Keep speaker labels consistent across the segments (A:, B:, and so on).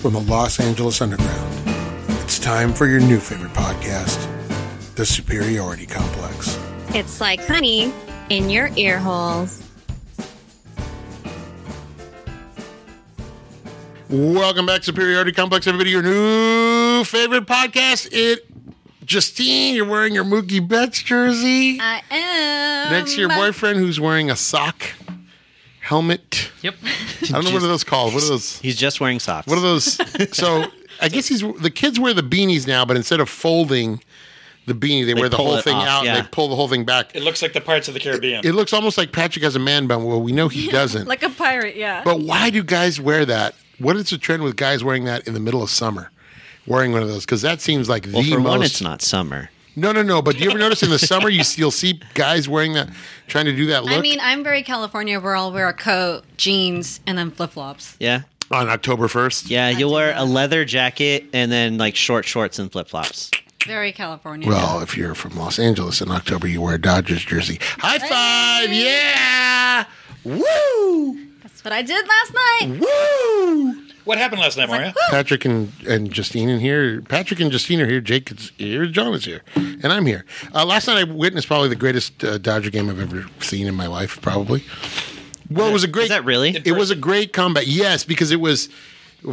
A: from the Los Angeles Underground. It's time for your new favorite podcast, The Superiority Complex.
B: It's like honey in your ear holes.
C: Welcome back, Superiority Complex, everybody. Your new favorite podcast. It, Justine, you're wearing your Mookie Betts jersey.
B: I am.
C: Next to your boyfriend, who's wearing a sock helmet.
D: Yep.
C: I don't know what are those called. What are those?
E: He's just wearing socks.
C: What are those? So I guess he's the kids wear the beanies now, but instead of folding the beanie, they, wear the
E: pull
C: whole
E: it
C: thing
E: off,
C: out
E: yeah.
C: and they pull the whole thing back.
F: It looks like the Pirates of the Caribbean.
C: It looks almost like Patrick has a man bun. Well, we know he doesn't.
G: like a pirate, yeah.
C: But why do guys wear that? What is the trend with guys wearing that in the middle of summer? Wearing one of those because that seems like
E: well,
C: the
E: for
C: most.
E: one, it's not summer.
C: No, no, no. But do you ever notice in the summer you you'll see guys wearing that, trying to do that look
G: I mean, I'm very California where I'll wear a coat, jeans, and then flip flops.
E: Yeah.
C: on October first?
E: Yeah, you'll wear a leather jacket and then like short shorts and flip flops.
G: Very California.
C: Well, if you're from Los Angeles in October, you wear a Dodgers jersey. High five! Yeah! Woo!
G: That's what I did last night.
C: Woo!
F: What happened last night, Maria?
C: Patrick and, and Justine in here. Patrick and Justine are here. Jake is here. John is here. And I'm here. Uh, last night I witnessed probably the greatest uh, Dodger game I've ever seen in my life, probably. Well, it was a great.
E: Is that really?
C: It was a great combat. Yes, because it was.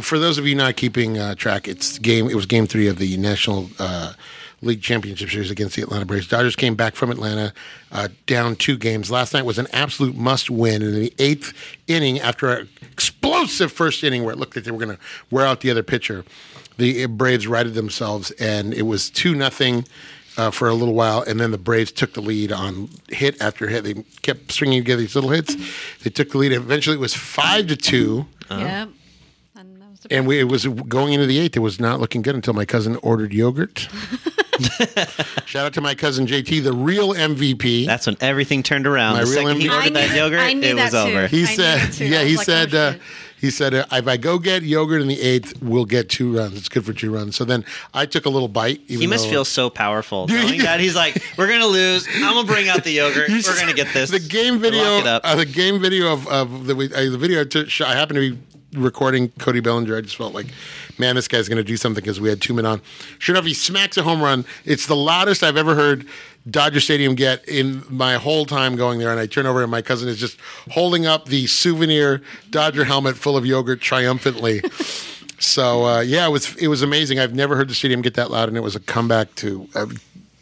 C: For those of you not keeping uh, track, it's game. It was game three of the National uh, League Championship Series against the Atlanta Braves. Dodgers came back from Atlanta uh, down two games. Last night was an absolute must-win. And in the eighth inning, after an explosive first inning where it looked like they were going to wear out the other pitcher, the Braves righted themselves, and it was two nothing uh, for a little while, and then the Braves took the lead on hit after hit. They kept stringing together these little hits. They took the lead. Eventually, it was five to two,
G: Yep. And that was the-
C: and we, it was going into the eighth. It was not looking good until my cousin ordered yogurt. Shout out to my cousin JT, the real MVP.
E: That's when everything turned around.
C: My
E: the
C: real
E: second he
C: MVP.
E: ordered
G: I
E: that
G: knew-
E: yogurt,
G: I knew
E: it was
G: that too.
E: over.
C: he
G: I knew
C: said,
G: it too.
C: "Yeah,
G: I
C: he
G: was like,
C: said,
G: oh,
C: uh,
G: shit.
C: he said, uh, if I go get yogurt in the eighth, we'll get two runs. It's good for two runs." So then I took a little bite. Even
E: He must
C: though-
E: feel so powerful.
C: Dude,
E: Knowing
C: he-
E: that he's like, we're gonna lose. I'm gonna bring out the yogurt.
C: You
E: We're gonna get this.
C: The game video,
E: Lock it up.
C: uh, the game video of, of the, uh, the video. I took- sh I happened to be recording Cody Bellinger. I just felt like, man, this guy's going to do something because we had two men on. Sure enough, he smacks a home run. It's the loudest I've ever heard Dodger Stadium get in my whole time going there. And I turn over, and my cousin is just holding up the souvenir Dodger helmet full of yogurt triumphantly. So uh, yeah, it was it was amazing. I've never heard the stadium get that loud, and it was a comeback to uh,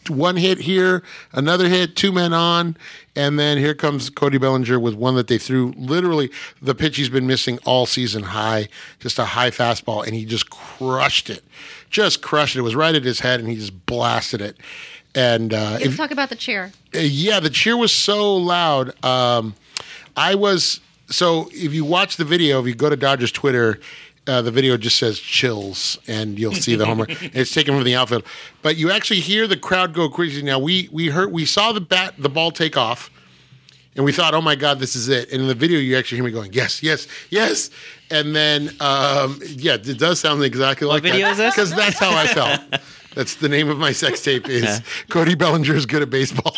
C: one hit here, another hit, two men on, and then here comes Cody Bellinger with one that they threw literally the pitch he's been missing all season high, just a high fastball, and he just crushed it, just crushed it. It was right at his head, and he just blasted it. And uh,
G: Let's talk about the chair.
C: uh, yeah, the cheer was so loud. Um, I was so if you watch the video, if you go to Dodgers Twitter, uh, the video just says chills, and you'll see the homer. it's taken from the outfield, but you actually hear the crowd go crazy. Now we we heard we saw the bat the ball take off, and we thought, oh my god, this is it. And in the video, you actually hear me going yes, yes, yes, and then um, yeah, it does sound exactly like
E: video
C: that
E: is this?
C: because that's how I felt. That's the name of my sex tape is Cody Bellinger is good at baseball.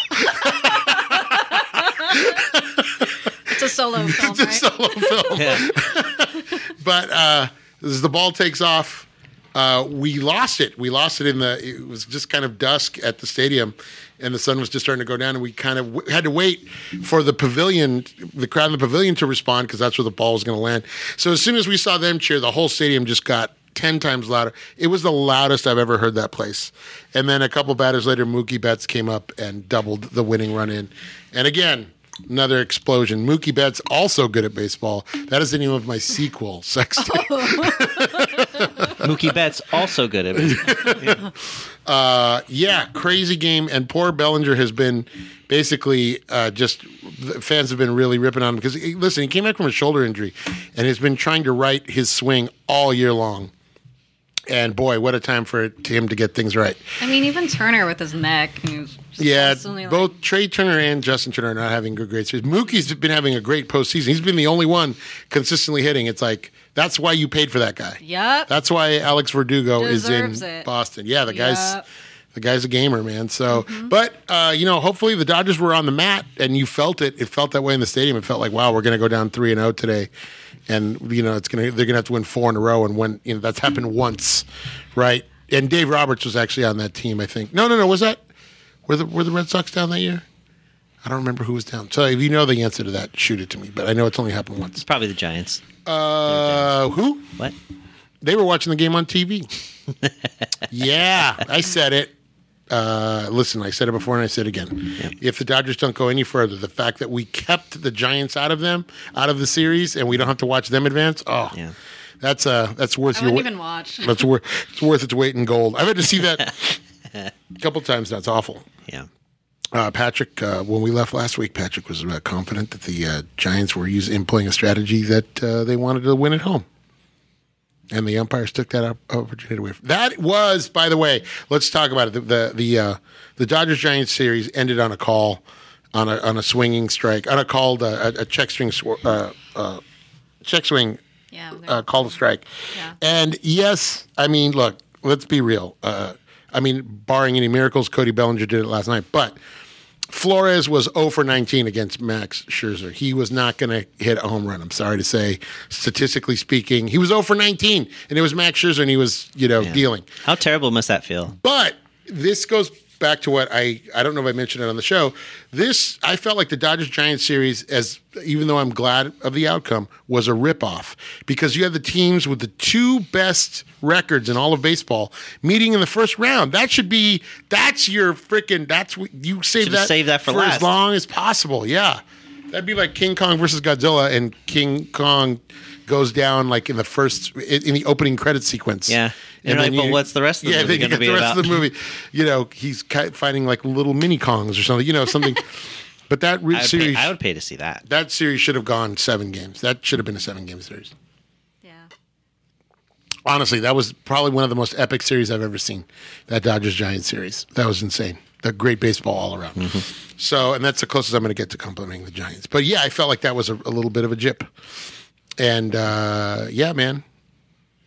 G: It's a solo film, right?
C: It's a solo film.
E: Yeah.
C: But uh, as the ball takes off, uh, we lost it. We lost it in the. It was just kind of dusk at the stadium, and the sun was just starting to go down, and we kind of w- had to wait for the pavilion, the crowd in the pavilion, to respond because that's where the ball was going to land. So as soon as we saw them cheer, the whole stadium just got. 10 times louder. It was the loudest I've ever heard that place. And then a couple batters later, Mookie Betts came up and doubled the winning run in. And again, Another explosion. Mookie Betts also good at baseball. That is the name of my sequel, Sex Tape.
E: Mookie Betts also good at it.
C: yeah, crazy game. And poor Bellinger has been basically uh, just the fans have been really ripping on him because he- listen, he came back from a shoulder injury and has been trying to right his swing all year long. And boy, what a time for him to get things right.
G: I mean, even Turner with his neck. He was just
C: Yeah,
G: constantly like-
C: both Trey Turner and Justin Turner are not having good great series. Mookie's been having a great postseason. He's been the only one consistently hitting. It's like that's why you paid for that guy.
G: Yep.
C: That's why Alex Verdugo
G: Deserves
C: is in
G: it.
C: Boston. Yeah, the guy's
G: Yep. Mm-hmm.
C: The guy's a gamer, man. So, but uh, you know, hopefully the Dodgers were on the mat and you felt it. It felt that way in the stadium. It felt like, wow, we're going to go down three and zero today, and you know, it's going to they're going to have to win four in a row. And when you know that's
G: Mm-hmm.
C: happened once, right? And Dave Roberts was actually on that team, I think. No, no, no. Was that were the were the Red Sox down that year? I don't remember who was down. So if you know the answer to that, shoot it to me. But I know it's only happened once.
E: It's probably the Giants.
C: Uh, who?
E: What?
C: They were watching the game on TV. yeah, I said it. Uh, listen, I said it before and I said it again. If the Dodgers don't go any further, the fact that we kept the Giants out of them, out of the series, and we don't have to watch them advance, oh,
E: Yeah.
C: that's uh, that's worth
G: I
C: your
G: wouldn't
C: wa-
G: even watch.
C: that's worth it's worth its weight in gold. I've had to see that a couple times. That's awful.
E: Yeah.
C: Uh, Patrick, uh, when we left last week, Patrick was uh, confident that the uh, Giants were using employing a strategy that uh, they wanted to win at home, and the umpires took that op- opportunity away. From. That was, by the way, let's talk about it. The the the, uh, the Dodgers Giants series ended on a call, on a on a swinging strike, on a called uh, a, a check string sw- uh, uh, check swing
G: Yeah, there-
C: uh, call to strike.
G: Yeah.
C: And yes, I mean, look, let's be real. Uh, I mean, barring any miracles, Cody Bellinger did it last night, but Flores was 0 for 19 against Max Scherzer. He was not going to hit a home run. I'm sorry to say, statistically speaking, he was 0 for 19, and it was Max Scherzer, and he was, you know,
E: yeah.
C: dealing.
E: How terrible must that feel?
C: But this goes back to what I I don't know if I mentioned it on the show. This I felt like the Dodgers Giants series as even though I'm glad of the outcome was a ripoff because you had the teams with the two best records in all of baseball meeting in the first round. That should be that's your freaking that's what you save
E: Should've
C: that
E: saved that for
C: as
E: last.
C: long as possible. Yeah. That'd be like King Kong versus Godzilla, and King Kong goes down like in the first in in the opening credit sequence.
E: Yeah. And you're
C: then
E: like, "But what's the rest of the
C: yeah,
E: movie
C: then you
E: gonna
C: get the
E: be
C: rest of
E: about?"
C: the movie. You know, he's ki- finding like little mini Kongs or something. You know, something. but that re-
E: I would, pay,
C: series,
E: I would pay to see that.
C: that series should have gone seven games. That should have been a seven game series.
G: yeah.
C: Honestly, that was probably one of the most epic series I've ever seen. That Dodgers Giants series. That was insane. The great baseball all around.
E: Mm-hmm.
C: So, and that's the closest I'm going to get to complimenting the Giants. But yeah, I felt like that was a, a little bit of a jip. And uh, yeah, man,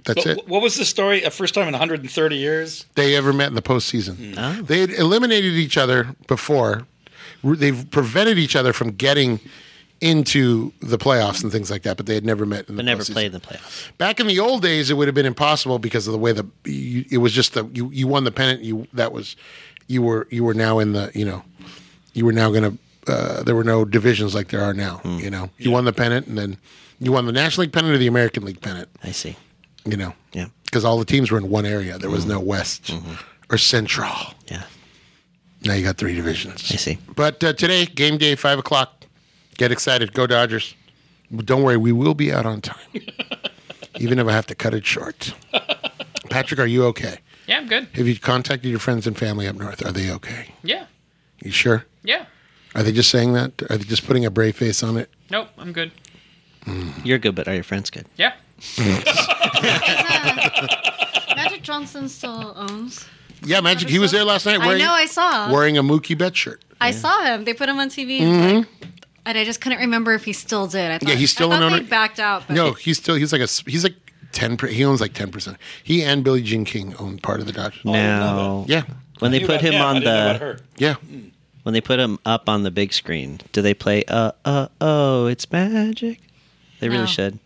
C: that's
F: But
C: it.
F: wh- what was the story? A first time in 130 years.
C: they ever met in the postseason.
E: Oh.
C: They had eliminated each other before. R- They've prevented each other from getting into the playoffs and things like that, but they had never met. In the
E: But never
C: postseason.
E: played in the playoffs.
C: Back in the old days, it would have been impossible because of the way the you, it was just the you, you won the pennant. You that was you were you were now in the you know you were now going to. Uh, there were no divisions like there are now.
E: Hmm.
C: You know, you won the pennant, and then you won the National League pennant or the American League pennant
E: I see.
C: you know,
E: Yeah. Mm-hmm.
C: because all the teams were in one area. There was no West or Central.
E: Yeah.
C: Now you got three divisions.
E: I see.
C: But uh, today, game day, five o'clock. Get excited, go Dodgers! Don't worry, we will be out on time, even if I have to cut it short. Patrick, are you okay?
D: Yeah, I'm good.
C: Have you contacted your friends and family up north? Are they okay?
D: Yeah.
C: You sure?
D: Yeah.
C: Are they just saying that? Are they just putting a brave face on it?
D: Nope, I'm good.
E: You're good, but are your friends good?
D: Yeah.
G: Magic Johnson still owns.
C: Yeah, Magic. He was there last night.
G: I
C: Wearing,
G: know, I saw.
C: wearing a Mookie Bet shirt.
G: I saw him. They put him on TV, and, it's like- and I just couldn't remember if he still did. I thought,
C: Mm-hmm. he's still
G: I
C: an
G: thought
C: owner.
G: They backed out. But
C: No, he's still he's like a s- he's like ten. per- He owns like ten percent. He and Billie Jean King own part of the Dodgers.
F: Oh,
E: Now,
C: Yeah,
E: when they
F: Knew
E: put
F: about
E: him on
F: I didn't know about
E: the
F: her.
C: yeah.
E: when they put him up on the big screen, do they play uh uh oh it's magic? They really
G: No.
E: should.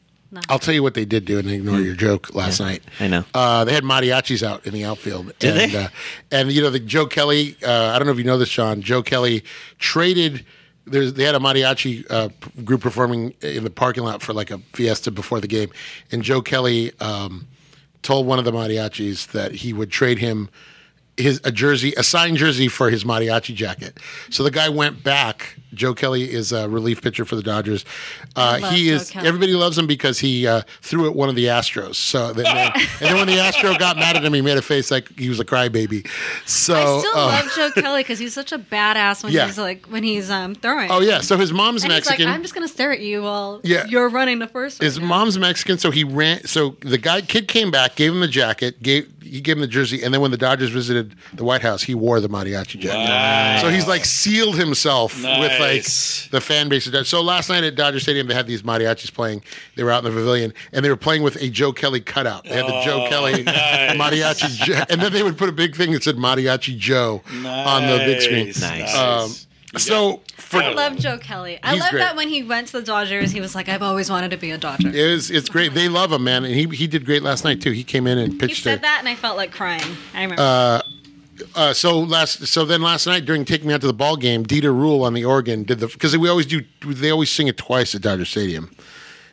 C: I'll tell you what they did do, and ignore your joke last night.
E: I know.
C: Uh, they had mariachis out in the outfield.
E: Did
C: and,
E: they?
C: Uh, and you know, the Joe Kelly. Uh, I don't know if you know this, Sean. Joe Kelly traded. There's, they had a mariachi uh, p- group performing in the parking lot for like a fiesta before the game, and Joe Kelly um, told one of the mariachis that he would trade him his a jersey, a signed jersey for his mariachi jacket. So the guy went back. Joe Kelly is a relief pitcher for the Dodgers. Uh,
G: love
C: he
G: Joe
C: is
G: Kelly.
C: everybody loves him because he uh, threw at one of the Astros. So that, and then when the Astro got mad at him, he made a face like he was a crybaby. So
G: I still
C: uh,
G: love Joe Kelly because he's such a badass when
C: Yeah.
G: he's like when he's um throwing.
C: oh yeah, so his mom's
G: and
C: Mexican.
G: he's like, I'm just gonna stare at you while
C: Yeah.
G: you're running the first.
C: His
G: right now."
C: mom's Mexican, so he ran. So the guy kid came back, gave him the jacket, gave he gave him the jersey, and then when the Dodgers visited the White House, he wore the mariachi jacket. So he's like sealed himself with
F: Nice.
C: like the fan base. Of Dodger. So last night at Dodger Stadium, they had these mariachis playing. They were out in the pavilion, and they were playing with a Joe Kelly cutout. They had the Joe Kelly mariachi, Joe- and then they would put a big thing that said mariachi Joe on the big screen.
F: Nice.
E: Nice.
C: Um, so for
G: I love Joe Kelly. I
C: He's
G: love
C: great.
G: that when he went to the Dodgers, he was like, "I've always wanted to be a Dodger."
C: It was, it's great. They love him, man, and he he did great last night too. He came in and
G: He
C: pitched
G: said
C: it.
G: that, and I felt like crying. I remember.
C: Uh, so last, so then last night during "Take Me Out to the Ball Game," Dieter Rule on the organ did the because we always do. They always sing it twice at Dodger Stadium.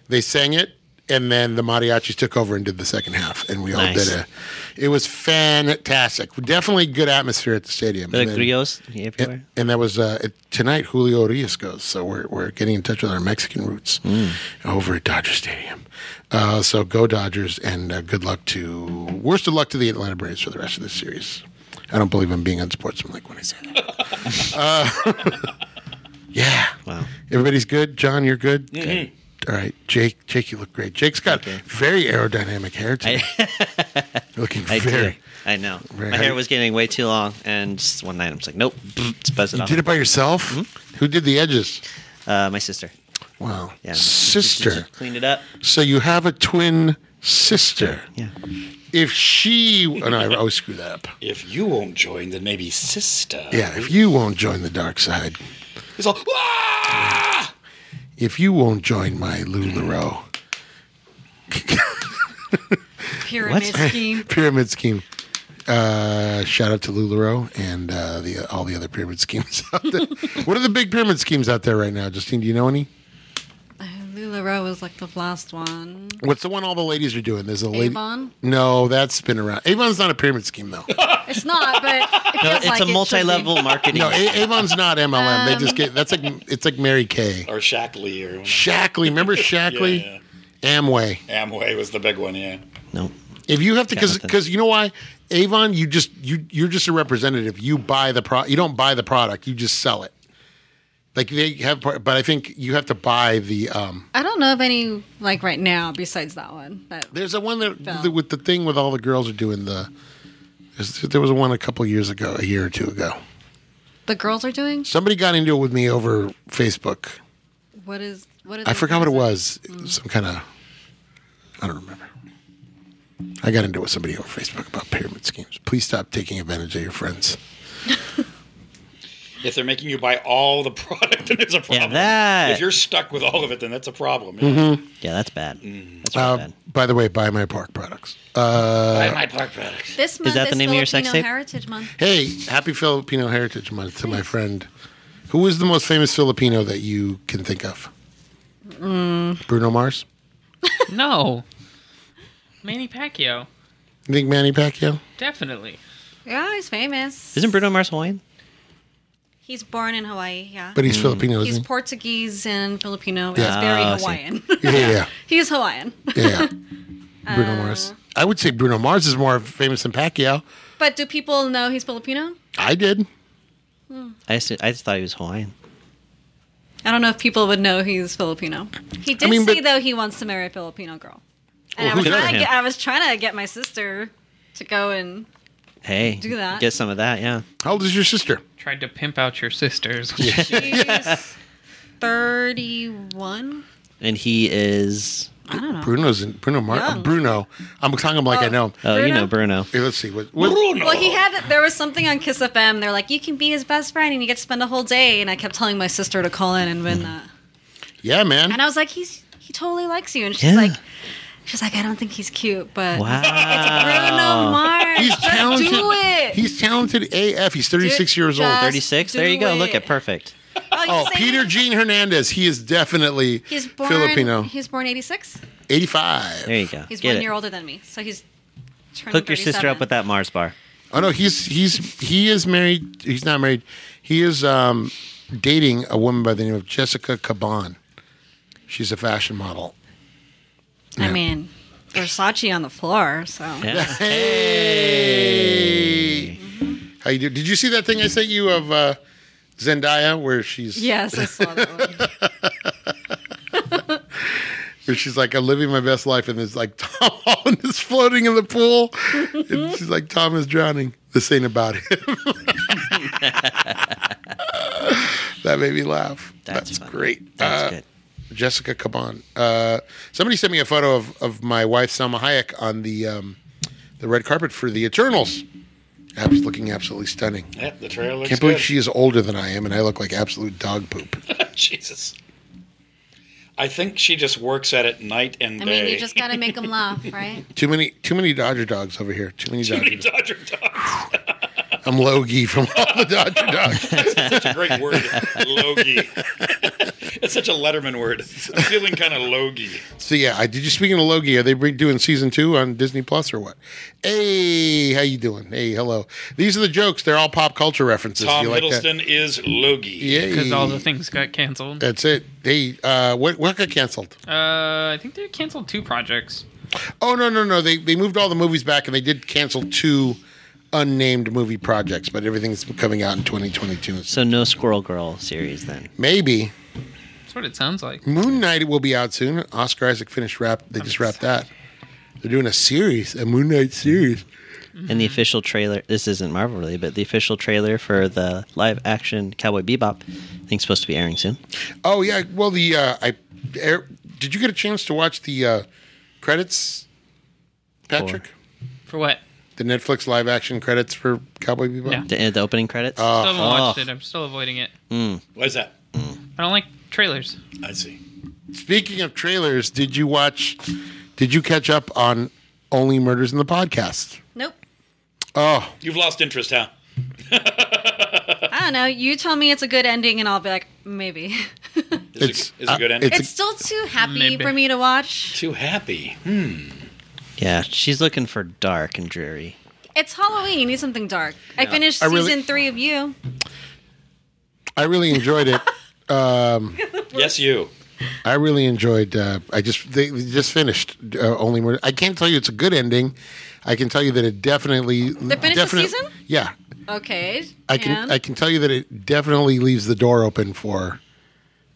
C: They sang it, and then the mariachis took over and did the second half, and we all
E: Nice.
C: did it. It was fantastic. Definitely good atmosphere at the stadium.
E: The
C: And then-
E: griots everywhere.
C: and that was uh, it- tonight. Julio Rios goes, so we're we're getting in touch with our Mexican roots
E: Mm.
C: over at Dodger Stadium. Uh, so go Dodgers, and uh, good luck to worst of luck to the Atlanta Braves for the rest of this series. I don't believe I'm being unsportsmanlike when I say that. uh, yeah,
E: Wow. Mm-hmm.
C: everybody's good. John, you're good. All right, Jake. Jake, you look great. Jake's got very aerodynamic hair today. Looking
E: I
C: very.
E: do. I know.
C: Very-
E: My hair was getting way too long, and just one night I'm just like, nope, let's buzz it
C: You
E: off.
C: did it by yourself.
E: Hmm?
C: Who did the edges?
E: Uh, my sister.
C: Wow,
E: Yeah.
C: sister.
E: Cleaned it up.
C: So you have a twin sister.
E: Yeah.
C: If she, oh no, I always screw that up.
F: If you won't join, then maybe sister.
C: Yeah, if you won't join the dark side,
F: It's all. Ah!
C: if you won't join my LuLaRoe
G: pyramid scheme.
C: pyramid scheme, uh, shout out to LuLaRoe and uh, the all the other pyramid schemes out there. what are the big pyramid schemes out there right now, Justine? Do you know any?
G: LuLaRoe was like the last one.
C: What's the one all the ladies are doing? There's a lady.
G: Avon?
C: No, that's been around. Avon's not a pyramid scheme though.
G: It's not, but it feels
E: It's
G: like it should
E: a
G: be.
E: multi-level marketing.
C: No, A- Avon's not MLM. they just get that's like it's like Mary Kay.
F: Or Shackley or
C: Shackley, remember Shackley?
F: Yeah,
C: Amway.
F: Amway was the big one, yeah.
E: Nope.
C: If you have to, because
E: nothing.
C: because you know why, Avon, you just you you're just a representative. You buy the pro, you don't buy the product. You just sell it. Like they have, pro- but I think you have to buy the. um
G: I don't know of any like right now besides that one. But
C: There's a one that
G: Bell.
C: that with the thing with all the girls are doing the. there's- There was one a couple years ago, a year or two ago.
G: the girls are doing
C: Somebody got into it with me over Facebook.
G: what is what is
C: I forgot what it was. Some kind of. I don't remember. I got into it with somebody over Facebook about pyramid schemes. Please stop taking advantage of your friends.
F: If they're making you buy all the product, then there's a problem.
E: that-
F: If you're stuck with all of it, then that's a problem. yeah.
C: Mm-hmm.
E: Yeah, that's bad.
F: Mm.
E: That's really
C: Uh,
E: bad.
C: by the way, buy my pork products.
F: Buy my park products.
G: This month is,
E: that the name of
G: Filipino
E: your sex tape?
G: Heritage Month.
C: Hey, happy Filipino Heritage Month to my friend. Who is the most famous Filipino that you can think of? Bruno Mars?
D: No. Manny Pacquiao.
C: You think Manny Pacquiao?
D: Definitely.
G: Yeah, he's famous.
E: Isn't Bruno Mars Hawaiian?
G: He's born in Hawaii. Yeah,
C: But he's Filipino,
G: he's
C: isn't
G: Portuguese and Filipino.
C: Yeah.
G: He's very
E: Ah, I see.
G: Hawaiian.
C: he? Yeah, yeah,
G: he's Hawaiian,
C: yeah. yeah. Bruno Mars. I would say Bruno Mars is more famous than Pacquiao.
G: but do people know he's Filipino?
C: I did.
E: I just, I just thought he was Hawaiian.
G: I don't know if people would know he's Filipino. He did
C: mean,
G: say
C: but-
G: though he wants to marry a Filipino girl, and
C: Well,
G: I, was
C: who
G: trying to
E: doesn't?
G: get, I was trying to get my sister to go and
E: Hey,
G: Do that.
E: Get some of that. Yeah.
C: How old is your sister?
D: Tried to pimp out your sisters.
G: she's thirty-one.
E: And he is.
C: Bruno's in, Bruno Mars.
G: Young.
C: Bruno. I'm talking like I know him.
E: Oh, you
G: Bruno?
E: know Bruno.
C: Hey, let's see. What, what-
F: Bruno.
G: Well, he had there was something on Kiss FM. They're like, you can be his best friend and you get to spend a whole day. And I kept telling my sister to call in and win that.
C: Yeah, man.
G: And I was like, he's he totally likes you. And she's
E: Yeah.
G: like, she's like, I don't think he's cute, but
E: Wow.
G: Bruno Mars,
C: He's
G: just
C: talented.
G: Do it.
C: He's talented AF. He's 36 years old.
G: just-
E: 36. There
G: Do
E: you go. Look
G: it.
E: at perfect.
G: oh, you
C: Oh,
G: say
C: Peter
G: he's-
C: Gene Hernandez. He is definitely
G: He's born
C: Filipino.
G: He's born eighty six.
C: 85.
E: There you go.
G: He's
E: Get
G: one
E: it.
G: year older than me, so he's. turning
E: Hook your sister
G: 37.
E: up with that Mars bar.
C: Oh no, he's he's he is married. He's not married. He is um, dating a woman by the name of Jessica Caban. She's a fashion model.
G: I mean, Versace on the floor. So
E: Yeah.
C: Hey, how you do? Did you see that thing I sent you of uh, Zendaya where she's
G: yes, I saw that one.
C: where she's like, I'm living my best life, and there's like Tom Holland is floating in the pool. And she's like, Tom is drowning. This ain't about him. that made me laugh.
E: That's
C: That's,
E: funny.
C: great.
E: That's
C: Uh,
E: good.
C: Jessica, come on. Uh, somebody sent me a photo of, of my wife Selma Hayek on the um, the red carpet for the Eternals. Abs looking absolutely stunning.
F: Yeah, the trailer looks
C: Can't believe
F: good.
C: she is older than I am, and I look like absolute dog poop.
F: Jesus. I think she just works at it night and
G: I
F: day.
G: mean, you just got to make them laugh, right?
C: Too many, too many Dodger dogs over here. Too many Dodger. dogs.
F: Dodger Dogs.
C: I'm Logie from all the Dodger dogs.
F: That's such a great word, logy. It's such a Letterman word. I'm feeling kind of logy.
C: so yeah, I did you speaking of Logie? Are they re- doing season two on Disney Plus or what? Hey, how you doing? Hey, hello. These are the jokes. They're all pop culture references.
F: Tom
C: you like that?
F: Hiddleston is logy.
C: Yeah,
D: because all the things got canceled. Uh,
C: That's it. They uh, what what got canceled?
D: Uh, I think they canceled two projects.
C: Oh no no no! They they moved all the movies back and they did cancel two unnamed movie projects, but everything's coming out in 2022.
E: So no Squirrel Girl series then.
C: Maybe
D: That's what it sounds like.
C: Moon Knight will be out soon. Oscar Isaac finished wrap. They just wrapped that. They're doing a series, a Moon Knight series.
E: And the official trailer. This isn't Marvel really, but the official trailer for the live action Cowboy Bebop. I think supposed to be airing soon.
C: Oh yeah. Well, the uh, I er, did you get a chance to watch the uh, credits, Patrick?
D: For what?
C: The Netflix live action credits for Cowboy Bebop.
D: No.
E: The, the opening credits.
D: Still haven't watched
E: Oh.
D: it. I'm still avoiding it.
F: Why is that?
D: I don't like trailers.
F: I see.
C: Speaking of trailers, did you watch? Did you catch up on Only Murders in the Podcast?
G: Nope.
C: Oh,
F: You've lost interest, huh?
G: I don't know. You tell me it's a good ending, and I'll be like, maybe.
F: Is it-
C: It's-
F: is it
C: uh,
F: good ending?
C: it's-
G: It's still too happy
D: Maybe.
G: for me to watch.
F: too happy.
E: yeah, she's looking for dark and dreary.
G: It's Halloween. You need something dark. I finished
C: I
G: season
C: really-
G: three of you.
C: I really enjoyed it. Hmm.
F: Yes, you.
C: I really enjoyed. Uh, I just they they just finished uh, Only Murder. I can't tell you it's a good ending. I can tell you that it definitely. They
G: finished the season?
C: Yeah,
G: Okay.
C: I can.
G: and-
C: I can tell you that it definitely leaves the door open for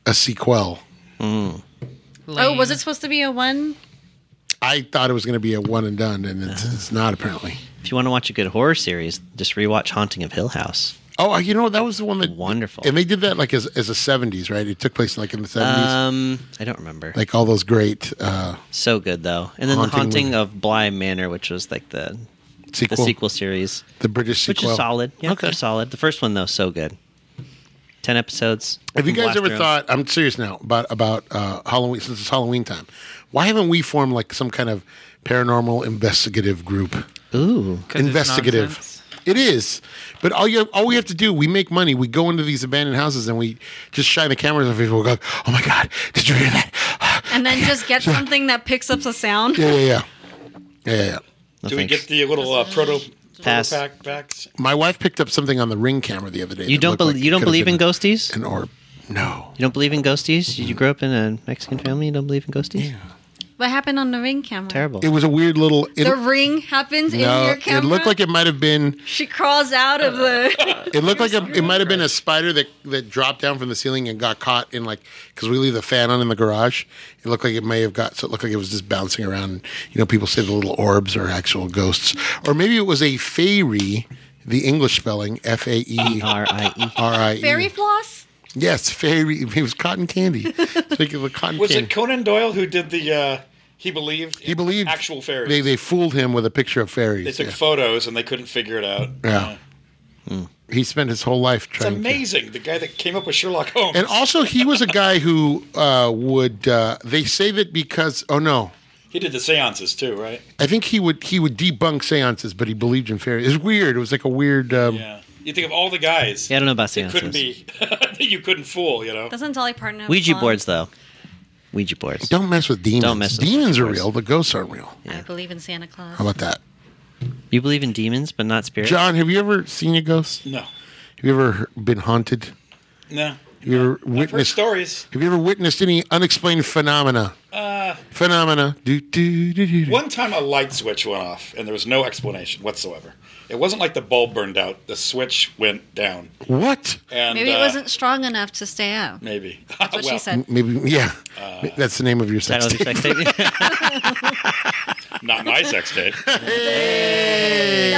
C: a sequel.
G: oh,
D: Lame.
G: was it supposed to be a one?
C: I thought it was going to be a one and done, and it's, it's not apparently.
E: If you want to watch a good horror series, just rewatch Haunting of Hill House.
C: Oh, you know that was the one that
E: Wonderful.
C: and they did that like as as a seventies, right? It took place like in the seventies.
E: Um, I don't remember.
C: like all those great uh,
E: so good though. And then
C: Haunting
E: the Haunting
C: movie.
E: of Bly Manor, which was like the the
C: sequel,
E: sequel series,
C: the British
E: which
C: sequel,
E: is solid. Yeah,
C: okay.
E: they're solid. The first one though, so good. Ten episodes.
C: Have you guys
E: Blast
C: ever
E: through 'em.
C: thought? I'm serious now about about uh, Halloween since it's Halloween time. Why haven't we formed like some kind of paranormal investigative group?
D: 'Cause it's
C: Investigative.
D: nonsense.
C: It is, but all you all we have to do, we make money. We go into these abandoned houses and we just shine the cameras on people. We go, "Oh my god, did you hear that?"
G: And then just get something that picks up the sound.
C: yeah, yeah, yeah, yeah, yeah. yeah.
E: No,
F: Do we
E: thanks.
F: get the little uh, proto
E: Pass.
F: pack packs?
C: My wife picked up something on the ring camera the other day.
E: you
C: that
E: don't
C: looked like
E: believe you
C: it
E: don't
C: could have
E: believe in
C: been
E: ghosties?
C: An orb? No.
E: You don't believe in ghosties? You you grew up in a Mexican family. You don't believe in ghosties?
G: What happened on the ring camera?
E: Terrible.
C: It was a weird little. It,
G: The ring happens in
C: no,
G: your
C: it
G: camera.
C: looked like it might have been.
G: she crawls out of the.
C: It looked like a, it might have been a spider that that dropped down from the ceiling and got caught in like because we leave the fan on in the garage. It looked like it may have got so it looked like it was just bouncing around. You know, people say the little orbs are actual ghosts, or maybe it was a fairy. The English spelling F A E R
E: R I E.
C: I E.
G: fairy floss.
C: Yes, fairy. It was cotton candy. Speaking of cotton
F: Was
C: candy.
F: it Conan Doyle who did the? Uh, he believed.
C: he believed
F: actual fairies.
C: They,
F: They,
C: they fooled him with a picture of fairies.
F: took
C: yeah.
F: photos and they couldn't figure it out.
C: Yeah. Hmm. He spent his whole life
F: It's
C: trying. to-
F: amazing. The guy that came up with Sherlock Holmes.
C: And also, he was a guy who uh, would. Uh, they say that because. Oh no,
F: he did the seances too, right?
C: I think he would. He would debunk seances, but he believed in fairies. It's weird. It was like a weird. Um,
F: Yeah. You think of all the guys.
E: Yeah, I don't know about
F: that couldn't
E: seances.
F: be. that you couldn't fool. You know.
G: Doesn't Dolly Parton have a
E: Ouija
G: song?
E: boards though. Ouija boards.
C: Don't mess with demons.
E: Don't mess with
C: demons are
E: fairies.
C: real. The ghosts aren't real.
G: I believe in Santa Claus.
C: How about that,
E: You believe in demons, but not spirits.
C: John? Have you ever seen a ghost?
F: No.
C: Have you ever been haunted?
F: No.
C: Have you ever
F: I've heard
C: witnessed?
F: stories.
C: Have you ever witnessed any unexplained phenomena?
F: Uh.
C: Phenomena. Do, do, do, do, do.
F: One time a light switch went off and there was no explanation whatsoever. It wasn't like the bulb burned out. The switch went down.
C: What?
F: And
G: Maybe it
F: uh,
G: wasn't strong enough to stay out.
F: Maybe.
G: That's what she said.
C: Maybe, yeah.
F: Uh.
C: That's the name of your sex
E: Title of your
C: tape.
E: sex tape.
F: Not my sex tape.
G: That's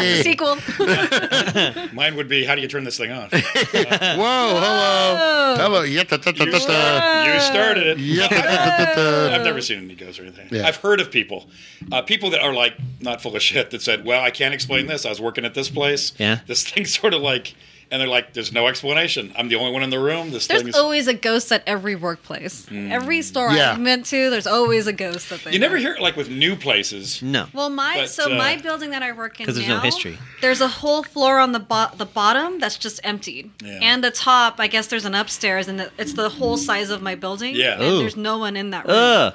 C: mm.
G: the sequel.
F: Mine would be how do you turn this thing on?
C: Whoa, hello. Hello. Yeah, ta, ta, ta,
F: You
C: ta, ta.
F: you started it.
C: Yeah, ta, ta, ta, ta, ta.
F: I've never seen any goes or anything.
C: Yeah.
F: I've heard of people, uh, people that are like not full of shit that said, "Well, I can't explain this. I was working at this place.
E: Yeah.
F: this thing's sort of like." And they're like, "There's no explanation. I'm the only one in the room. This thing
G: There's
F: is."
G: always a ghost at every workplace. Every store
C: Yeah.
G: I've been to, there's always a ghost that they
F: you never hear it like with new places.
C: Mm.
E: No.
G: Well, my
F: But,
G: so
F: uh,
G: my building that I work in
E: 'cause there's no
G: now,
E: history.
G: There's a whole floor on the bo- the bottom that's just emptied,
F: Yeah.
G: and the top. I guess there's an upstairs, and the, it's the whole size of my building.
F: Yeah.
G: and
E: Ooh.
G: there's no one in that room.
E: Ugh.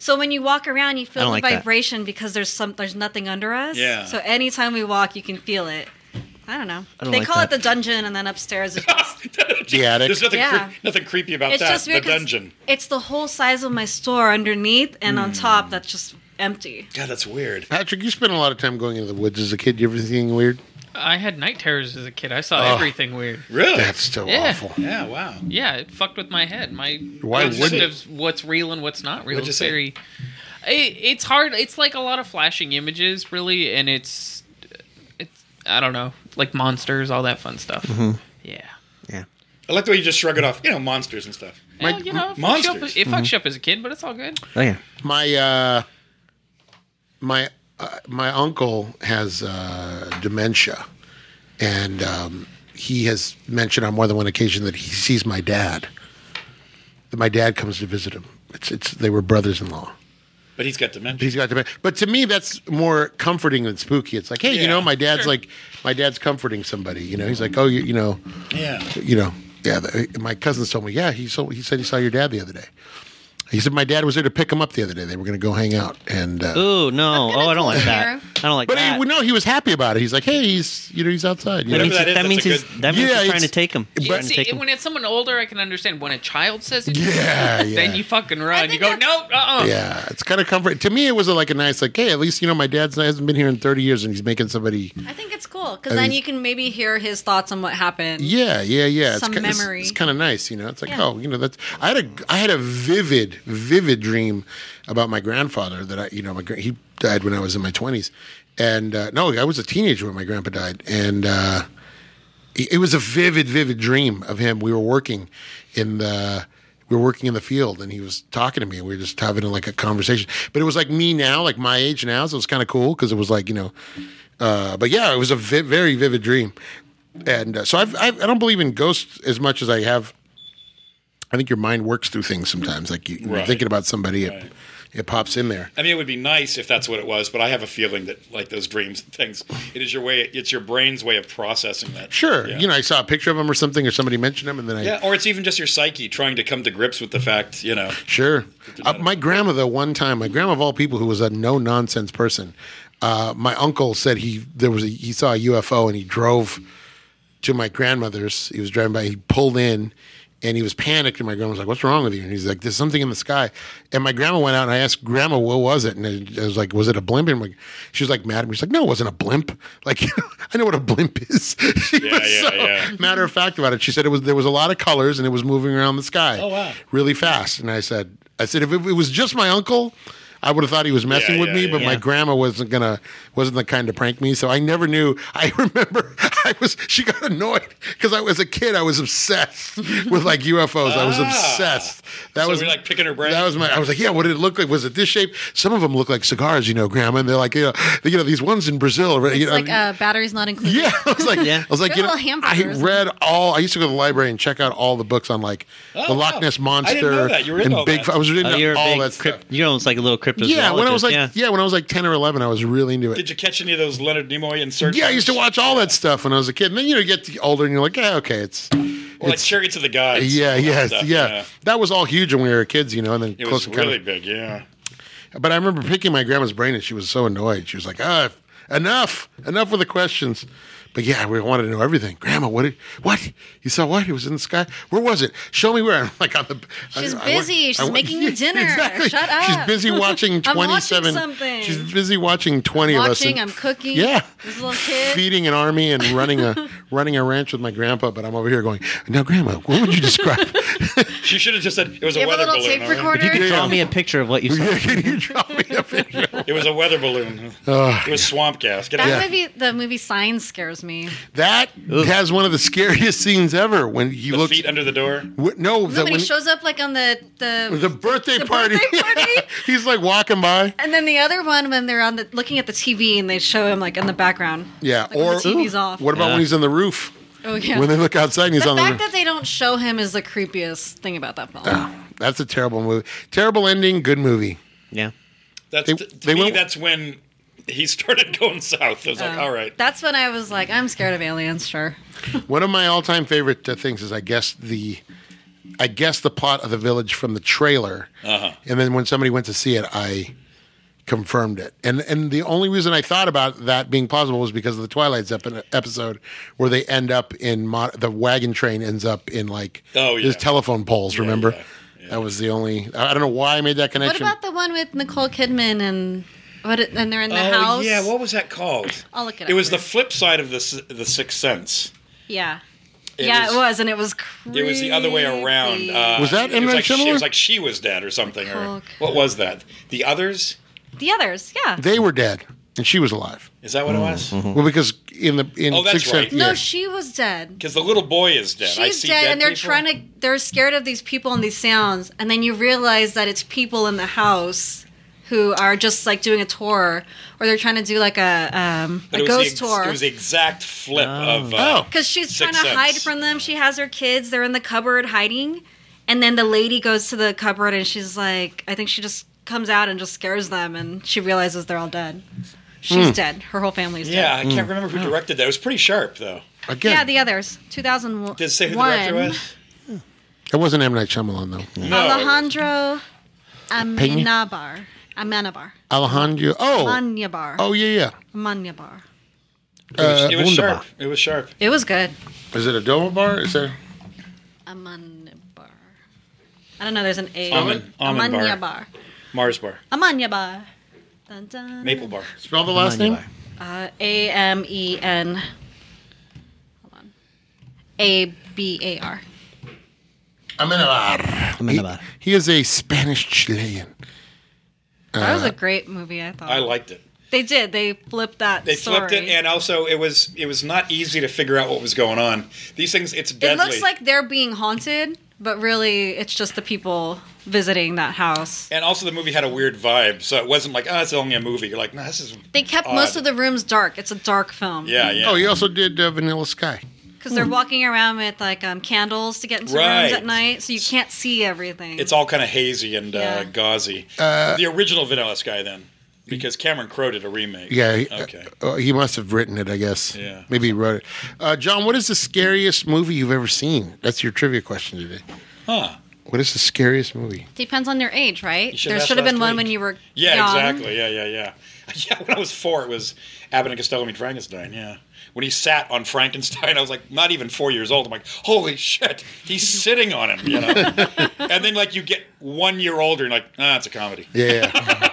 G: So when you walk around,
E: I
G: you feel
E: don't
G: the
E: like that.
G: vibration because there's some there's nothing under us.
F: Yeah.
G: So anytime we walk, you can feel it. I don't know.
E: I don't
G: they
E: like
G: call it
E: that.
G: the dungeon, and then upstairs is just
C: The attic.
F: There's nothing
G: Yeah.
F: cre- nothing creepy about
G: it's
F: that.
G: just
F: the
G: weird 'cause
F: dungeon.
G: It's the whole size of my store underneath, and
E: Hmm.
G: on top that's just empty.
F: God, that's weird.
C: Patrick, you spent a lot of time going into the woods as a kid. You ever see anything weird?
D: I had night terrors as a kid. I saw everything weird.
F: Really?
C: That's still
D: Yeah.
C: awful.
F: yeah. Wow.
D: Yeah, it fucked with my head. My
C: Why
D: concept
F: wouldn't
D: of what's real and what's not real
F: What'd you
D: is
F: say?
D: very. It, it's hard. It's like a lot of flashing images, really, and it's, it's I don't know, like monsters, all that fun stuff. Yeah.
E: Yeah.
F: I like the way you just shrug it off. You know, monsters and stuff.
D: Well, you know, it fucks you up,
F: monsters.
D: it fucks you up as a kid, but it's all good.
E: Oh yeah.
C: my uh my uh, my uncle has uh dementia and um he has mentioned on more than one occasion that he sees my dad that my dad comes to visit him it's it's they were brothers-in-law
F: But he's got dementia.
C: he's got dementia but to me that's more comforting than spooky it's like hey you
F: Yeah,
C: know my dad's
D: sure. Mm-hmm.
C: like my dad's comforting somebody you know he's like oh you, you know
F: Yeah.
C: you know, yeah. The, my cousins told me, yeah, he saw, he said he saw your dad the other day. He said my dad was there to pick him up the other day. They were going to go hang out, and uh,
E: Ooh no.
G: gonna
E: Oh, I don't
G: go
E: like
G: there.
E: that. I don't like
C: but
E: that.
C: he, no, he was happy about it. He's like, hey, he's you know he's outside. You
E: that
C: know?
F: Whatever
E: means,
F: that is,
E: that means he's
F: that's a good-
E: that means
C: Yeah,
E: he's trying
C: it's-
E: to take him. He's trying to
D: See,
E: take him.
D: when it's someone older, I can understand. When a child says it,
C: yeah, yeah,
D: then you fucking run. You
G: think
D: go,
G: that's-
D: no, uh, uh
C: yeah. It's kind of comforting to me. It was like a nice, like, hey, at least you know my dad's hasn't been here in thirty years, and he's making somebody.
G: I think it's cool because then you can maybe hear his thoughts on what happened.
C: Yeah, yeah, yeah.
G: Some
C: it's, ki- it's-
G: memory.
C: It's, kind of nice, you know. It's like,
G: Yeah.
C: oh, you know, that's. I had a, I had a vivid, vivid dream about my grandfather that I, you know, my gra- he died when I was in my twenties, and uh, no, I was a teenager when my grandpa died, and uh, it it was a vivid, vivid dream of him. We were working in the. We were working in the field, and he was talking to me. and We were just having like a conversation, but it was like me now, like my age now. So it was kind of cool because it was like you know, uh, but yeah, it was a vi- very vivid dream. And uh, so I've, I've, I don't believe in ghosts as much as I have. I think your mind works through things sometimes. Like you, you're
F: Right.
C: thinking about somebody, it,
F: Right.
C: it pops in there.
F: I mean, it would be nice if that's what it was, but I have a feeling that like those dreams and things, it is your way. It's your brain's way of processing that.
C: Sure,
F: Yeah.
C: you know, I saw a picture of him or something, or somebody mentioned him, and then I
F: Yeah, or it's even just your psyche trying to come to grips with the fact, you know.
C: Sure. Uh, my grandma, though, one time, my grandma of all people, who was a no nonsense person, uh, my uncle said he there was a, he saw a UFO and he drove to my grandmother's. He was driving by. He pulled in, and he was panicked. And my grandma was like, "What's wrong with you?" And he's like, "There's something in the sky." And my grandma went out and I asked Grandma, "What was it?" And I was like, "Was it a blimp?" And I'm like, she was like mad at me. She's like, "No, it wasn't a blimp. Like I know what a blimp is." She
F: Yeah,
C: was
F: yeah, yeah.
C: matter of fact about it. She said it was there was a lot of colors and it was moving around the sky.
F: Oh, wow.
C: Really fast. And I said, I said if it, it was just my uncle, I would have thought he was messing
F: Yeah,
C: with
F: yeah,
C: me,
F: yeah.
C: but my
E: Yeah.
C: grandma wasn't gonna wasn't the kind to prank me, so I never knew. I remember I was she got annoyed because I was a kid. I was obsessed with like UFOs. I was
F: Ah.
C: obsessed. That
F: So
C: was
F: you're, like, picking her brain?
C: That was my. I was like, yeah. What did it look like? Was it this shape? Some of them look like cigars, you know, Grandma. And they're like, you know, you know these ones in Brazil. right? you
G: It's
C: know,
G: like uh, batteries not included.
C: yeah, I was like,
E: Yeah.
C: I was like,
G: They're
C: you know,
G: little
C: I
G: hamburgers.
C: read all. I used to go to the library and check out all the books on like the
F: Oh, wow.
C: Loch Ness monster
F: I didn't know that. You were
C: and
F: into all
C: Bigfoot.
F: that.
C: I was reading
E: Oh, you're a
C: all
E: big
C: that
E: crypt,
C: stuff.
E: you're almost like a little cryptozoologist.
C: Yeah, when I was like,
E: yeah.
C: yeah. when I was like ten or eleven, I was really into it.
F: Did you catch any of those Leonard Nimoy and search?
C: yeah, I used to watch all that stuff when I was a kid. And then you know, you get to- older and you're like, yeah, okay, it's
F: Or like Chariots of the Gods.
C: yeah,
F: all that
C: yes,
F: stuff,
C: yeah. That was all huge when we were kids, you know. And then
F: It
C: close
F: was
C: encounter.
F: really big. Yeah.
C: But I remember picking my grandma's brain, and she was so annoyed. She was like, "Ah, enough, enough with the questions." But yeah, we wanted to know everything. Grandma, what? Did, what? You saw what? It was in the sky. Where was it? Show me where. I'm like on the.
G: She's
C: I- I
G: busy. She's making you dinner.
C: Exactly.
G: Shut up.
C: She's busy watching
G: I'm watching
C: 27.
G: something.
C: She's busy watching 20 of us.
G: Watching,
C: and-
G: I'm cooking.
C: Yeah.
G: This little kid.
C: Feeding an army and running a running a ranch with my grandpa, but I'm over here going, now, Grandma, what would you describe?
F: She should have just said it was
G: You
F: a
G: have a
F: weather
G: little
F: balloon.
G: tape
F: all right?
G: recorder?
C: Yeah.
E: Draw me a picture of what you saw.
C: Can you draw me a picture?
F: It was a weather balloon. it was swamp gas. Get
G: That
F: out.
G: movie, the movie Signs, scares me.
C: That has one of the scariest scenes ever when he
F: The
C: looks.
F: feet under the door.
C: wh- no,
G: No,
C: that
G: when
C: when
G: he shows up like on the the,
C: the birthday
G: the
C: party.
G: birthday party?
C: He's like walking by.
G: and then the other one when they're on the looking at the TV and they show him like in the background.
C: Yeah.
G: Like when
C: or
G: the TV's off.
C: what about
E: Yeah.
C: when he's on the roof?
G: Oh yeah.
C: When they look outside and he's
G: the
C: on the
G: fact
C: roof.
G: that they don't show him is the creepiest thing about that film.
C: That's a terrible movie. Terrible ending. Good movie.
E: Yeah.
F: That's
C: They-
F: to
C: they
F: me.
C: went-
F: That's when he started going south. I was
G: Oh.
F: like, all right.
G: That's when I was like, I'm scared of aliens. Sure.
C: One of my all-time favorite uh, things is I guess the I guess the plot of the village from the trailer,
F: Uh-huh.
C: and then when somebody went to see it, I confirmed it. And and the only reason I thought about that being plausible was because of the Twilight's epi- episode where they end up in mo- the wagon train ends up in like
F: Oh, yeah.
C: there's telephone poles. remember,
F: yeah,
C: that was the only. I I don't know why I made that
G: What
C: connection.
G: about the one with Nicole Kidman and what? it- And they're in the
F: oh
G: house. Oh,
F: yeah, what was that called?
G: I'll look it
F: It
G: up
F: was the
G: later.
F: flip side of the s- the Sixth Sense.
G: Yeah. yeah,
F: was-
G: it was, and it was. Creepy.
F: It was the other way around. Uh,
C: Was that
F: it
C: M.
F: was
C: Night
F: like she,
C: Shyamalan?
F: It was like she was dead or something. Or
G: Hulk.
F: what was that? The others?
G: the others, yeah.
C: they were dead and she was alive.
F: Is that what it was?
C: Well, because in the in
F: Oh, that's
C: Sixth
F: right.
C: Sense-
G: no,
C: yeah.
G: she was dead.
F: Because the little boy is dead. I
G: She's
F: see
G: dead,
F: dead
G: and they're
F: people.
G: trying to. They're scared of these people and these sounds, and then you realize that it's people in the house who are just like doing a tour, or they're trying to do like a um,
F: But
G: a
F: it was the
G: ghost
F: ex-
G: tour.
F: It was the exact flip of. Uh,
C: Oh.
G: because she's trying
F: Sixth
G: to hide
F: Sense.
G: from them. She has her kids; they're in the cupboard hiding, and then the lady goes to the cupboard, and she's like, I think she just comes out and just scares them, and she realizes they're all dead. She's dead. Her whole family's
F: Hmm. Yeah,
G: dead.
F: I
C: Mm.
F: can't remember
G: Mm.
F: who directed that. It was pretty sharp, though.
C: Again,
G: Yeah, the others. Two thousand one.
F: Did it say who the director was?
C: it wasn't M Night Shyamalan though.
F: No.
G: Alejandro Amenabar. Amenabar.
C: Alejandro. Oh,
G: Manyabar.
C: oh yeah, yeah.
G: Manyabar.
F: It was, it was
E: Wunderbar.
F: sharp. It was sharp.
G: It was good.
C: Is it a double bar? Is that
G: Amanyabar. I don't know. There's an A.
F: Almond- almond bar.
G: Amanyabar.
F: Mars bar.
G: Amanyabar. Dun, dun.
F: Maple bar.
C: spell the last name?
G: Uh, A M E N. Hold on. A B A R.
C: Amenabar.
E: I'm in the bar.
C: He is a Spanish Chilean.
G: That was a great movie. I thought
F: Uh, I liked it.
G: they did. They flipped that.
F: They
G: story.
F: flipped it, and also it was it was not easy to figure out what was going on. These things, it's deadly.
G: it looks like they're being haunted, but really, it's just the people visiting that house.
F: And also, the movie had a weird vibe, so it wasn't like, oh, it's only a movie. You're like, no, this is.
G: They kept
F: Odd.
G: most of the rooms dark. It's a dark film.
F: Yeah, yeah.
C: Oh, he also did uh, Vanilla Sky.
G: Because they're walking around with like um, candles to get into rooms
F: Right.
G: at night, so you can't see everything.
F: It's all kind of hazy and uh,
G: Yeah.
F: gauzy. the original Vanilla Sky, then, because Cameron Crowe did a remake.
C: Yeah. he-
F: Okay.
C: uh, he must have written it, I guess.
F: Yeah.
C: Maybe he wrote it. Uh, John, what is the scariest movie you've ever seen? That's your trivia question today.
F: Huh.
C: What is the scariest movie?
G: depends on your age, right?
F: You should've
G: there
F: asked
G: should have been
F: last
G: one
F: week.
G: when you were
F: Yeah,
G: young.
F: exactly. Yeah, yeah, yeah. Yeah, when I was four, it was Abbott and Costello meet Frankenstein. Yeah. When he sat on Frankenstein, I was like, not even four years old. I'm like, holy shit, he's sitting on him, you know? and then, like, you get one year older and, like, ah, it's a comedy.
C: Yeah.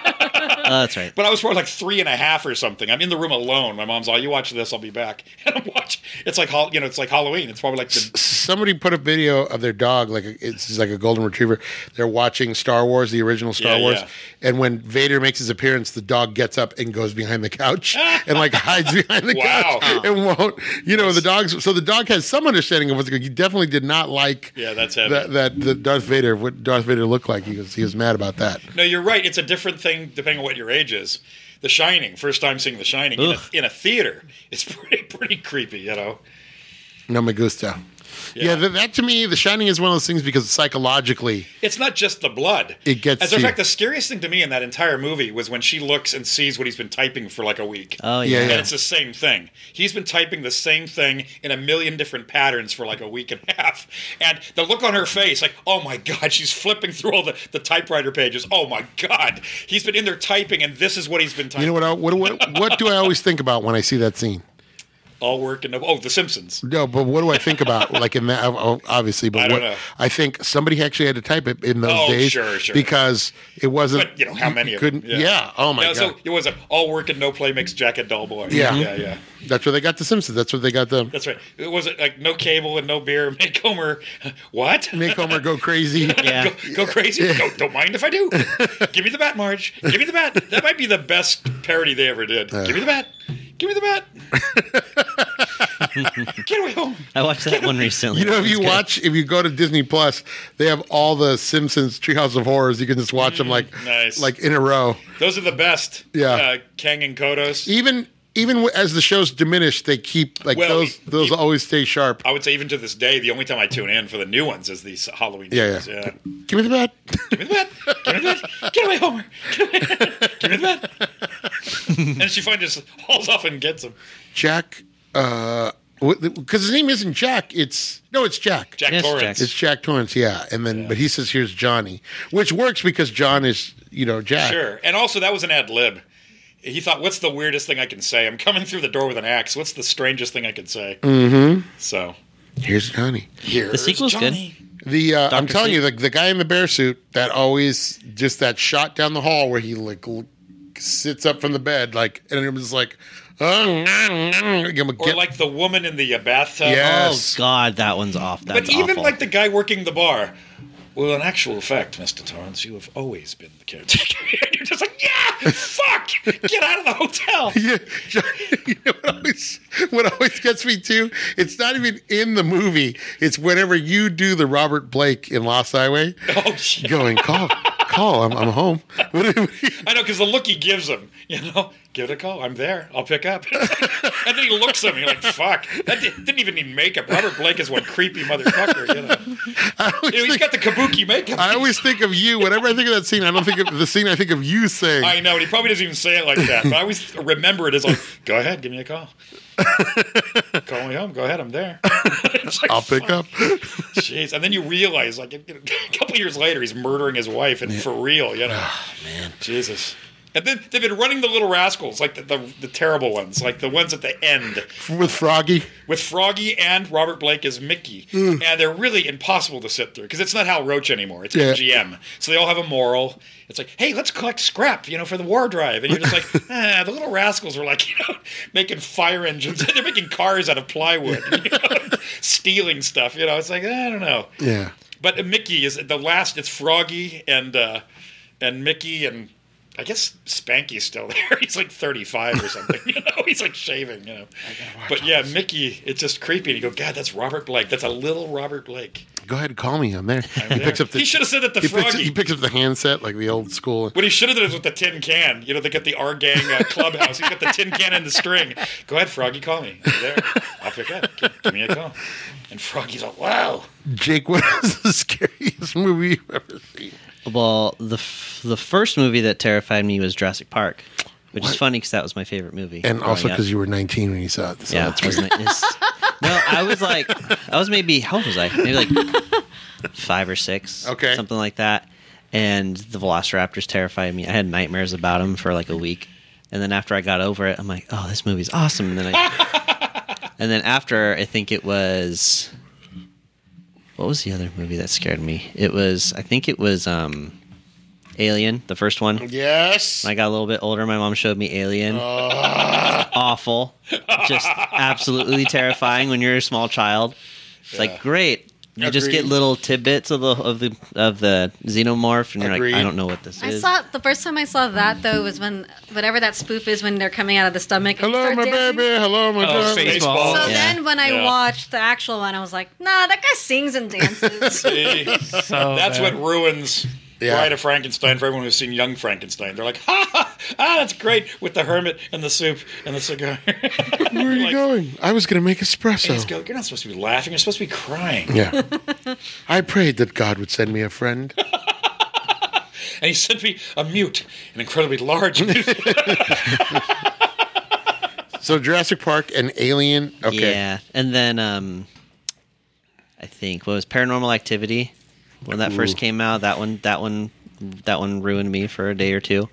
E: Oh, that's right.
F: But I was probably like three and a half or something. I'm in the room alone. My mom's all, "You watch this, I'll be back." And I'm watch. It's like Hall- you know, it's like Halloween. It's probably like the
C: Somebody put a video of their dog, like a, it's like a golden retriever. They're watching Star Wars, the original Star
F: Yeah,
C: Wars,
F: yeah.
C: and when Vader makes his appearance, the dog gets up and goes behind the couch and like hides behind the
F: Wow.
C: couch and won't. You know, the dogs. So the dog has some understanding of what's going. He definitely did not like.
F: Yeah, that's heavy.
C: that, that the Darth Vader. What Darth Vader looked like. He was he was mad about that.
F: no. You're right. It's a different thing depending on what your age is. The Shining. First time seeing The Shining in a,
E: Ugh.
F: in a theater. It's pretty pretty creepy, you know.
C: No me gusta. Yeah,
F: Yeah.
C: that, that to me, The Shining is one of those things because psychologically,
F: It's not just the blood.
C: It gets
F: As a matter
C: you.
F: of fact, the scariest thing to me in that entire movie was when she looks and sees what he's been typing for like a week.
E: Oh,
C: Yeah,
E: yeah.
C: yeah.
F: And it's the same thing. He's been typing the same thing in a million different patterns for like a week and a half. And the look on her face, like, oh my God, she's flipping through all the, the typewriter pages. Oh my God. He's been in there typing, and this is what he's been typing.
C: you know what? I, what what what do I always think about when I see that scene?
F: all work and no. Oh, The Simpsons.
C: No, but what do I think about? Like in that, oh, obviously, but
F: I don't
C: what,
F: know.
C: I think somebody actually had to type it in those
F: Oh,
C: days
F: sure, sure.
C: because it wasn't.
F: But you know how many of
C: couldn't,
F: them? Yeah.
C: Yeah. Oh my
F: Yeah,
C: god.
F: So it was a all work and no play makes Jack a dull boy.
C: Yeah.
F: yeah, yeah.
C: That's where they got the Simpsons. That's where they got the
F: That's right. It was like no cable and no beer. Make Homer what?
C: make Homer go crazy.
E: Yeah.
F: Go, go crazy. Don't, don't mind if I do. Give me the bat, Marge. Give me the bat. That might be the best parody they ever did.
C: Uh.
F: Give me the bat. Give me the bat. Get away home.
E: I watched that one recently.
C: You know, if
E: It's
C: you
E: good.
C: watch, if you go to Disney Plus, they have all the Simpsons Treehouse of Horrors. You can just watch them like,
F: Mm, nice.
C: like in a row.
F: Those are the best.
C: Yeah. E-
F: Uh, Kang and Kodos.
C: Even even w- as the shows diminish, they keep like
F: Well,
C: those.
F: e-
C: Those
F: e-
C: always stay sharp.
F: I would say even to this day, the only time I tune in for the new ones is these Halloween.
C: Yeah,
F: shows.
C: yeah. Give me the bat.
F: Give me the bat. Give me the bat. Get away, Homer. Get away. Give me the bat. and she finally just hauls off and gets him.
C: Jack. Uh, because his name isn't Jack. It's no, it's Jack.
F: Jack
E: Yes,
F: Torrance.
E: Jack.
C: It's Jack Torrance, yeah. And then, but he says, "Here's Johnny," which works because John is, you know, Jack.
F: Sure. And also, that was an ad lib. He thought, what's the weirdest thing I can say? I'm coming through the door with an axe. What's the strangest thing I can say? Mm-hmm. So,
C: Here's Johnny.
F: here's
E: The sequel's good.
F: Johnny.
C: The uh, I'm
E: Dr.
C: telling
E: Seuss.
C: you, the, the guy in the bear suit that always just that shot down the hall where he like l- sits up from the bed, like, and it was like, oh,
F: Or like the woman in the uh, bathtub.
C: yes,
E: Oh, God, that one's off. That's
F: But even
E: awful.
F: like the guy working the bar. Well, in actual fact, Mr. Torrance, you have always been the caretaker. You're just like, yeah, fuck, get out of the hotel.
C: Yeah, John- you know what always, what always gets me too? It's not even in the movie. It's whenever you do the Robert Blake in Lost Highway,
F: Oh, shit.
C: going call, call, I'm, I'm home.
F: I know, because the look he gives him, you know, give it a call. I'm there. I'll pick up. and then he looks at me like, fuck. That di- didn't even need makeup. Robert Blake is one creepy motherfucker, you know.
C: I always
F: You know, he's
C: think-
F: got the kabuki makeup.
C: I always think of you. Whenever I think of that scene, I don't think of the scene. I think of you saying,
F: I know, and he probably doesn't even say it like that, but I always remember it as like, go ahead, give me a call. call me home. Go ahead, I'm there. It's like,
C: "I'll pick up."
F: Jeez. And then you realize, like, you know, a couple years later, he's murdering his wife, and for real, you know.
C: Ah,
F: man. Jesus. And then they've been running the little rascals, like the, the, the terrible ones, like the ones at the end,
C: with Froggy.
F: with Froggy and Robert Blake as Mickey.
C: Mm.
F: And they're really impossible to sit through because it's not Hal Roach anymore. It's
C: Yeah.
F: MGM. So they all have a moral. It's like, hey, let's collect scrap, you know, for the war drive. And you're just like, ah, the little rascals were like, you know, making fire engines. they're making cars out of plywood, you know, stealing stuff. You know, it's like, I don't know.
C: Yeah,
F: But Mickey is the last. It's Froggy and uh, and Mickey and I guess Spanky's still there. He's like thirty five or something. you know, he's like shaving. You know, but yeah, Mickey. It's just creepy. And you go, God, that's Robert Blake. That's a little Robert Blake.
C: go ahead and call me. I'm there.
F: there.
C: He picks up the.
F: He should have said that to
C: he picks,
F: Froggy.
C: he picks up the handset like the old school.
F: What he should have done is with the tin can. You know, they got the R Gang uh, clubhouse. He's got the tin can and the string. Go ahead, Froggy, call me. I'm there, I'll pick up. Give, give me a call. And Froggy's like, Wow.
C: Jake, what is the scariest movie you've ever seen?
E: well, the f- the first movie that terrified me was Jurassic Park, which is funny because that was my favorite movie.
C: And
F: Oh,
C: also because
E: because
C: you were 19 when you saw it. So
E: yeah,
C: that's
E: it was my- it's- no, I was like, I was maybe how old was I? Maybe like five or six,
C: Okay.
E: something like that. And the Velociraptors terrified me. I had nightmares about them for like a week, and then after I got over it, I'm like, oh, this movie's awesome. And then I, and then after I think it was. What was the other movie that scared me? It was, I think it was um, Alien, the first one.
C: Yes.
E: When I got a little bit older, my mom showed me Alien. Awful. Just absolutely terrifying when you're a small child. It's like great. You just get
C: Agreed.
E: little tidbits of the of the of the xenomorph and you're
C: Agreed.
E: like, I don't know what this
G: I
E: is.
G: saw the first time I saw that though was when whatever that spoof is when they're coming out of the stomach. and
C: Hello,
G: start
C: my
G: dancing.
C: baby. Hello, my
D: Oh,
C: darling.
D: space
F: Baseball.
D: ball.
G: So
E: Yeah.
G: then when I
F: Yeah.
G: watched the actual one, I was like, Nah, that guy sings and dances.
F: See?
D: So
F: That's what
D: bad.
F: ruins
C: Yeah.
F: Bride of Frankenstein for everyone who's seen Young Frankenstein. They're like, ha, ha, ah, that's great with the hermit and the soup and the cigar.
C: Where are you
F: Like-
C: going? I was going to make
F: Just
C: espresso.
F: go, you're not supposed to be laughing. You're supposed to be crying.
C: Yeah. I prayed that God would send me a friend.
F: And he sent me a mute, an incredibly large mute.
C: So Jurassic Park and Alien. Okay.
E: Yeah. And then um I think what was Paranormal Activity when that first came out, that one that one that one ruined me for a day or two.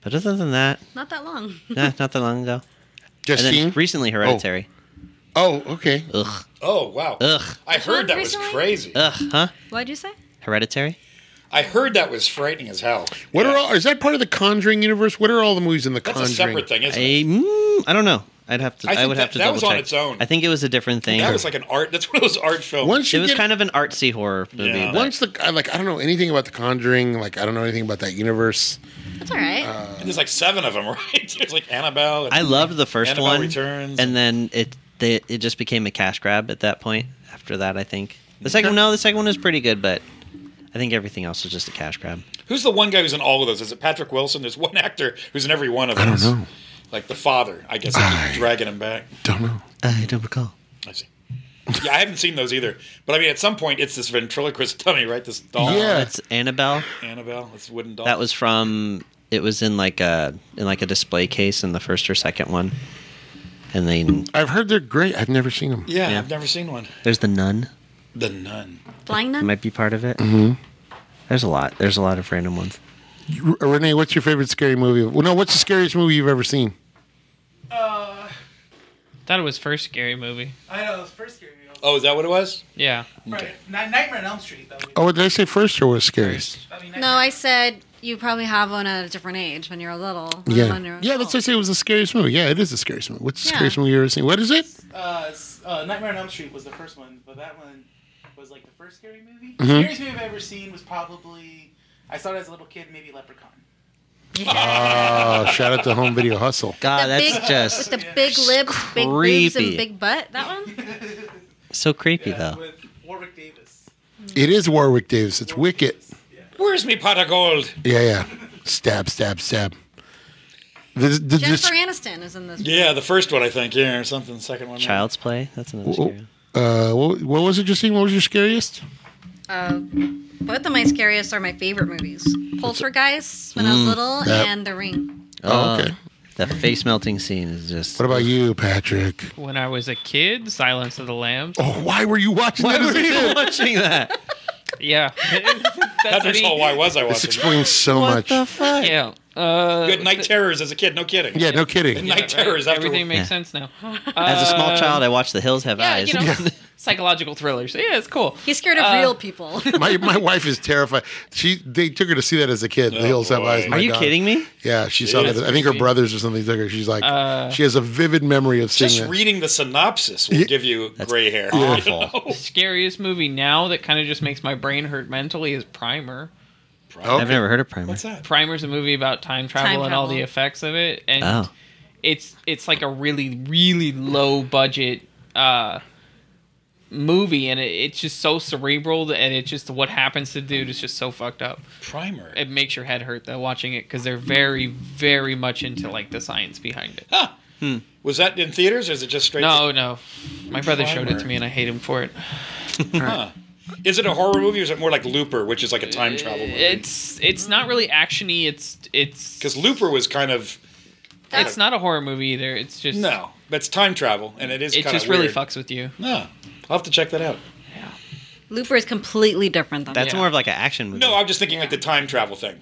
E: But other than that,
G: Not that long.
E: nah, not that long ago. And
C: Justine.
E: then recently Hereditary.
C: oh, okay.
E: Ugh.
F: Oh wow.
E: Ugh.
F: I heard that was
G: Recently?
F: crazy.
E: Ugh, huh?
G: What'd you say?
E: Hereditary?
F: I heard that was frightening as hell.
C: What
F: Yeah.
C: are all? Is that part of the Conjuring universe? What are all the movies in the
F: That's a
C: Conjuring?
F: separate thing,
E: I,
F: isn't it?
E: mm, I don't know. I'd have to.
F: I
E: I,
F: think
E: would
F: that-
E: have to
F: that
E: double
F: was on
E: check.
F: its own.
E: I think it was a different thing.
F: That was like an art. That's one of those art films.
C: Once
E: it
C: you
E: was
C: get
E: kind of an artsy horror movie.
F: Yeah.
E: but-
C: once the I like I don't know anything about the Conjuring. Like I don't know anything about that universe.
G: That's all right.
C: Uh,
F: And there's like seven of them, right? There's like Annabelle. And
E: I loved the first
F: Annabelle
E: one,
F: Returns.
E: and then it they, it just became a cash grab at that point. After that, I think the second no, the second one was pretty good, but I think everything else was just a cash grab.
F: Who's the one guy who's in all of those? Is it Patrick Wilson? There's one actor who's in every one of those.
C: know.
F: Like the father, I guess. I
C: I-
F: keep dragging him back.
C: Don't know.
E: I don't recall.
F: I see. Yeah, I haven't seen those either. But I mean, at some point, it's this ventriloquist dummy, right? This doll.
C: Yeah.
E: That's Annabelle.
F: Annabelle, this wooden doll.
E: That was from. It was in like a in like a display case in the first or second one, and then
C: I've heard they're great. I've never seen them.
F: Yeah,
E: Yeah.
F: I've never seen one.
E: there's the nun.
F: The Nun.
G: Flying
E: That
G: nun?
E: might be part of it. Mm-hmm. There's a lot. There's a lot of random ones.
C: R- Renee, what's your favorite scary movie? Well, no, what's the scariest movie you've ever seen?
D: Thought it was first scary movie.
H: Uh, I know, it was first scary movie.
F: Oh, is that what it was?
D: Yeah.
H: Right. Night- Nightmare on Elm Street, though.
C: Oh, did I say first or was scariest?
H: I mean,
G: No, I said you probably have one at a different age when you're little. than when
C: Yeah,
G: you're
C: yeah, that's what I
G: adult.
C: say. It was the scariest movie. Yeah, it is the scariest movie. What's the
G: Yeah.
C: scariest movie you ever seen? What is it?
H: uh, s- uh, Nightmare on Elm Street was the first one, but that one was like the first scary movie. Scariest movie I've ever seen was probably I saw it as a little kid, maybe Leprechaun.
C: Oh, shout out to Home Video Hustle.
E: God,
G: The
E: that's
G: big-
E: just
G: With the big lips, big boobs, and
E: creepy.
G: big butt. That one?
E: so creepy
H: Yeah,
E: though.
H: with Warwick Davis.
C: It is Warwick Davis. It's
H: Warwick
C: Wicked.
H: Davis. Yeah.
F: Where's me pot of gold?
C: Yeah, yeah. Stab, stab, stab. The, the, the-
G: Jennifer Aniston is in this.
F: Yeah, the first one, I think. Yeah, or something. The second one. maybe.
E: Child's play. That's another.
C: Oh,
E: Scary. one.
C: uh, what, what was it, Justine? What was your scariest?
G: Uh, both of my scariest are my favorite movies Poltergeist when I was little
C: that-
G: and The Ring.
C: Oh, okay.
E: Uh, The face melting scene is just.
C: What about you, Patrick?
D: When I was a kid, Silence of the Lambs.
C: Oh, why were you watching that as a kid?
E: watching that?
D: Yeah.
F: That's
D: me.
F: all. Why was I
C: This
F: watching? it?
C: explains so much.
E: fuck?
D: Yeah. Uh,
F: You had night terrors as a kid. No kidding.
C: yeah, no kidding.
F: Night terrors. After
D: everything makes
E: Yeah.
D: sense now.
E: As a small
D: Uh,
E: child, I watched The Hills Have
D: yeah,
E: Eyes.
D: you know, psychological thrillers. Yeah, it's cool.
G: He's scared of
D: Uh,
G: real people.
C: My my wife is terrified. She they took her to see that as a kid. the
F: Oh,
C: Hills Have
F: boy.
C: Eyes. my
E: Are you
C: dog.
E: kidding me?
C: Yeah, she saw that. I think her brothers or something took her. She's like, she has a vivid memory of seeing
F: Just
C: that.
F: reading the synopsis will give you gray hair.
E: Awful.
D: The scariest movie now that kind of just makes my brain hurt mentally is Primer.
C: Oh,
E: I've never heard of Primer.
F: What's that?
D: Primer's a movie about time travel
G: Time
D: and all
G: travel.
D: the effects of it, and
E: Oh.
D: it's it's like a really really low budget uh, movie, and it, it's just so cerebral, and it's just what happens to dude is just so fucked up.
F: Primer.
D: It makes your head hurt though watching it because they're very very much into like the science behind it.
F: Was that in theaters or is it just straight?
D: No, no, my brother showed it
F: Primer.
D: to me, and I hate him for it.
F: to- is it a horror movie or is it more like Looper, which is like a time travel movie?
D: It's it's not really actiony. It's it's
F: Because Looper was kind of
D: it's not a horror movie either. It's just
F: no, but it's time travel and it is.
D: It
F: kind
D: just
F: of
D: really
F: weird.
D: fucks with you.
F: No, I'll have to check that out.
G: Looper is completely different than
E: That's
D: Yeah.
E: more of like an action movie.
F: No, I'm just thinking like the time travel thing.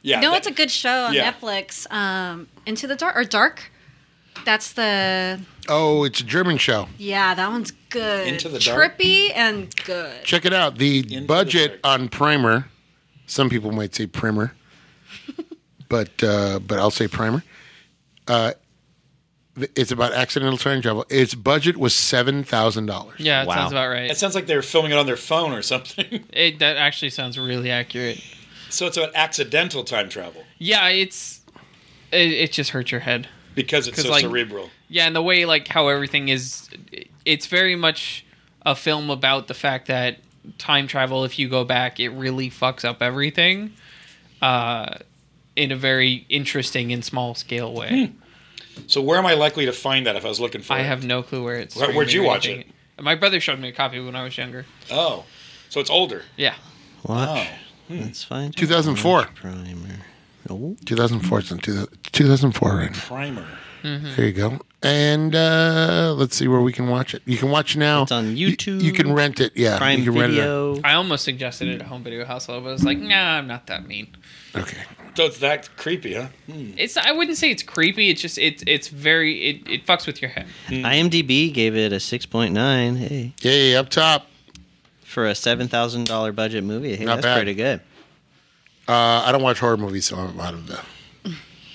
F: Yeah.
G: No,
F: that-
G: it's a good show on
F: Yeah.
G: Netflix. Um, Into the Dark or Dark. That's the
C: oh, it's a German show.
G: yeah, that one's good.
F: Into the Dark?
G: trippy and good.
C: Check it out. The
F: the
C: budget
F: Dark.
C: on Primer. Some people might say Primer, but uh, but I'll say Primer. Uh, th- it's about accidental time travel. Its budget was seven thousand dollars.
D: Yeah, it
E: Wow.
D: sounds about right.
F: It sounds like they were filming it on their phone or something.
D: It, that actually sounds really accurate.
F: so it's about accidental time travel
D: Yeah, it's it, it just hurts your head.
F: because it's
D: 'Cause,
F: so
D: like-
F: cerebral.
D: Yeah, and the way like how everything is, it- it's very much a film about the fact that time travel. If you go back, it really fucks up everything, uh, in a very interesting and small scale
F: Hmm.
D: way.
F: So where am I likely to find that if I was looking for
D: I
F: it?
D: have no clue where it's.
F: Where- where'd
D: streaming
F: you
D: or
F: watch
D: anything. My brother showed me a copy when I was younger.
F: Oh, so it's older.
D: Yeah,
E: Watch.
F: Oh.
E: That's fine.
C: 2004.
E: Primer. Oh. Mm-hmm.
C: Two thousand four. Two thousand four. Right now.
F: Primer.
C: There you go. And uh, let's see where we can watch it. You can watch now.
E: It's on
C: You-
E: YouTube,
C: You, can rent it. Yeah,
E: Prime
C: you can
E: Video.
D: I almost suggested it at Home Video Hustle, but I was like, nah, I'm not that mean.
C: Rent it out. Okay.
F: So it's that creepy, huh?
D: It's I wouldn't say it's creepy. It's just it's it's very it, it fucks with your head.
E: IMDb gave it a 6.9. Hey,
C: Yay! Up top.
E: for a $7,000 budget movie. Hey,
C: Not
E: that's
C: bad.
E: pretty good.
C: Uh, I don't watch horror movies, so I'm out of the.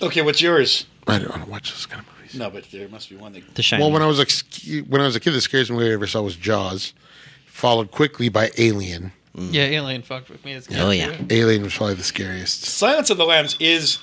F: Okay, what's yours?
C: I don't want to watch those kind of movies.
F: No, but there must be one that.
E: The Shining.
C: Well, when I was a sk- when I was a kid, the scariest movie I ever saw was Jaws, followed quickly by Alien.
D: Yeah, Alien fucked with me. As a kid,
E: Oh, yeah.
D: too.
C: Alien was probably the scariest.
F: Silence of the Lambs is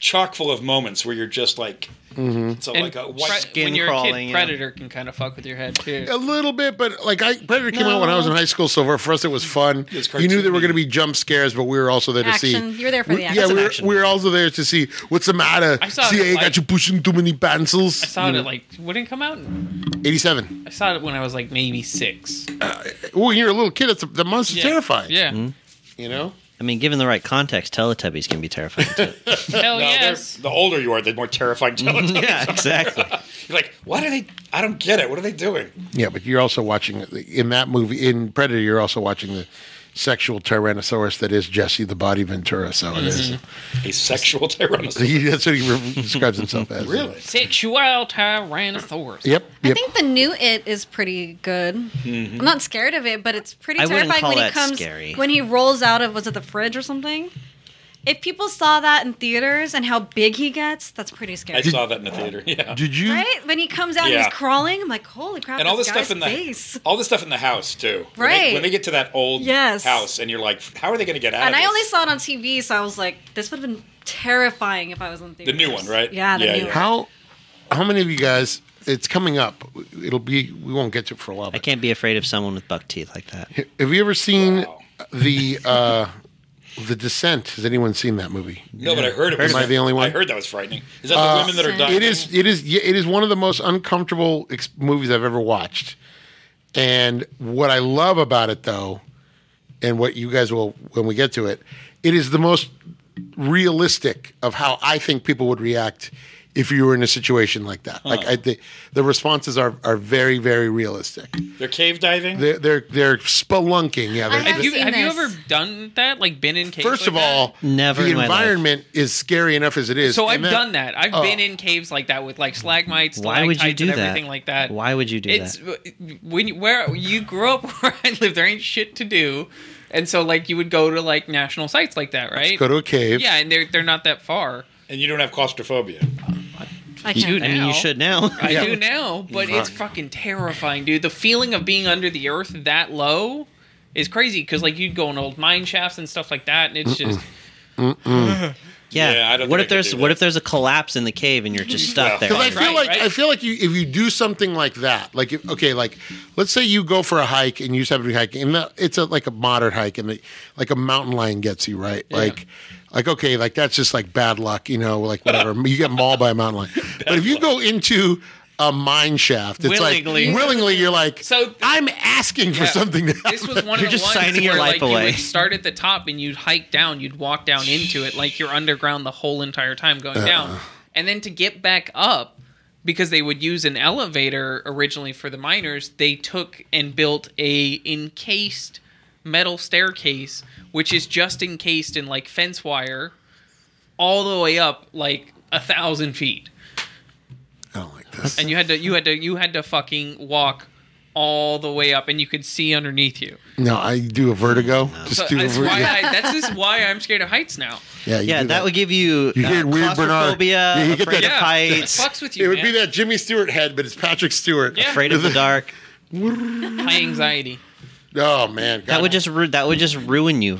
F: chock full of moments where you're just like,
C: Mm-hmm.
F: it's a,
D: And
F: like a white.
D: pre-
E: skin
D: when you're a
E: crawling,
D: kid,
E: yeah.
D: Predator can kind of fuck with your head too.
C: A little bit, but like I, Predator came out when I was in high school, so for us it was fun.
F: was
C: you knew there were
F: cartoony.
C: going to be jump scares, but we were also there to
G: Action.
C: see.
G: You were there for the
C: We-
G: action.
C: Yeah, we were,
E: action
C: we were
E: movie.
C: also there to see what's the matter.
D: I saw it
C: CIA
D: at, like-
C: got you pushing too many pencils.
D: I saw it at like wouldn't come out. in-
C: Eighty-seven.
D: I saw it when I was like maybe six.
C: Oh, when you're a little kid. That's the monster's
D: Yeah.
C: terrifying.
D: Yeah.
C: you know.
E: I mean, given the right context, Teletubbies can be terrifying too.
F: No,
D: Hell
F: they're-
D: yes.
F: The older you are, the more terrifying.
C: Mm-hmm.
F: Teletubbies.
E: yeah, exactly.
F: You're like, what are they? I don't get it. What are they doing?
C: Yeah, but you're also watching in that movie in Predator. You're also watching the sexual Tyrannosaurus that is Jesse the Body Ventura. So it is.
F: A sexual tyrannosaurus.
C: He, that's what he re- describes himself as.
F: Really?
D: Sexual Tyrannosaurus.
C: Yep.
G: I
C: Yep.
G: think the new it is pretty good. I'm not scared of it, but it's pretty
E: Mm-hmm. I wouldn't
G: terrifying
E: call
G: when he
E: that
G: comes
E: scary.
G: when he rolls out of was it the fridge or something? If people saw that in theaters and how big he gets, that's pretty
F: I
G: scary.
F: saw that in the theater. Yeah.
C: Did you?
G: Right? When he comes out and
F: Yeah.
G: he's crawling, I'm like, holy crap,
F: and all
G: this
F: this
G: guy's
F: stuff in the
G: face.
F: all this stuff in the house too. When they-
G: Right.
F: when they get to that old
G: Yes.
F: house, and you're like, how are they going to get out?
G: And
F: of
G: I
F: this?
G: only saw it on TV, so I was like, this would have been terrifying if I was in theaters.
F: new one, right?
G: Yeah, the
F: Yeah,
G: new
F: yeah.
G: one.
C: How? How many of you guys? It's coming up. It'll be. We won't get to it for a while.
E: I
C: But
E: can't be afraid of someone with buck teeth like that.
C: have you ever seen
F: Wow.
C: the uh, the Descent? Has anyone seen that movie?
F: No, but I heard it. Was,
C: Am I the only one? Uh,
F: I heard that was frightening. Is that the women that are
G: It
F: dying?
C: It is. It is. yeah, It is one of the most uncomfortable ex- movies I've ever watched. And what I love about it, though, and what you guys will when we get to it, it is the most realistic of how I think people would react if you were in a situation like that. Like I, the, the responses are are very very realistic.
F: They're cave diving.
C: They're they're, they're spelunking. Yeah.
G: I
C: They're,
D: Have you
G: seen
D: have you
G: this.
D: ever done that? Like been in caves?
C: first
D: like
C: of all,
D: that?
E: Never
C: the
E: in my life.
C: environment is scary enough as it is.
D: So
C: and
D: I've
C: then-
D: done that. I've
C: Oh.
D: been in caves like that with like stalagmites,
E: Why would you
D: stalactites,
E: do
D: and
E: that?
D: everything like that.
E: Why would you do
D: it's
E: that?
D: when you, where you grew up where I live, there ain't shit to do, and so like you would go to like national sites like that, right?
C: Go to a cave.
D: yeah, and they're they're not that far.
F: and you don't have claustrophobia.
G: I
D: You
G: can't.
E: I mean,
D: now.
E: you should now.
D: I do now, but it's fucking terrifying, dude. The feeling of being under the earth that low is crazy because like you'd go in old mine shafts and stuff like that, and it's just
E: yeah.
F: Yeah, I don't
E: what
F: think I
E: if
F: could
E: there's
F: do
E: what
F: that.
E: if there's a collapse in the cave and you're just stuck there?
C: Because I feel
D: Right,
C: like
D: right.
C: I feel like you if you do something like that, like if, okay, like let's say you go for a hike and you just happen to be hiking, and the- it's a, like a moderate hike, and the, like a mountain lion gets you right, like like okay, like that's just like bad luck, you know, like whatever. you get mauled by a mountain lion, but if you go into a mine shaft, it's
D: Willingly.
C: like willingly, you're like,
D: So-
C: I'm asking for
D: Yeah.
C: something. To
D: This was one of
E: You're
D: the
E: just
D: ones
E: signing your
D: where,
E: life
D: like, You
E: away.
D: would start at the top and you'd hike down. You'd walk down into it like you're underground the whole entire time going down, and then to get back up because they would use an elevator originally for the miners. They took and built a encased metal staircase, which is just encased in like fence wire, all the way up like a thousand feet
C: I don't like this.
D: and you had to you had to you had to fucking walk all the way up and you could see underneath you
C: No, I do a vertigo.
D: so
C: Just do a
D: that's why
C: vertigo.
D: I, that's just why i'm scared of heights now
C: Yeah, you
E: yeah,
C: do
E: that would give you,
C: You hear weird
E: uh,
C: Bernard.
E: claustrophobia,
C: Yeah, you get that-
E: afraid of
D: yeah it
E: heights,
D: fucks with you
C: It would
D: man.
C: be that Jimmy Stewart head, but it's Patrick Stewart.
D: Yeah.
E: afraid of the dark.
D: high anxiety
C: Oh man,
E: That
C: God.
E: would just ru- that would just ruin you.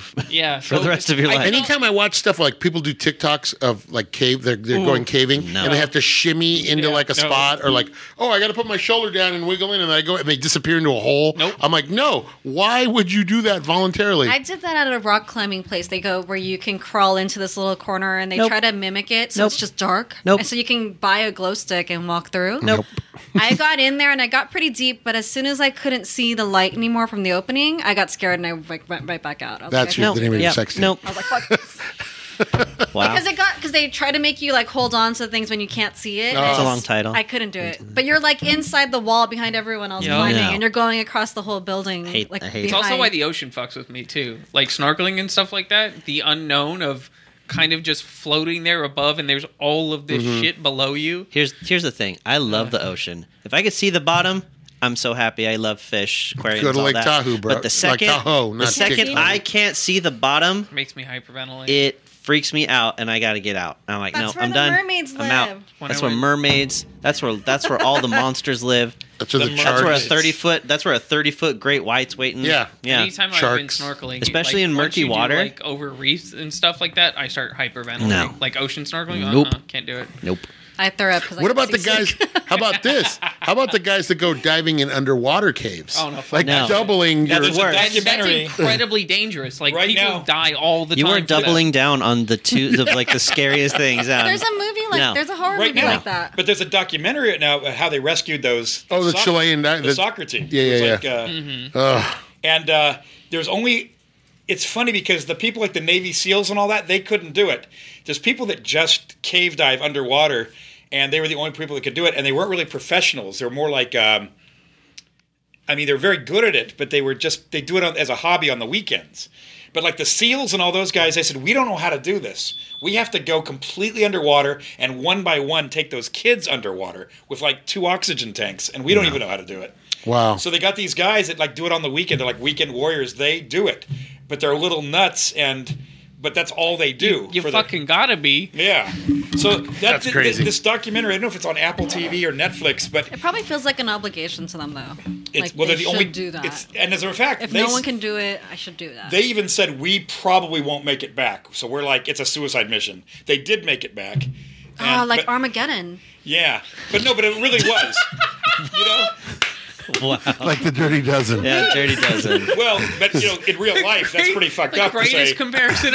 D: yeah
E: For the rest of your life.
D: don't-
C: Anytime I watch stuff like people do TikToks of like cave, they're, they're going caving
E: no.
C: and they have to shimmy into
D: Yeah,
C: like a
D: no.
C: spot or like, oh, I got to put my shoulder down and wiggle in and I go and they disappear into a hole.
D: Nope.
C: I'm like, no, why would you do that voluntarily?
G: I did that at a rock climbing place. They go where you can crawl into this little corner and they
E: Nope.
G: try to mimic it, so
E: Nope.
G: it's just dark.
E: Nope.
G: And so you can buy a glow stick and walk through.
E: Nope.
G: I got in there and I got pretty deep, but as soon as I couldn't see the light anymore from the opening, I got scared and I like, went right back out. I was
C: That's
G: like,
C: your,
E: No.
C: the name of your
E: Yeah.
C: sex tape.
E: Nope.
G: I was like, fuck. this."
E: Wow.
G: Because it got because they try to make you like hold on to things when you can't see it.
E: That's a
C: Oh.
E: long title.
G: I couldn't do it. But you're like inside the wall behind everyone else
D: Yeah.
G: climbing,
E: Yeah.
G: and you're going across the whole building.
E: hate-
G: like
E: I hate it.
D: It's also
G: behind-
D: why the ocean fucks with me too. Like snorkeling and stuff like that, the unknown of kind of just floating there above and there's all of this
E: Mm-hmm.
D: shit below you.
E: Here's here's the thing. I love the ocean. If I could see the bottom, I'm so happy. I love fish, aquariums,
C: Go to
E: all
C: Lake
E: that.
C: Tahoe, bro.
E: But the
C: Like
E: second,
C: Tahoe,
E: the
C: not
E: second
C: Tahoe.
E: I can't see the bottom,
D: Makes me hyperventilate.
E: it freaks me out, and I got to get out. I'm like,
G: That's
E: no,
G: where
E: I'm
G: the
E: done.
G: mermaids
E: I'm out.
G: live.
D: When
E: That's
D: I
E: where
D: went-
E: mermaids. That's where that's where all the monsters live.
C: That's where the,
F: The
C: charts.
E: That's where a
F: Mermaids.
E: thirty foot. That's where a thirty foot great white's waiting.
C: Yeah.
E: yeah.
D: Anytime
C: Sharks.
D: I've been snorkeling,
E: Especially
D: like,
E: in
D: once
E: murky
D: you do,
E: water.
D: like over reefs and stuff like that, I start hyperventilating.
E: No.
D: Like ocean snorkeling, uh-uh,
E: Nope.
D: can't do it.
E: Nope.
G: I throw up. 'cause I
C: What
G: get
C: about the guys?
G: seasick.
C: How about this? How about the guys that go diving in underwater caves?
D: Oh, no, fuck
C: like
E: no.
C: doubling your.
E: That's worse. That's-
D: That's, that's
F: Documentary.
D: incredibly dangerous. Like
F: Right
D: people
F: now.
D: die all the
E: You
D: time.
E: are
D: for that.
E: doubling down on the two of like the scariest things. Out.
G: There's a movie like
E: No.
G: there's a horror
F: right
G: movie
F: now.
G: like that.
F: But there's a documentary right now about how they rescued those.
C: Oh, the Chilean-
F: the,
C: the-
F: soccer team.
C: Yeah,
F: It was
C: yeah,
F: like,
C: yeah.
F: uh,
C: Ugh.
F: And uh, there's only. It's funny because the people like the Navy SEALs and all that they couldn't do it. There's people that just cave dive underwater, and they were the only people that could do it, and they weren't really professionals. They're more like. Um, I mean, they're very good at it, but they were just they do it on, as a hobby on the weekends. But like the seals and all those guys, they said we don't know how to do this. We have to go completely underwater and one by one take those kids underwater with like two oxygen tanks, and we don't even know how to do it.
C: Wow.
F: So they got these guys that like do it on the weekend. They're like weekend warriors. They do it, but they're little nuts and. But that's all they do.
D: You
F: for the-
D: fucking gotta be.
F: yeah. So that,
C: That's
F: thi- thi-
C: crazy.
F: This documentary. I don't know if it's on Apple TV or Netflix, but
G: It probably feels like an obligation to them though.
F: it's
G: like
F: well, they're
G: they
F: the
G: should
F: only
G: do that.
F: It's, and as a matter of fact,
G: if
F: they
G: no
F: s-
G: one can do it, I should do that.
F: They even said we probably won't make it back. So we're like, it's a suicide mission. They did make it back.
G: Ah,
F: And-
G: like
F: but-
G: Armageddon.
F: yeah, but no, but it really was. you know,
E: wow.
C: Like the Dirty Dozen.
E: Yeah, Dirty Dozen.
F: well, but you know, in real life, that's pretty fucked
D: the
F: up. To,
D: Greatest
F: say,
D: comparison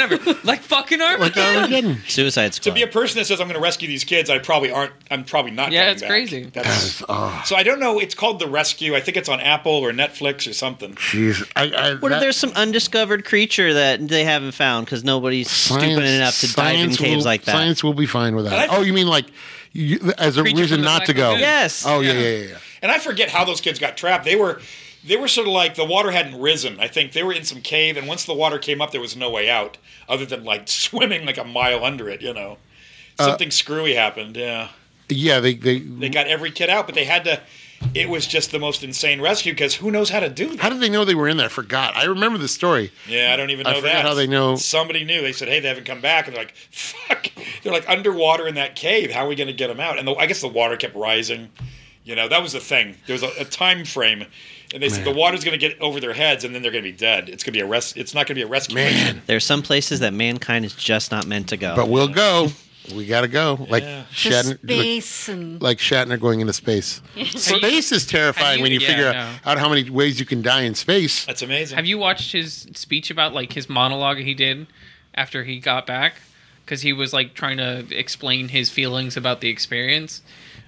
D: ever. Like fucking
C: Like
D: Armageddon.
C: Armageddon.
E: Suicide Squad.
F: to be a person that says I'm going to rescue these kids, I probably aren't. I'm probably not.
D: Yeah,
F: coming
D: it's
F: back.
D: crazy.
F: That's, so I don't know. It's called the rescue. I think it's on Apple or Netflix or something.
C: Jeez. I, I,
E: What
C: that-
E: if there's some undiscovered creature that they haven't found because nobody's stupid enough to dive in
C: science
E: caves
C: will-
E: like that?
C: Science will be fine without it. Oh, you mean like you, as a
D: Creature
C: reason
D: from the
C: not to go?
D: Black Lagoon.
E: Yes.
C: Oh yeah, yeah, yeah. yeah.
F: And I forget how those kids got trapped. They were they were sort of like the water hadn't risen. I think they were in some cave, and once the water came up, there was no way out other than like swimming like a mile under it. You know, something screwy happened. Yeah,
C: Yeah, they they.
F: they got every kid out, but they had to. It was just the most insane rescue because who knows how to do that?
C: how did they know they were in there? I forgot. I remember the story.
F: yeah, I don't even
C: I
F: know
C: forgot
F: that.
C: how they know-
F: Somebody knew. They said, "Hey, they haven't come back," and they're like, "Fuck!" They're like underwater in that cave. How are we going to get them out? And the, I guess the water kept rising. You know, that was the thing. There was a, a time frame, and they said the water's going to get over their heads, and then they're going to be dead. It's going to be a res- It's not going to be a rescue. mission.
C: Man,
E: There are some places that mankind is just not meant to go.
C: but we'll go. We gotta go. Like
F: Yeah.
G: The
C: Shatner. Like,
G: space and
C: like Shatner going into space. space is terrifying
D: you-
C: when you
D: yeah,
C: figure
D: no.
C: out, out how many ways you can die in space.
F: That's amazing.
D: Have you watched his speech about like his monologue he did after he got back? Because he was like trying to explain his feelings about the experience.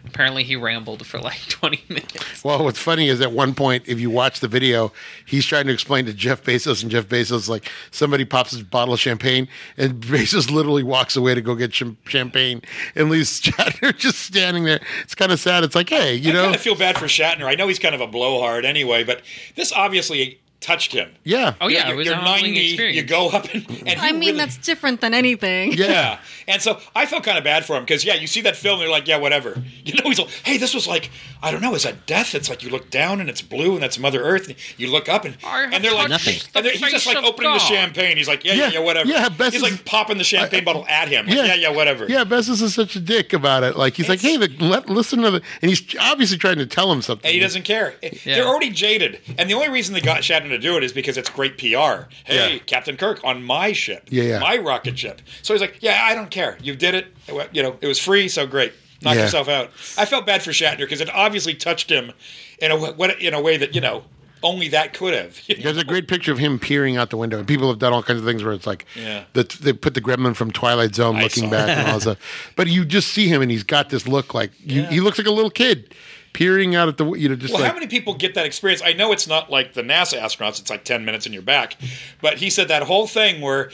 D: Apparently, he rambled for like 20 minutes.
C: Well, what's funny is at one point, if you watch the video, he's trying to explain to Jeff Bezos, and Jeff Bezos like somebody pops his bottle of champagne, and Bezos literally walks away to go get cham- champagne and leaves Shatner just standing there. It's kind of sad. It's like, hey, you
F: I
C: know,
F: kind of feel bad for Shatner. I know he's kind of a blowhard anyway, but this obviously touched him.
C: yeah,
D: Oh, yeah,
F: you're,
D: it was
F: you're
D: an humbling
F: 90.
D: experience.
F: You go up and, and he
G: I mean
F: really-
G: that's different than anything.
F: Yeah. And so I felt kind of bad for him because, yeah, you see that film and you're like, yeah, whatever. You know, he's like, hey, this was like, I don't know, is that death? It's like you look down and it's blue and that's Mother Earth. And you look up and,
D: I have
F: and they're like,
D: touched
E: Nothing.
F: and they're, he's
D: the
F: just like
D: face of
F: opening the
D: God.
F: champagne. He's like, yeah, yeah,
C: Yeah.
F: yeah, whatever.
C: Yeah, best
F: he's
C: is-
F: like popping the champagne bottle at him. Like, yeah. yeah, whatever.
C: Yeah, Bezos is such a dick about it. Like he's like, hey, the, let, listen to the, and he's obviously trying to tell him something.
F: And he doesn't care.
D: Yeah.
F: They're already jaded. And the only reason they got Shatner to do it is because it's great PR. Hey,
C: Yeah.
F: Captain Kirk on my ship,
C: Yeah, yeah.
F: my rocket ship. So he's like, yeah, I don't care. You did it. You know, it was free, so great. Knock
C: Yeah.
F: yourself out. I felt bad for Shatner because it obviously touched him in a w- what in a way that you know only that could have.
C: There's a great picture of him peering out the window, and people have done all kinds of things where it's like,
F: Yeah.
C: the, they put the gremlin from Twilight Zone
F: I
C: looking
F: saw
C: back and all that stuff. But you just see him, and he's got this look like you, he looks like a little kid peering out at the, you know, just
F: Well,
C: like
F: how many people get that experience? I know it's not like the NASA astronauts; it's like ten minutes and you're back. But he said that whole thing where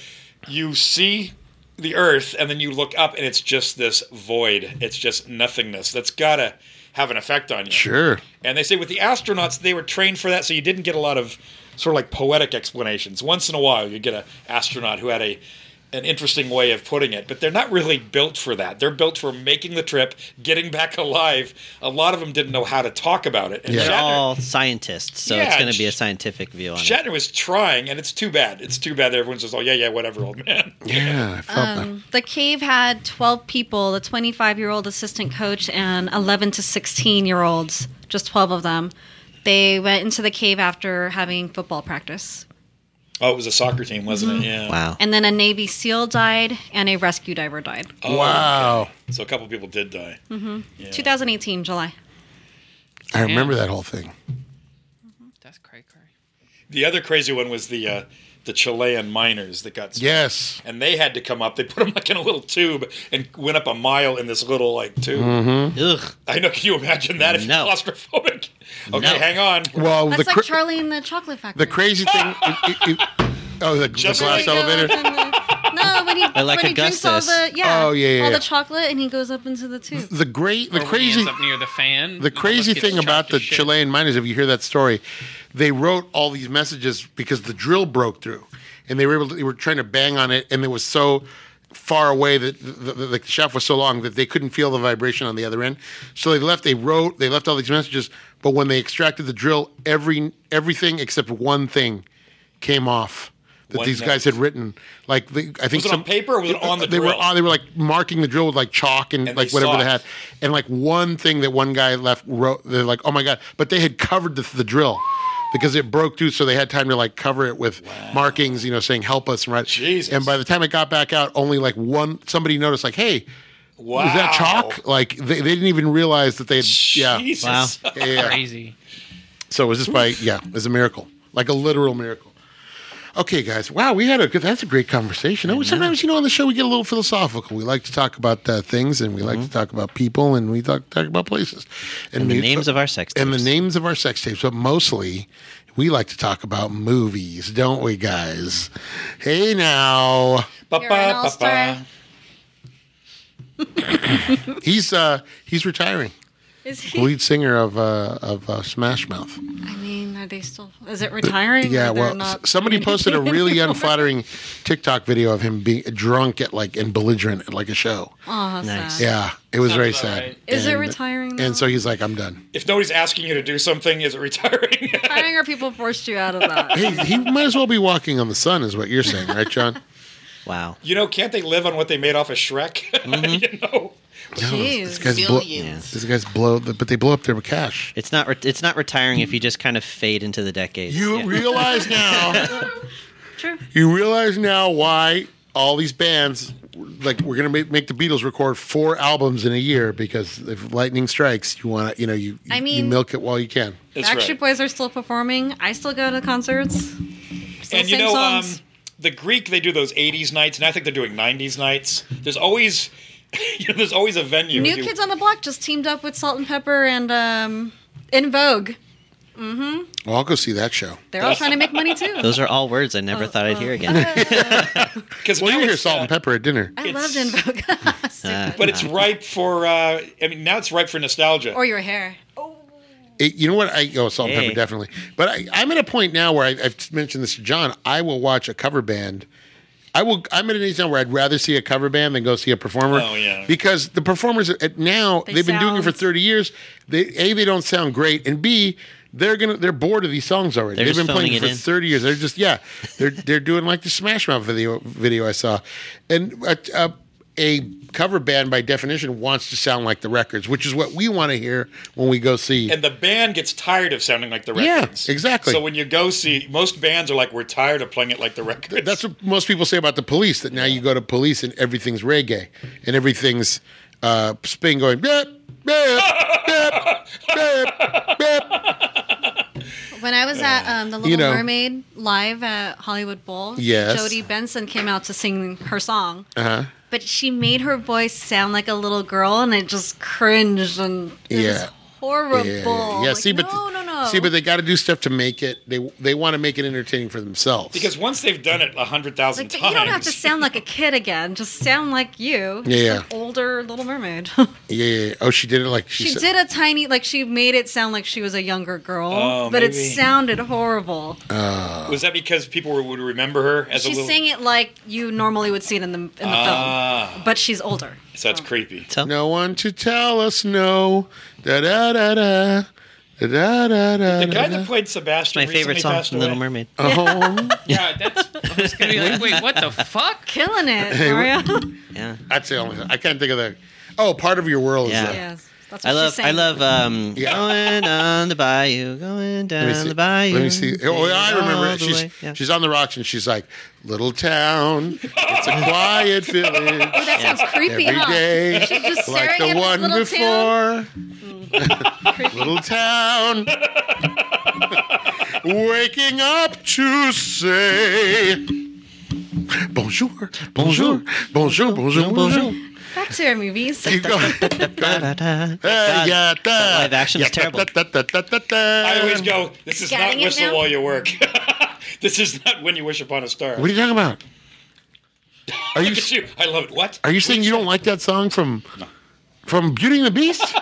F: you see the earth and then you look up and it's just this void it's just nothingness that's gotta have an effect on you
C: Sure.
F: and they say with the astronauts they were trained for that so you didn't get a lot of sort of like poetic explanations once in a while you get an astronaut who had a an interesting way of putting it but they're not really built for that they're built for making the trip getting back alive a lot of them didn't know how to talk about it and
C: Yeah.
E: They're
F: Shatner-
E: all scientists, so it's
F: Yeah,
E: going to be a
F: sh-
E: scientific view on it.
F: Shatner was trying, and it's too bad. It's too bad that everyone's just, oh, yeah, yeah, whatever, old man.
C: Yeah, I felt that.
G: Um, The cave had 12 people, the 25 year old assistant coach, and 11 to 16 year olds, just 12 of them. They went into the cave after having football practice.
F: Oh, it was a soccer team, wasn't it?
C: Mm-hmm.
F: Yeah.
E: Wow.
G: And then a Navy SEAL died and a rescue diver died.
F: Oh,
C: Wow.
F: So a couple people did die.
G: 2018, July.
C: I remember that whole thing.
D: That's cray cray.
F: The other crazy one was the uh, the Chilean miners that got.
C: Yes.
F: And they had to come up. They put them like in a little tube and went up a mile in this little like tube.
C: Mm-hmm.
E: Ugh.
F: I know. Can you imagine that if
E: No.
F: you're claustrophobic? Okay,
E: No.
F: hang on.
C: Well,
G: That's
C: the
G: like
C: cra-
G: Charlie and the Chocolate Factory.
C: the crazy thing. it- it- it- oh, the, the glass
F: Just like-
C: elevator.
G: No, when he,
E: like
G: when he drinks all
E: Augustus.
G: the yeah,
C: Oh, yeah, yeah,
G: all
C: yeah.
G: the chocolate and he goes up into the tube.
C: The great, the
D: Or when he
C: crazy,
D: ends up near the fan.
C: the crazy
D: gets
C: thing
D: chopped
C: about
D: to
C: the
D: shit.
C: Chilean miners, if you hear that story, they wrote all these messages because the drill broke through, and they were able to, they were trying to bang on it, and it was so far away that the, the, the shaft was so long that they couldn't feel the vibration on the other end. So they left. They wrote. They left all these messages, but when they extracted the drill, every everything except one thing came off. That
F: One
C: these guys had
F: message.
C: written, like they, I think
F: Was it
C: some
F: on paper or was it on the
C: they were
F: drill?
C: on, they were like marking the drill with like chalk and,
F: And
C: like
F: they
C: whatever
F: saw
C: they
F: it.
C: had. And like one thing that one guy left wrote, they're like, oh my God. But they had covered the, the drill because it broke through. So they had time to like cover it with markings, you know, saying help us. Right.
F: Jesus.
C: And by the time it got back out, only like one, somebody noticed like, hey,
F: Wow.
C: is that chalk? Like they, they didn't even realize that they had, yeah.
F: Jesus.
E: Wow.
C: Yeah, yeah.
D: Crazy.
C: So it was just by, yeah, it was a miracle, like a literal miracle. Okay, guys. Wow, we had a good. That's a great conversation. And Sometimes, you know, on the show we get a little philosophical. We like to talk about uh, things, and we like to talk about people, and we talk, talk about places, and,
E: Mm-hmm. the
C: we-
E: names of our sex
C: and the
E: tapes.
C: names of our sex tapes. But mostly, we like to talk about movies, don't we, guys? Hey, now
F: Ba-ba,
G: You're an all-star.
F: ba-ba.
C: he's uh he's retiring.
G: Is he?
C: Lead singer of uh, of uh, Smash Mouth.
G: I mean, are they still? Is it retiring?
C: Yeah,
G: or they're
C: well,
G: not
C: s- somebody
G: doing
C: posted a
G: anything
C: really
G: anymore?
C: unflattering TikTok video of him being drunk at like and belligerent at like a show.
G: Aw,
E: Nice.
G: sad.
C: Yeah, it was
D: Sounds
C: very
D: about
C: sad.
D: right.
G: Is it
C: And-
G: retiring? Now?
C: And so he's like, "I'm done."
F: If nobody's asking you to do something, is it retiring?
G: retiring, or people forced you out of that?
C: Hey, he might as well be walking on the sun, is what you're saying, right, John?
E: Wow.
F: You know, can't they live on what they made off of Shrek?
C: Mm-hmm.
F: you know,
C: These
G: Jeez.
C: guys blow.
E: Yeah.
C: These guys blow, but they blow up their cash.
E: It's not. Re- it's not retiring if you just kind of fade into the decades.
C: You realize now.
G: True.
C: You realize now why all these bands, like we're gonna make, make the Beatles record four albums in a year because if lightning strikes, you want to, you know, you
G: I
C: you
G: mean-
C: milk it while you can.
F: that's
G: Backstreet
F: right.
G: Boys are still performing. I still go to concerts. Still
F: And you
G: sing
F: know, um,
G: songs.
F: the Greek they do those '80s nights, and I think they're doing '90s nights. There's always, you know, there's always a venue.
G: New
F: If you-
G: Kids on the Block just teamed up with Salt and Pepper and um, In Vogue.
C: Well, I'll go see that show.
G: They're all trying to make money too.
E: Those are all words I never thought I'd hear again.
F: 'cause
C: Well,
F: now
C: you hear
F: it's,
C: salt
F: uh,
C: and pepper at dinner.
G: I
F: it's-
G: loved In Vogue. Stupid.
F: But it's ripe for. Uh, I mean, now it's ripe for nostalgia.
G: or your hair.
C: It- you know what? I oh salt and
E: Hey.
C: pepper definitely. But I, I'm at a point now where I, I've mentioned this to John. I will watch a cover band. I will. I'm at an age now where I'd rather see a cover band than go see a performer.
F: Oh, yeah.
C: Because the performers at now they
G: They
C: have been doing it for
G: sound-
C: 30 years. They a they don't sound great, and b they're gonna they're bored of these songs already.
E: They're
C: They've been
E: just
C: playing
E: phoning
C: for
E: it in.
C: 30 years. They're just yeah. They're they're doing like the Smash Mouth video video I saw, and a, a, a cover band by definition wants to sound like the records, which is what we want to hear when we go see.
F: and the band gets tired of sounding like the
C: Yeah,
F: records.
C: exactly.
F: So when you go see, most bands are like, we're tired of playing it like the records.
C: That's what most people say about the police. That now you go to police and everything's reggae and everything's uh, spin going. Beep, beep, beep, beep, beep.
G: When I was at um, the Little
C: Uh, You know.
G: Mermaid live at Hollywood Bowl,
C: Yes.
G: Jodie Benson came out to sing her song.
C: Uh-huh.
G: But she made her voice sound like a little girl, and it just cringed and it
C: Yeah.
G: was horrible.
C: Yeah, yeah, yeah.
G: Like,
C: see, but
G: no, no, no.
C: see, but they got to do stuff to make it. They they want to make it entertaining for themselves.
F: Because once they've done it a hundred thousand
G: like, you
F: times,
G: don't have to sound like a kid again. Just sound like you.
C: Yeah, yeah.
G: Like older Little Mermaid.
C: yeah, yeah, yeah. oh, she did it like she,
G: she
C: said.
G: did a tiny, like she made it sound like she was a younger girl,
F: Oh,
G: but it
F: maybe.
G: sounded horrible.
F: was that because people were- would remember her as
G: She
F: a little?
G: sang it like you normally would see it in the in the
F: Ah.
G: film, but she's older.
F: so that's creepy.
C: No one to tell us no. Da da da da. Da da da da.
F: The guy
C: da,
F: that played Sebastian
E: My favorite
F: recently
E: song,
F: passed away.
E: Little Mermaid.
C: Oh,
D: Yeah, that's. I'm just gonna be like, wait, what the fuck?
G: Killing it, Mario.
E: Yeah.
C: that's the only. I can't think of that. Oh, part of your world is
E: Yeah.
C: that.
G: yes, that's what
E: I
G: she
E: love,
G: sang.
E: I love, um,
C: Yeah.
E: going on the bayou, going down
C: see.
E: the bayou.
C: Let me see. Oh, yeah, I
E: all
C: remember. it.
E: the
C: She's
E: way. Yeah.
C: she's on the rocks and she's like, "Little town, it's a quiet village
G: That sounds creepy,
C: every
G: huh?
C: day,
G: She's just
C: like
G: staring
C: the
G: at
C: one
G: little town.
C: before." little town, waking up to say, "Bonjour, bonjour, bonjour, bonjour, bonjour."
G: Back to our movies.
C: Keep going. Go ahead.
E: Da-da.
C: Hey, yeah, da.
E: live action was
C: Yeah,
E: terrible.
C: da, da, da, da, da.
F: I always go. This is not
G: Getting it
F: whistle
G: now?
F: while you work. this is not when you wish upon a star.
C: What are you talking about? Are you
F: Look at you. I love it. What?
C: are you saying you don't like that song from from Beauty and the Beast?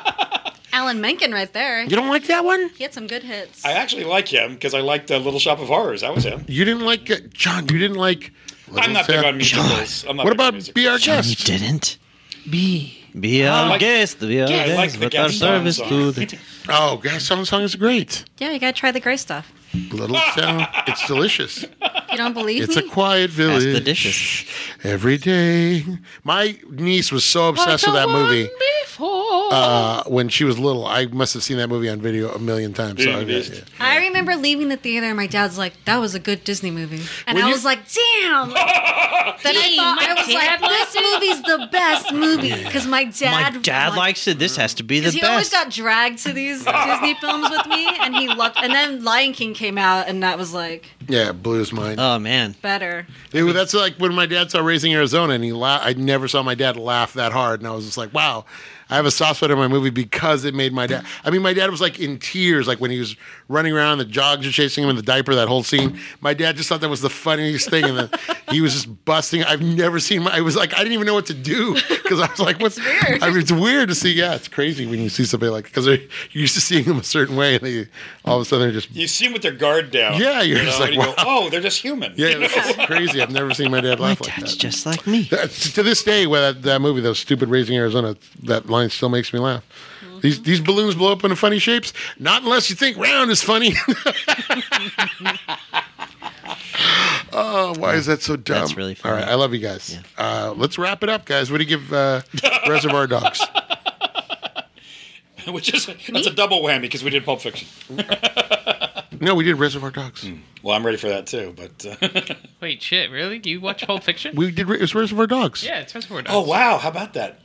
G: Alan Menken, right there.
C: You don't like that one?
G: He had some good hits.
F: I actually like him because I liked the Little Shop of Horrors. That was him.
C: You didn't like uh, John. You didn't like.
F: I'm not big on musicals. I'm not
C: What
F: big on
C: about
F: musicals.
C: Be Our
E: John, you
C: Guest?
E: didn't. Be. Be our
F: like-
E: guest. Be our
F: Ah, Yeah, I
E: guest.
F: like the
E: with our
F: guest song
E: service
F: song.
E: to the-
C: Oh, God, song song is great.
G: yeah, you gotta try the gray stuff.
C: Little town, it's delicious.
G: You don't believe
C: It's
G: me?
F: Mm-hmm.
C: a quiet village.
E: the dishes.
C: Every day, my niece was so obsessed with that movie. Uh, when she was little, I must have seen that movie on video a million times. So
F: Beauty and the
C: I-
F: Beast.
G: I remember leaving the theater and my dad's like, that was a good Disney movie. And
C: When
G: I
C: you-
G: was like, damn. then I thought, I was like, this movie's the best movie. Because my
E: My
G: dad.
E: dad likes it. This has to be the
G: Because he always
E: best.
G: got dragged to these Disney films with me, and he loved. And then Lion King came out, and that was like
C: yeah, it blew his mind.
E: Oh man.
G: better.
C: Dude, that's like when my dad saw Raising Arizona, and he la- I never saw my dad laugh that hard, and I was just like, wow, I have a soft spot in my movie because it made my dad. I mean, my dad was like in tears, like when he was running around, the jogs are chasing him in the diaper, that whole scene. My dad just thought that was the funniest thing, and then he was just busting. I've never seen. My, I was like, I didn't even know what to do because I was like, what's weird? I mean, it's weird to see. Yeah, it's crazy when you see somebody like because you're used to seeing them a certain way, and they all of a sudden they're just
F: You see him with their guard down.
C: Yeah, you're just like,
F: and you
C: wow.
F: go, oh, they're just human.
C: yeah, it's crazy. I've never seen my dad
E: My
C: laugh like
E: dad's
C: that.
E: just like me.
C: That's- to this day, where that, that movie, those stupid Raising Arizona, that line still makes me laugh.
F: Mm-hmm.
C: These these balloons blow up into funny shapes. Not unless you think round is funny. oh, why is that so dumb?
E: That's really
C: All right,
E: funny.
C: I love you guys. Uh, let's wrap it up, guys. What do you give uh, Reservoir Dogs?
F: Which is that's a double whammy because we did Pulp Fiction.
C: No, we did Reservoir Dogs.
F: Well, I'm ready for that too. But uh,
D: Wait, shit, really? Do you watch Pulp Fiction?
C: We did. It was Reservoir Dogs.
D: yeah, it's Reservoir Dogs.
F: oh wow, how about that?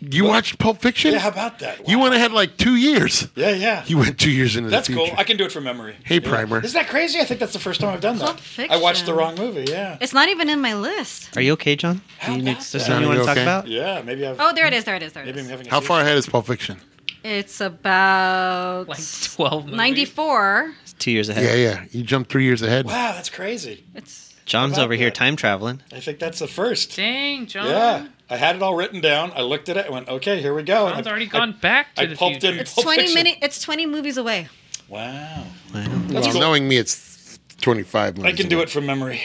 C: You watched Pulp Fiction.
F: Yeah, how about that? Wow.
C: you went ahead like two years.
F: Yeah, yeah.
C: You went two years into
F: that's
C: the
F: cool.
C: future.
F: I can do it from memory.
C: Hey, Primer.
F: Isn't that crazy? I think that's the first time I've done that.
G: Pulp
F: I watched
G: Fiction.
F: the wrong movie. Yeah.
G: It's not even in my list.
E: Are you okay, John?
F: How
E: Do you need
F: about
E: something
C: that?
E: you want
C: Are
E: to
C: you
E: talk
C: okay?
E: about?
F: Yeah, maybe I've
G: Oh, there it is. There it is. There it
F: maybe I'm
G: is.
F: having. A
C: How
F: seizure.
C: far ahead is Pulp Fiction?
G: It's about
D: Like 12 movies.
G: 94.
E: It's two years ahead.
C: Yeah, yeah. You jumped three years ahead.
F: Wow, that's crazy.
G: It's
E: John's
F: How about
E: over here
F: that?
E: time traveling.
F: I think that's the first.
D: Dang, John.
F: Yeah, I had it all written down. I looked at it. and went, okay, here we go. And
D: John's
F: I-
D: already
F: I-
D: gone back to
F: I
D: the
F: pulped
D: future.
F: in
G: it's
F: Pulp
G: 20
F: Fiction.
G: mini, It's 20 movies away.
F: Wow.
E: Wow.
C: Well,
F: cool.
C: knowing me, it's 25
F: I
C: minutes.
F: can do it from memory.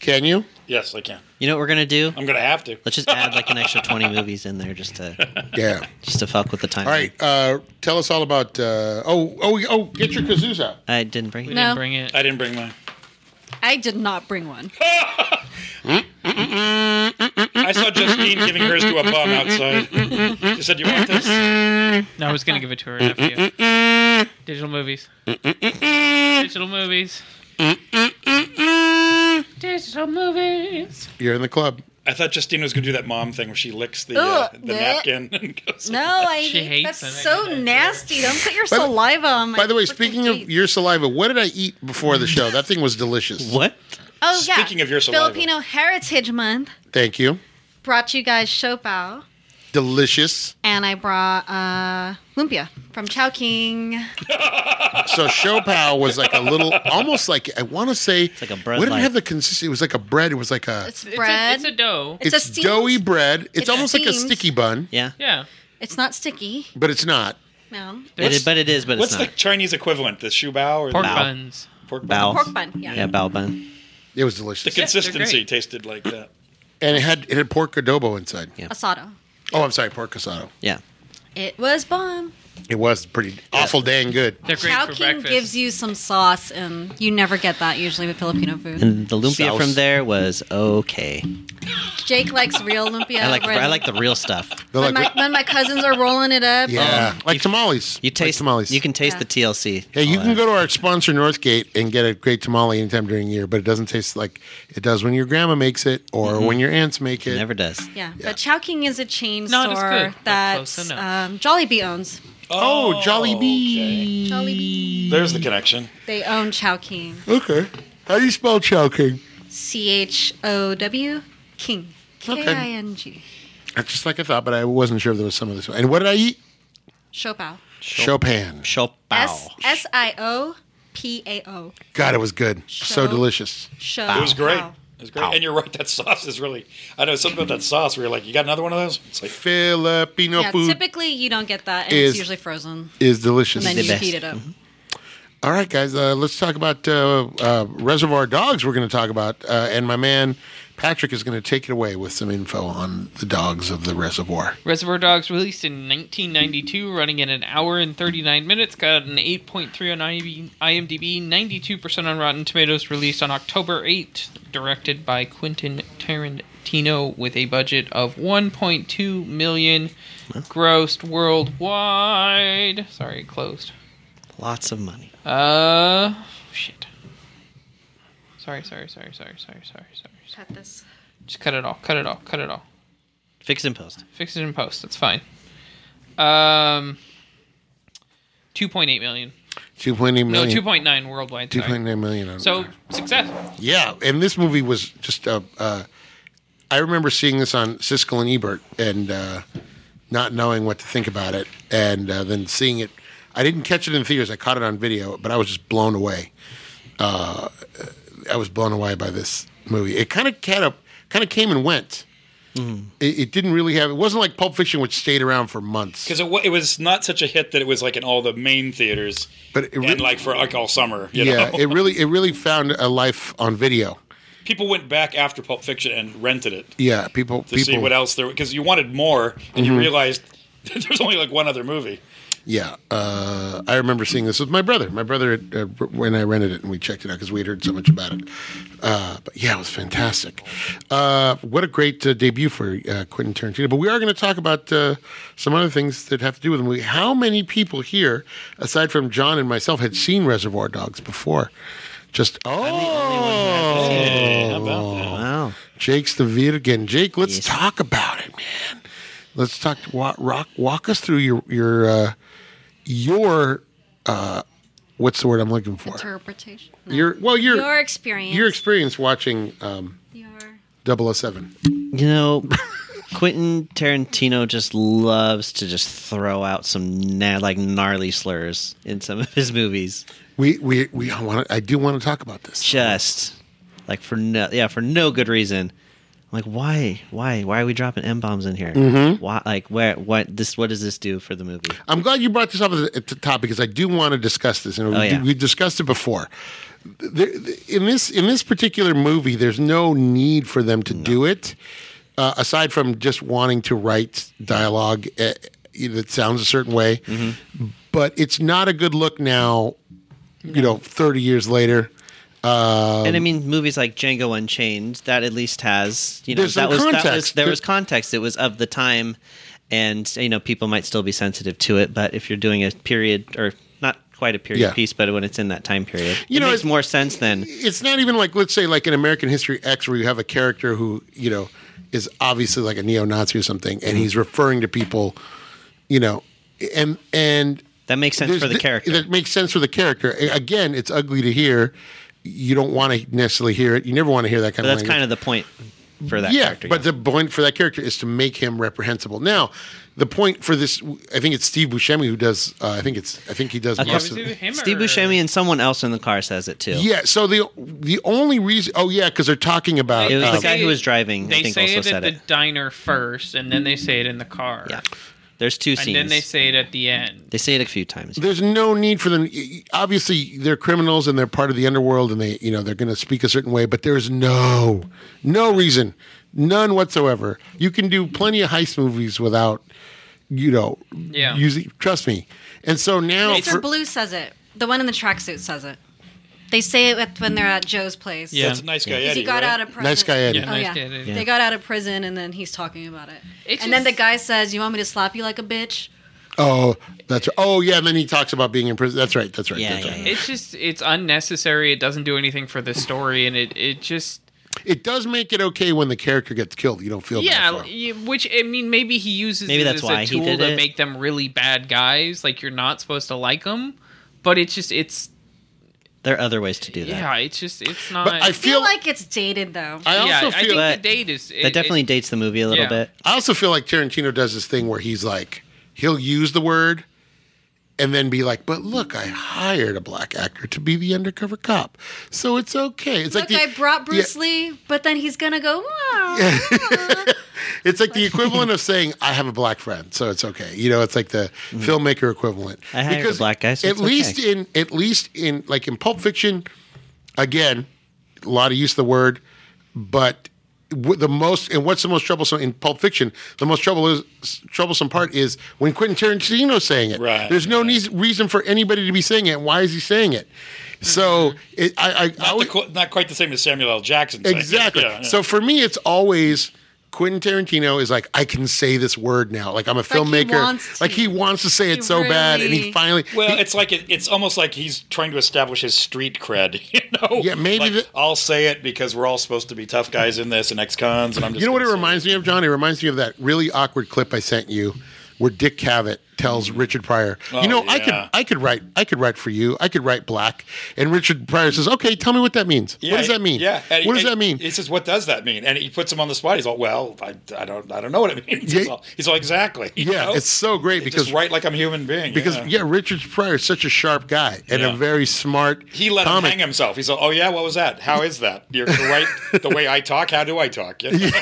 C: Can you?
F: Yes, I can.
E: You know what we're gonna do?
F: I'm gonna have to.
E: Let's just add like an extra twenty movies in there just to
C: Yeah.
E: just to fuck with the time.
C: All right. Uh, tell us all about. Uh, oh, oh, oh! Get your kazoos out.
E: I didn't bring
D: We
E: it.
G: No.
D: didn't bring it.
F: I didn't bring mine.
G: I did not bring one.
F: I saw Justine giving hers to a bum outside. She said, "You want this?"
D: No, I was gonna give it to her after you. Digital movies. Digital movies. Digital movies.
C: You're in the club.
F: I thought Justine was gonna do that mom thing where she licks the uh,
G: Ugh,
F: the
G: bleh.
F: napkin and goes.
G: No, I
D: She
G: hate
D: hates
G: that's
D: them.
G: so nasty. Don't put your
C: the-
G: saliva on my
C: By the way,
G: freaking
C: speaking of
G: teeth.
C: your saliva, what did I eat before the show? That thing was delicious.
E: What?
G: oh, yeah.
F: speaking of your saliva.
G: Filipino Heritage Month
C: Thank you.
G: brought you guys Shopao.
C: delicious.
G: and I brought uh, lumpia from Chowking.
C: So Chopao was like a little, almost like I want to say,
E: like a bread
C: We didn't
E: light.
C: have the consistency. It was like a bread. It was like a. It's,
G: It's
D: It's
G: bread.
D: a, it's a dough.
G: It's a steamed-
C: doughy bread. It's,
G: it's
C: almost like a
G: steamed.
C: sticky bun,
E: Yeah.
D: Yeah.
G: It's not sticky.
C: but it's not.
G: No.
E: It is, but it is, but it's
F: What's
E: not.
F: the Chinese equivalent? The shoe bao or
D: Pork
F: the
D: buns.
F: Pork
E: Bao.
G: Pork bun. Yeah.
E: Yeah, bao bun.
C: It was
F: The
C: delicious,
F: consistency
D: great.
F: tasted like that.
C: and it had it had pork adobo inside.
E: Yeah.
G: Asado.
C: Oh, I'm sorry, pork asado.
E: Yeah.
G: It was bomb.
C: It was pretty awful, dang good.
D: They're great for
G: Chowking
D: breakfast.
G: gives you some sauce, and you never get that usually with Filipino food.
E: And the lumpia
C: Sauce.
E: from there was okay.
G: Jake likes real lumpia.
E: I like
G: bread.
E: I like the real stuff.
C: They're
G: when,
C: like,
G: my, when my cousins are rolling it up.
C: yeah, like tamales.
E: Oh. You
C: Like
E: taste
C: tamales.
E: You can Oh, taste
G: Yeah.
E: the TLC.
C: Hey, you
E: All
C: can
E: that.
C: go to our sponsor Northgate and get a great tamale anytime during the year, but it doesn't taste like it does when your grandma makes it or when your aunts make it.
E: It Mm-hmm. never does.
G: Yeah, but Chowking is a chain
D: Not as good,
G: store
D: but
G: that
D: close enough.
G: um, Jollibee owns.
C: Oh, Jolly
F: okay.
C: Bee.
G: Jollibee.
F: There's the connection.
G: They own Chowking.
C: Okay. How do you spell chowking?
G: C H O W King.
C: Okay.
G: K I N G.
C: That's Uh, just like I thought, but I wasn't sure if there was some of this. And what did I eat?
G: Chopao.
C: Chopin.
E: Chopao.
G: S S I O P A O.
C: God, it was good. So
G: Chop-
C: delicious.
G: Chopao.
F: It was great. It was great. And you're right. That sauce is really. I know something about that sauce. Where you're like, you got another one of those? It's like
C: Filipino
G: Yeah,
C: food
G: typically you don't get that, and
C: is-
G: it's usually frozen,
C: is Mm-hmm. delicious.
G: and then
E: the
G: you
E: best.
G: heat it up.
C: All right, guys, uh, let's talk about uh, uh, Reservoir Dogs, we're going to talk about. Uh, and my man Patrick is going to take it away with some info on the dogs of the reservoir.
D: Reservoir Dogs released in 1992, running at an hour and 39 minutes, got an 8.3 on IMDb, IMDb, 92% on Rotten Tomatoes, released on October 8, directed by Quentin Tarantino with a budget of 1.2 million, grossed worldwide. Sorry, it closed.
E: Lots of money.
D: Uh, shit. Sorry, sorry, sorry, sorry, sorry, sorry, sorry.
G: Cut this.
D: Just cut it all, cut it all, cut it all.
E: Fix and post.
D: Fix it in post. That's fine. Um, two point eight million.
C: 2.8 million.
D: No, two point nine worldwide. sorry.
C: 2.9 million. on-
D: So success.
C: yeah, and this movie was just. Uh, uh, I remember seeing this on Siskel and Ebert and uh, not knowing what to think about it, and uh, then seeing it. I didn't catch it in theaters. I caught it on video, but I was just blown away. Uh, I was blown away by this movie. It kind of kind of kind of came and went.
F: Mm-hmm.
C: It, it didn't really have. It wasn't like Pulp Fiction, which stayed around for months.
F: because it, wa- it was not such a hit that it was like in all the main theaters,
C: But it re-
F: and like for like all summer. You
C: yeah,
F: know?
C: it really it really found a life on video.
F: people went back after Pulp Fiction and rented it to
C: Yeah, people people Mm-hmm.
F: see what else there because you wanted more, and you realized there's only like one other movie.
C: Yeah, uh, I remember seeing this with my brother. My brother uh, when I rented it and we checked it out because we had heard so much about it. Uh, but yeah, it was fantastic. Uh, what a great uh, debut for uh, Quentin Tarantino. But we are going to talk about uh, some other things that have to do with the movie. How many people here, aside from John and myself, had seen Reservoir Dogs before? Just oh,
F: Yeah, how about that?
E: Wow.
C: Jake's the Virgin. Jake, let's talk about it, man. Let's talk. Walk, rock, walk us through your your uh, your uh, what's the word I'm looking for?
G: Interpretation. No.
C: Your well, your
G: Your experience.
C: your experience watching um,
G: Your-
C: 007.
E: You know, Quentin Tarantino just loves to just throw out some na- like gnarly slurs in some of his movies.
C: We we we want. I do want to talk about this.
E: Just like for no yeah, for no good reason. Like why? Why? Why are we dropping M bombs in here?
C: Mm-hmm.
E: Why like where what this what does this do for the movie?
C: I'm glad you brought this up as a t- topic because I do want to discuss this. And
E: Oh,
C: we,
E: yeah.
C: we discussed it before. There, in this in this particular movie, there's no need for them to do it, uh, aside from just wanting to write dialogue uh, that sounds a certain way.
E: Mm-hmm.
C: But it's not a good look now. You know, 30 years later. Um,
E: and I mean, movies like Django Unchained that at least has you know
C: There's some
E: that was, that was
C: context.
E: there
C: There-
E: was context. It was of the time, and you know people might still be sensitive to it. But if you're doing a period or not quite a period
C: Yeah.
E: piece, but when it's in that time period,
C: You
E: it
C: know,
E: makes
C: it-
E: more sense than
C: it's not even like let's say like in American History X where you have a character who you know is obviously like a neo-Nazi or something,
E: Mm-hmm.
C: and he's referring to people, you know, and and
E: that makes sense
C: there's
E: for the
C: th-
E: character.
C: that makes sense for the character. A- Again, it's ugly to hear. You don't want to necessarily hear it. You never want to hear that kind
E: but
C: of.
E: that's
C: language.
E: kind of the point. for that
C: yeah,
E: character.
C: but the point for that character is to make him reprehensible. Now, the point for this, I think it's Steve Buscemi who does. Uh, I think it's. I think he does
E: Okay.
C: most of
D: Is it
C: it.
D: him
E: Steve
D: or-
E: Buscemi and someone else in the car says it too.
C: Yeah. So the the only reason. Oh yeah, because they're talking about.
E: It was
C: um,
E: the guy who was driving.
D: They
E: I think
D: say
E: also
D: it at
E: said
D: the
E: it.
D: diner first, and then they say it in the car.
E: Yeah, there's two
D: And
E: scenes.
D: then they say it at the end.
E: They say it a few times.
C: there's no need for them. Obviously, they're criminals and they're part of the underworld, and they, you know, they're going to speak a certain way. But there's no, no reason, none whatsoever. You can do plenty of heist movies without, you know,
D: Yeah.
C: Using, trust me. And so now,
G: Mr.
C: for-
G: Blue says it. The one in the tracksuit says it. They say it with- when they're at Joe's place.
D: Yeah.
F: That's a nice guy,
G: 'Cause
F: Eddie.
G: he got
F: right?
G: out of prison.
C: nice guy Eddie.
D: Yeah,
G: Oh,
D: nice
G: yeah.
D: kid. It-
G: They got out of prison, and then he's talking about it.
D: It's
G: and then the
D: just-
G: guy says, "You want me to slap you like a bitch?"
C: Oh, that's oh yeah. And then he talks about being in prison. That's right. That's right.
E: Yeah,
C: that's
E: yeah,
C: right.
E: yeah.
D: It's just it's unnecessary. It doesn't do anything for the story, and it it just
C: It does make it okay when the character gets killed. You don't feel
D: yeah.
C: bad for him.
D: y- Which I mean, maybe he uses
E: Maybe
D: it
E: that's
D: as
E: why
D: a
E: he
D: tool
E: did
D: to
E: it.
D: make them really bad guys. Like you're not supposed to like them, but it's just it's
E: There are other ways to do that.
D: yeah. It's just it's not.
C: But I
G: I feel
C: feel
G: like it's dated though.
C: I
D: yeah,
C: also
D: I
C: feel
D: think
E: But
D: the date is it-
E: that definitely
D: it-
E: dates the movie a little
D: Yeah.
E: bit.
C: I also feel like Tarantino does this thing where he's like, he'll use the word and then be like, but look, I hired a black actor to be the undercover cop. So it's okay. It's like
G: Look,
C: the,
G: I brought
C: yeah.
G: Bruce Lee, but then he's gonna go. "Wow."
C: It's like the equivalent of saying, I have a black friend, so it's okay. You know, it's like the filmmaker equivalent.
E: Mm. I hired a black guy, so
C: at
E: it's
C: least
E: okay.
C: in at least in like in Pulp Fiction, again, a lot of use of the word, but w- the most and what's the most troublesome in Pulp Fiction? The most trouble is, troublesome part is when Quentin Tarantino's saying it.
F: Right,
C: There's no nee- reason for anybody to be saying it. Why is he saying it? So it, I, I, I
F: Mm-hmm. Not, the
C: always-
F: qu- not quite the same as Samuel L. Jackson. saying it.
C: Exactly.
F: Yeah, yeah.
C: So for me, it's always Quentin Tarantino is like, I can say this word now. Like I'm a
G: like he
C: filmmaker.
G: wants to.
C: like he wants to say it
G: He
C: so bad, and he
G: really-
C: finally.
F: Well, it's like it, it's almost like he's trying to establish his street cred, you know.
C: Yeah, maybe
F: Like,
C: the-
F: I'll say it because we're all supposed to be tough guys in this and ex-cons, and I'm just.
C: you know what it
F: gonna say
C: reminds me of, John? It reminds me of that really awkward clip I sent you, where Dick Cavett tells Richard Pryor, "You know, I
F: Oh, yeah.
C: could, I could write, I could write for you, I could write black." And Richard Pryor says, "Okay, tell me what that means.
F: Yeah,
C: what does that mean?
F: Yeah. and he-
C: what does
F: and
C: that mean?"
F: He says, "What does that mean?" And he puts him on the spot. He's all, "Well, I, I don't, I don't know what it means."
C: Yeah.
F: He's, all, he's all, "Exactly." you
C: Yeah,
F: know?
C: it's so great
F: They
C: because
F: just write like I'm a human being.
C: because yeah, Richard Pryor is such a sharp guy and
F: Yeah.
C: a very smart.
F: He let
C: comic.
F: him hang himself. He's like, "Oh yeah, what was that? How is that? You're right. the way I talk, how do I talk? You know?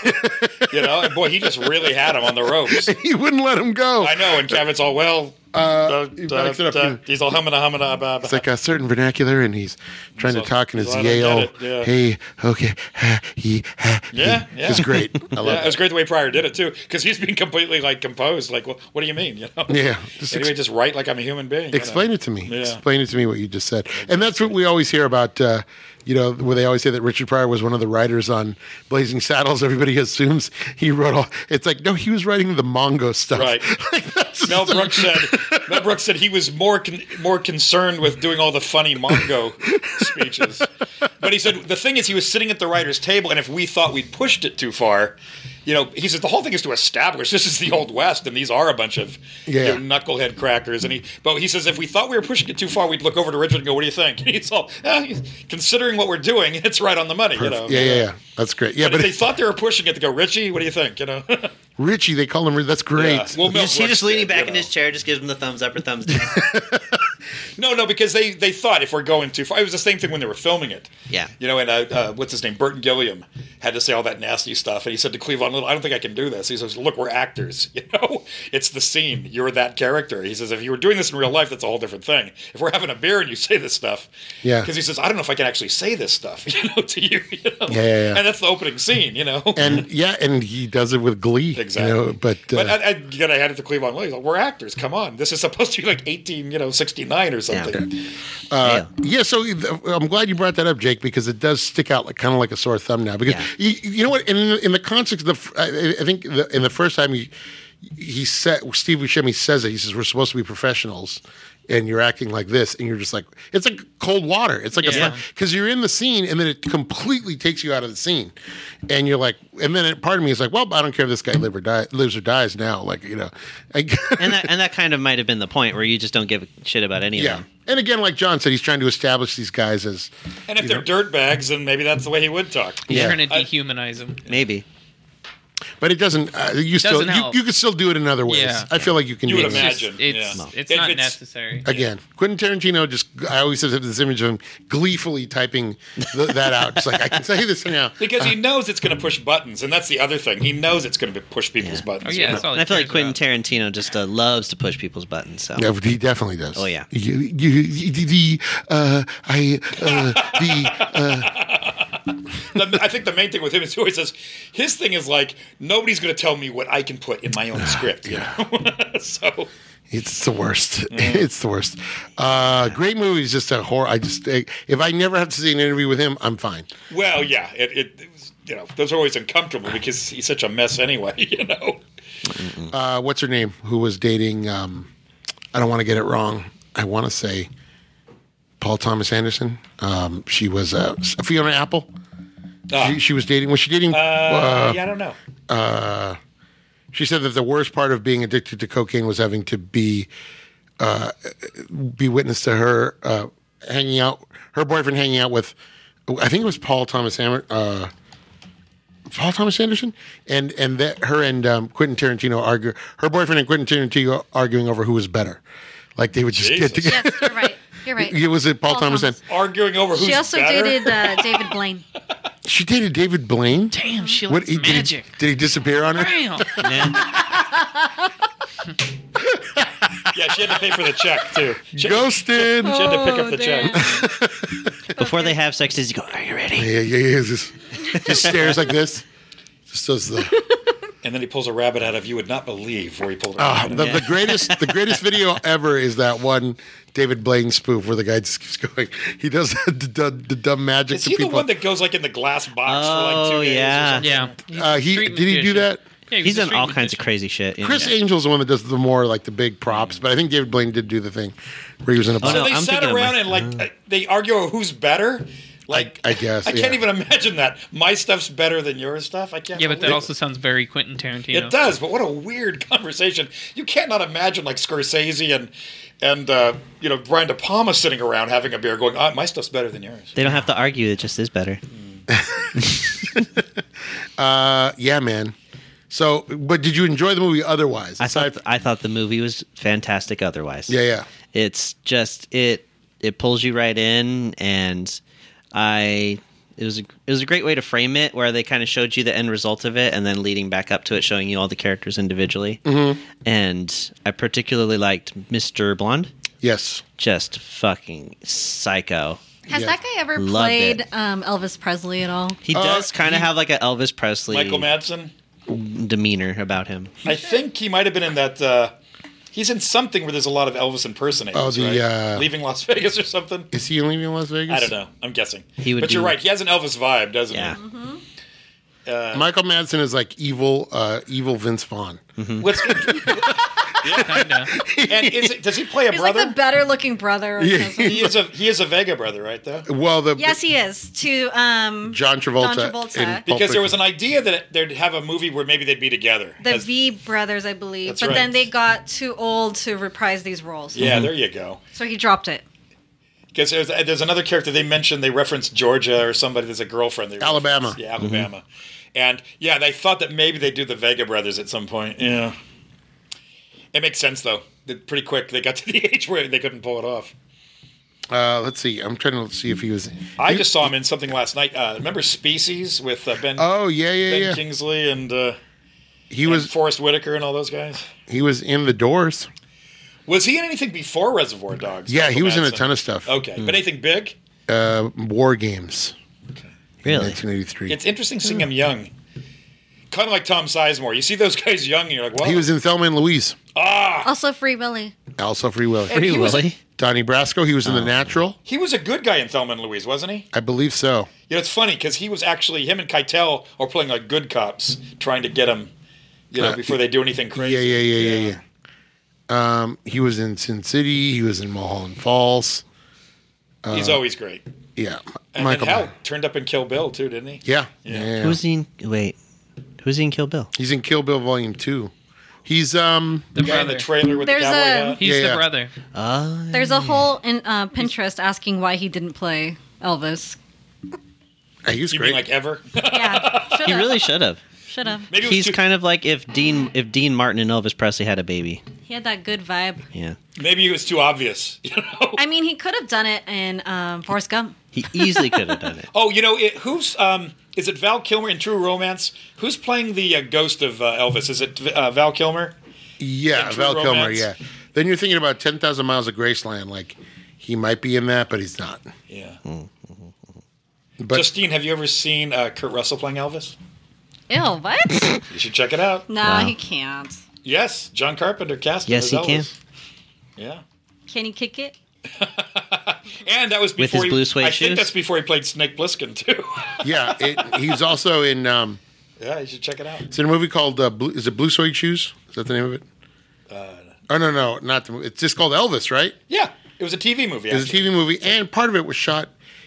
F: you know? And boy, he just really had him on the ropes.
C: He wouldn't let him go.
F: I know. And Kevin's all well. Uh,
C: he backs it up.
F: he's all humming, humming, uh, bah, bah.
C: It's like a certain vernacular, and he's trying
F: So,
C: to talk in his
F: so I don't get
C: Yale.
F: it, yeah.
C: Hey, okay, ha, he, ha,
F: Yeah,
C: he."
F: yeah.
C: It's great. I
F: yeah,
C: love
F: it was great the way Pryor did it too, because he's being completely like composed. Like, well, what do you mean? You know?
C: it. Yeah, just
F: Anyway,
C: ex-
F: just write like I'm a human being. you
C: explain
F: know?
C: it to me.
F: Yeah.
C: Explain it to me what you just said, and that's what we always hear about. Uh, you know, where they always say that Richard Pryor was one of the writers on Blazing Saddles. Everybody assumes he wrote all. It's like no, he was writing the Mongo stuff.
F: Right.
C: Like, that's
F: Mel
C: so-
F: Brooks said. Mel Brooks said he was more con- more concerned with doing all the funny Mongo speeches. But he said the thing is he was sitting at the writers' table, and if we thought we'd pushed it too far, you know, he said the whole thing is to establish this is the old west, and these are a bunch of
C: Yeah.
F: you know, knucklehead crackers. And he, but he says if we thought we were pushing it too far, we'd look over to Richard and go, "What do you think?" And he's all, "Ah, considering what we're doing, it's right on the money. You know,
C: Yeah, yeah, yeah. That's great. Yeah,
F: But
C: but,
F: if they thought they were pushing it, they go, Richie, what do you think? You know,
C: Richie, they call him. That's great.
F: Yeah. Well,
E: He
F: Mel
E: just, he
F: Brooks
E: just leaning
F: did,
E: back
F: you
E: in
F: know.
E: his chair, just gives him the thumbs up or thumbs down.
F: No, no, because they they thought if we're going too far, it was the same thing when they were filming it.
E: Yeah.
F: you know, and uh, uh, what's his name, Burton Gilliam, had to say all that nasty stuff, and he said to Cleveland Little, "I don't think I can do this." He says, "Look, we're actors. You know, it's the scene. You're that character." He says, "If you were doing this in real life, that's a whole different thing. If we're having a beer and you say this stuff,
C: Yeah.
F: because he says, I don't know if I can actually say this stuff, you know, to you, you know?
C: Yeah, yeah, yeah.
F: and that's the opening scene, you know,
C: and yeah, and he does it with glee. you know,
F: Exactly.
C: but uh,
F: But I, I, you gotta hand it to Cleveland Williams. Like, We're actors. Come on, this is supposed to be like eighteen, you know, sixty nine or something.
E: Yeah.
C: Yeah, so uh, I'm glad you brought that up, Jake, because it does stick out like kind of like a sore thumb now. Because
E: Yeah.
C: you, you know what? In in the context of the, I, I think the, in the first time he he said Steve Buscemi says it, he says we're supposed to be professionals, and you're acting like this and you're just like it's like cold water it's like
D: Yeah.
C: a because you're in the scene and then it completely takes you out of the scene and you're like and then it, part of me is like well i don't care if this guy live or die, lives or dies now like you know I,
E: and that and that kind of might have been the point where you just don't give a shit about any
C: yeah
E: of them.
C: and again like john said he's trying to establish these guys as
F: And if they're dirt bags, then maybe that's the way he would talk.
D: You're
E: Yeah.
D: going to dehumanize him.
E: Maybe. but
C: but it doesn't uh, you still
D: Doesn't
C: you,
D: help.
C: you could still do it in other ways
D: Yeah.
C: i feel like you can
F: You
C: do
F: would
C: it.
D: It's,
F: Imagine,
D: it's,
F: yeah.
D: it's
F: If
D: not
F: it's-
D: necessary.
C: Again, Quentin Tarantino just, I always have this image of him gleefully typing th- that out. It's like, I can say this now.
F: Because he knows it's going to push buttons, and that's the other thing. He knows it's going to push people's
E: Yeah.
F: buttons.
D: Oh, yeah, that's all
E: And
D: he
E: I feel like
D: cares
E: Quentin Tarantino
D: about.
E: just uh, loves to push people's buttons. So
C: Yeah, he definitely does.
E: Oh, yeah.
C: You, you, you- the uh, I uh, the uh,
F: The- I think the main thing with him is he always says his thing is like nobody's going to tell me what I can put in my own script. Yeah. so
C: it's the worst. It's the worst. Uh, great movie is just a horror. I just if I never have to see an interview with him, I'm fine.
F: well, yeah, it, it, it was, you know those are always uncomfortable because he's such a mess anyway. You know.
C: Uh, what's her name? Who was dating? Um, I don't want to get it wrong. I want to say Paul Thomas Anderson. Um, she was uh, Fiona Apple.
F: Ah.
C: She, she was dating. Was she dating?
F: Uh, yeah, I don't know.
C: She said that the worst part of being addicted to cocaine was having to be uh, be witness to her uh, hanging out, her boyfriend hanging out with, I think it was Paul Thomas Hammer, uh, Paul Thomas Anderson, and and that her and um, Quentin Tarantino argue, her boyfriend and Quentin Tarantino arguing over who was better. Like they would just
F: Jesus.
C: get together.
G: Yes, you're right. You're right.
C: It was it Paul,
G: Paul
C: Thomas.
G: Thomas.
C: Anderson.
F: Arguing over who's
G: she also
F: better.
G: dated uh, David Blaine.
C: She dated David Blaine.
D: Damn, she
C: What
D: likes
C: he- did, he-
D: magic.
C: did he disappear on her?
D: Damn.
F: Yeah, she had to pay for the check too. She,
C: Ghosted.
G: Oh,
F: she had to pick up the check.
E: before they have sex, does he go? Are you ready?
C: Yeah, yeah, yeah. Just, just stares like this. Just does the.
F: And then he pulls a rabbit out of you would not believe where he pulled it.
C: Uh,
F: out.
C: the, the greatest the greatest video ever is that one David Blaine spoof where the guy just keeps going. He does the, the, the dumb magic
F: Is
C: to
F: he
C: people.
F: the one that goes like in the glass box for
E: Oh
F: like two days? or
E: yeah.
F: something?
D: Yeah.
C: uh, he
D: Street
C: did he do
D: magician.
C: that?
D: Yeah, he was
E: He's
D: a
E: done
D: street
E: all kinds of
D: magician.
E: crazy shit. yeah.
C: Chris Angel's the one that does the more like the big props, but I think David Blaine did do the thing where he was in a box.
E: Oh, no,
F: So they
E: I'm
F: sat
E: thinking of
F: around
E: my-
F: and like uh, they argue over who's better. Like
C: I guess,
F: I
C: yeah.
F: can't even imagine that my stuff's better than your stuff. I can't.
D: Yeah, but that
F: believe
D: also sounds very Quentin Tarantino.
F: It does, but what a weird conversation! You can't not imagine like Scorsese and and uh, you know Brian De Palma sitting around having a beer, going, oh, "My stuff's better than yours."
E: They don't have to argue. It just is better.
C: Uh, yeah, man. So, but did you enjoy the movie otherwise?
E: I thought
C: Aside-
E: I thought the movie was fantastic. Otherwise,
C: yeah, yeah.
E: it's just it it pulls you right in and i it was a, it was a great way to frame it where they kind of showed you the end result of it and then leading back up to it showing you all the characters individually
F: Mm-hmm.
E: and i particularly liked mr blonde
C: Yes.
E: just fucking psycho
G: Has
C: Yeah.
G: that guy ever
E: Loved
G: played
E: it.
G: um, Elvis Presley at all?
E: he does kind of have like an elvis presley
F: Uh, Michael Madsen.
E: demeanor about him
F: I think he might have been in that. Uh, he's in something where there's a lot of Elvis impersonators.
C: Oh, the,
F: right?
C: uh,
F: leaving Las Vegas or something.
C: Is he leaving Las Vegas?
F: I don't know. I'm guessing.
E: He would
F: but you're
E: be-
F: right. He has an Elvis vibe, doesn't
E: yeah
F: he?
C: Michael Madsen is like evil, uh, evil Vince Vaughn.
F: What's,
D: Kinda.
F: and is it, does he play a
G: He's
F: brother?
G: like the better looking brother. Of Presley.
F: he is a he is a Vega brother, right? Though
C: Well, the
G: yes, he is. To um,
C: John Travolta.
G: John Travolta.
C: in Pulp
F: because there was
C: Fiction.
F: an idea that they'd have a movie where maybe they'd be together.
G: the
F: As-
G: V brothers, I believe.
F: That's
G: but
F: right.
G: then they got too old to reprise these roles.
F: yeah,
E: Mm-hmm.
F: there you go.
G: So he dropped it.
F: Because there's, there's another character they mentioned. They referenced Georgia or somebody. There's a girlfriend. They referenced.
C: Alabama.
F: Yeah, Alabama. And yeah, they thought that maybe they do the Vega brothers at some point. Yeah. It makes sense though. They- Pretty quick, they got to the age where they couldn't pull it off.
C: Uh, let's see. I'm trying to see if he was.
F: I just saw him in something last night. Uh, remember Species with uh, Ben,
C: Oh yeah, yeah,
F: ben
C: yeah.
F: Kingsley and uh,
C: He
F: was
C: was
F: Forrest Whitaker and all those guys?
C: he was in the Doors.
F: Was he in anything before Reservoir Dogs?
C: Yeah, he
F: Michael
C: was in a
F: Madsen?
C: ton of stuff. Hmm.
F: Okay, but anything big?
C: Uh, War Games,
E: really
C: 1983.
F: It's interesting seeing him young. Kind of like Tom Sizemore. You see those guys young, and you're like, "Wow."
C: he was in Thelma and Louise.
G: Also, Free Willy.
C: Also Free Willy.
E: Free
F: he was-
E: Willy. Oh.
C: Donnie Brasco. He was in The Natural,
F: He was a good guy in Thelma and Louise, wasn't he?
C: I believe so.
F: You know, it's funny because he was actually him and Keitel are playing like good cops, trying to get him, you know,
C: Uh,
F: before they do anything crazy.
C: Yeah, yeah, yeah, yeah, yeah. Um, he was in Sin City. He was in Mulholland Falls.
F: He's always great.
C: Yeah, Uh,
F: And
C: Michael.
F: then hell,
C: Bay.
F: turned up in Kill Bill too, didn't he?
C: Yeah,
F: Yeah.
C: yeah.
E: Who's he? In, wait, who's he in Kill Bill?
C: He's in Kill Bill Volume Two. He's um.
D: The
F: Guy in
D: brother.
F: the trailer with
G: There's
F: the cowboy
G: a-
F: hat.
D: He's
C: Yeah,
D: the
C: yeah.
D: brother.
E: Uh,
G: There's
F: Mm.
G: a whole in uh, Pinterest asking why he didn't play Elvis.
C: He was
F: You
C: great.
F: mean like ever?
G: Yeah, should
E: he
G: have.
E: really should have.
G: should have.
F: Maybe it was
E: He's
F: too,
E: kind of like if Dean if Dean Martin and Elvis Presley had a baby.
G: He had that good vibe.
E: Yeah,
F: maybe it was too obvious. You know?
G: I mean, he could have done it in um, Forrest Gump.
E: he easily could have done it.
F: Oh, you know, it, who's um, is it Val Kilmer in True Romance? Who's playing the uh, ghost of uh, Elvis? Is it uh, Val Kilmer?
C: yeah,
F: True
C: Val Kilmer.
F: Romance.
C: Yeah. Then you're thinking about Ten Thousand Miles of Graceland. Like he might be in that, but he's not.
F: Yeah.
E: Hmm.
C: But
F: Justine, have you ever seen uh, Kurt Russell playing Elvis?
G: Ew, what?
F: You should check it out.
G: no,
E: Wow.
G: he can't.
F: Yes, John Carpenter cast him
E: Yes,
F: as
E: he can.
F: Elvis. Yeah.
G: Can he kick it?
F: And that was before
E: With his
F: he,
E: blue suede
F: I
E: shoes?
F: think that's before he played Snake Plissken too.
C: yeah, it, he's also in. Um,
F: yeah, you should check it out.
C: it's in a movie called uh, Blue, Is it Blue Suede Shoes? Is that the name of it?
F: Uh,
C: oh no, no, not the. movie. It's just called Elvis, right?
F: Yeah, it was a TV movie.
C: It's a
F: actually.
C: TV movie, and part of it was shot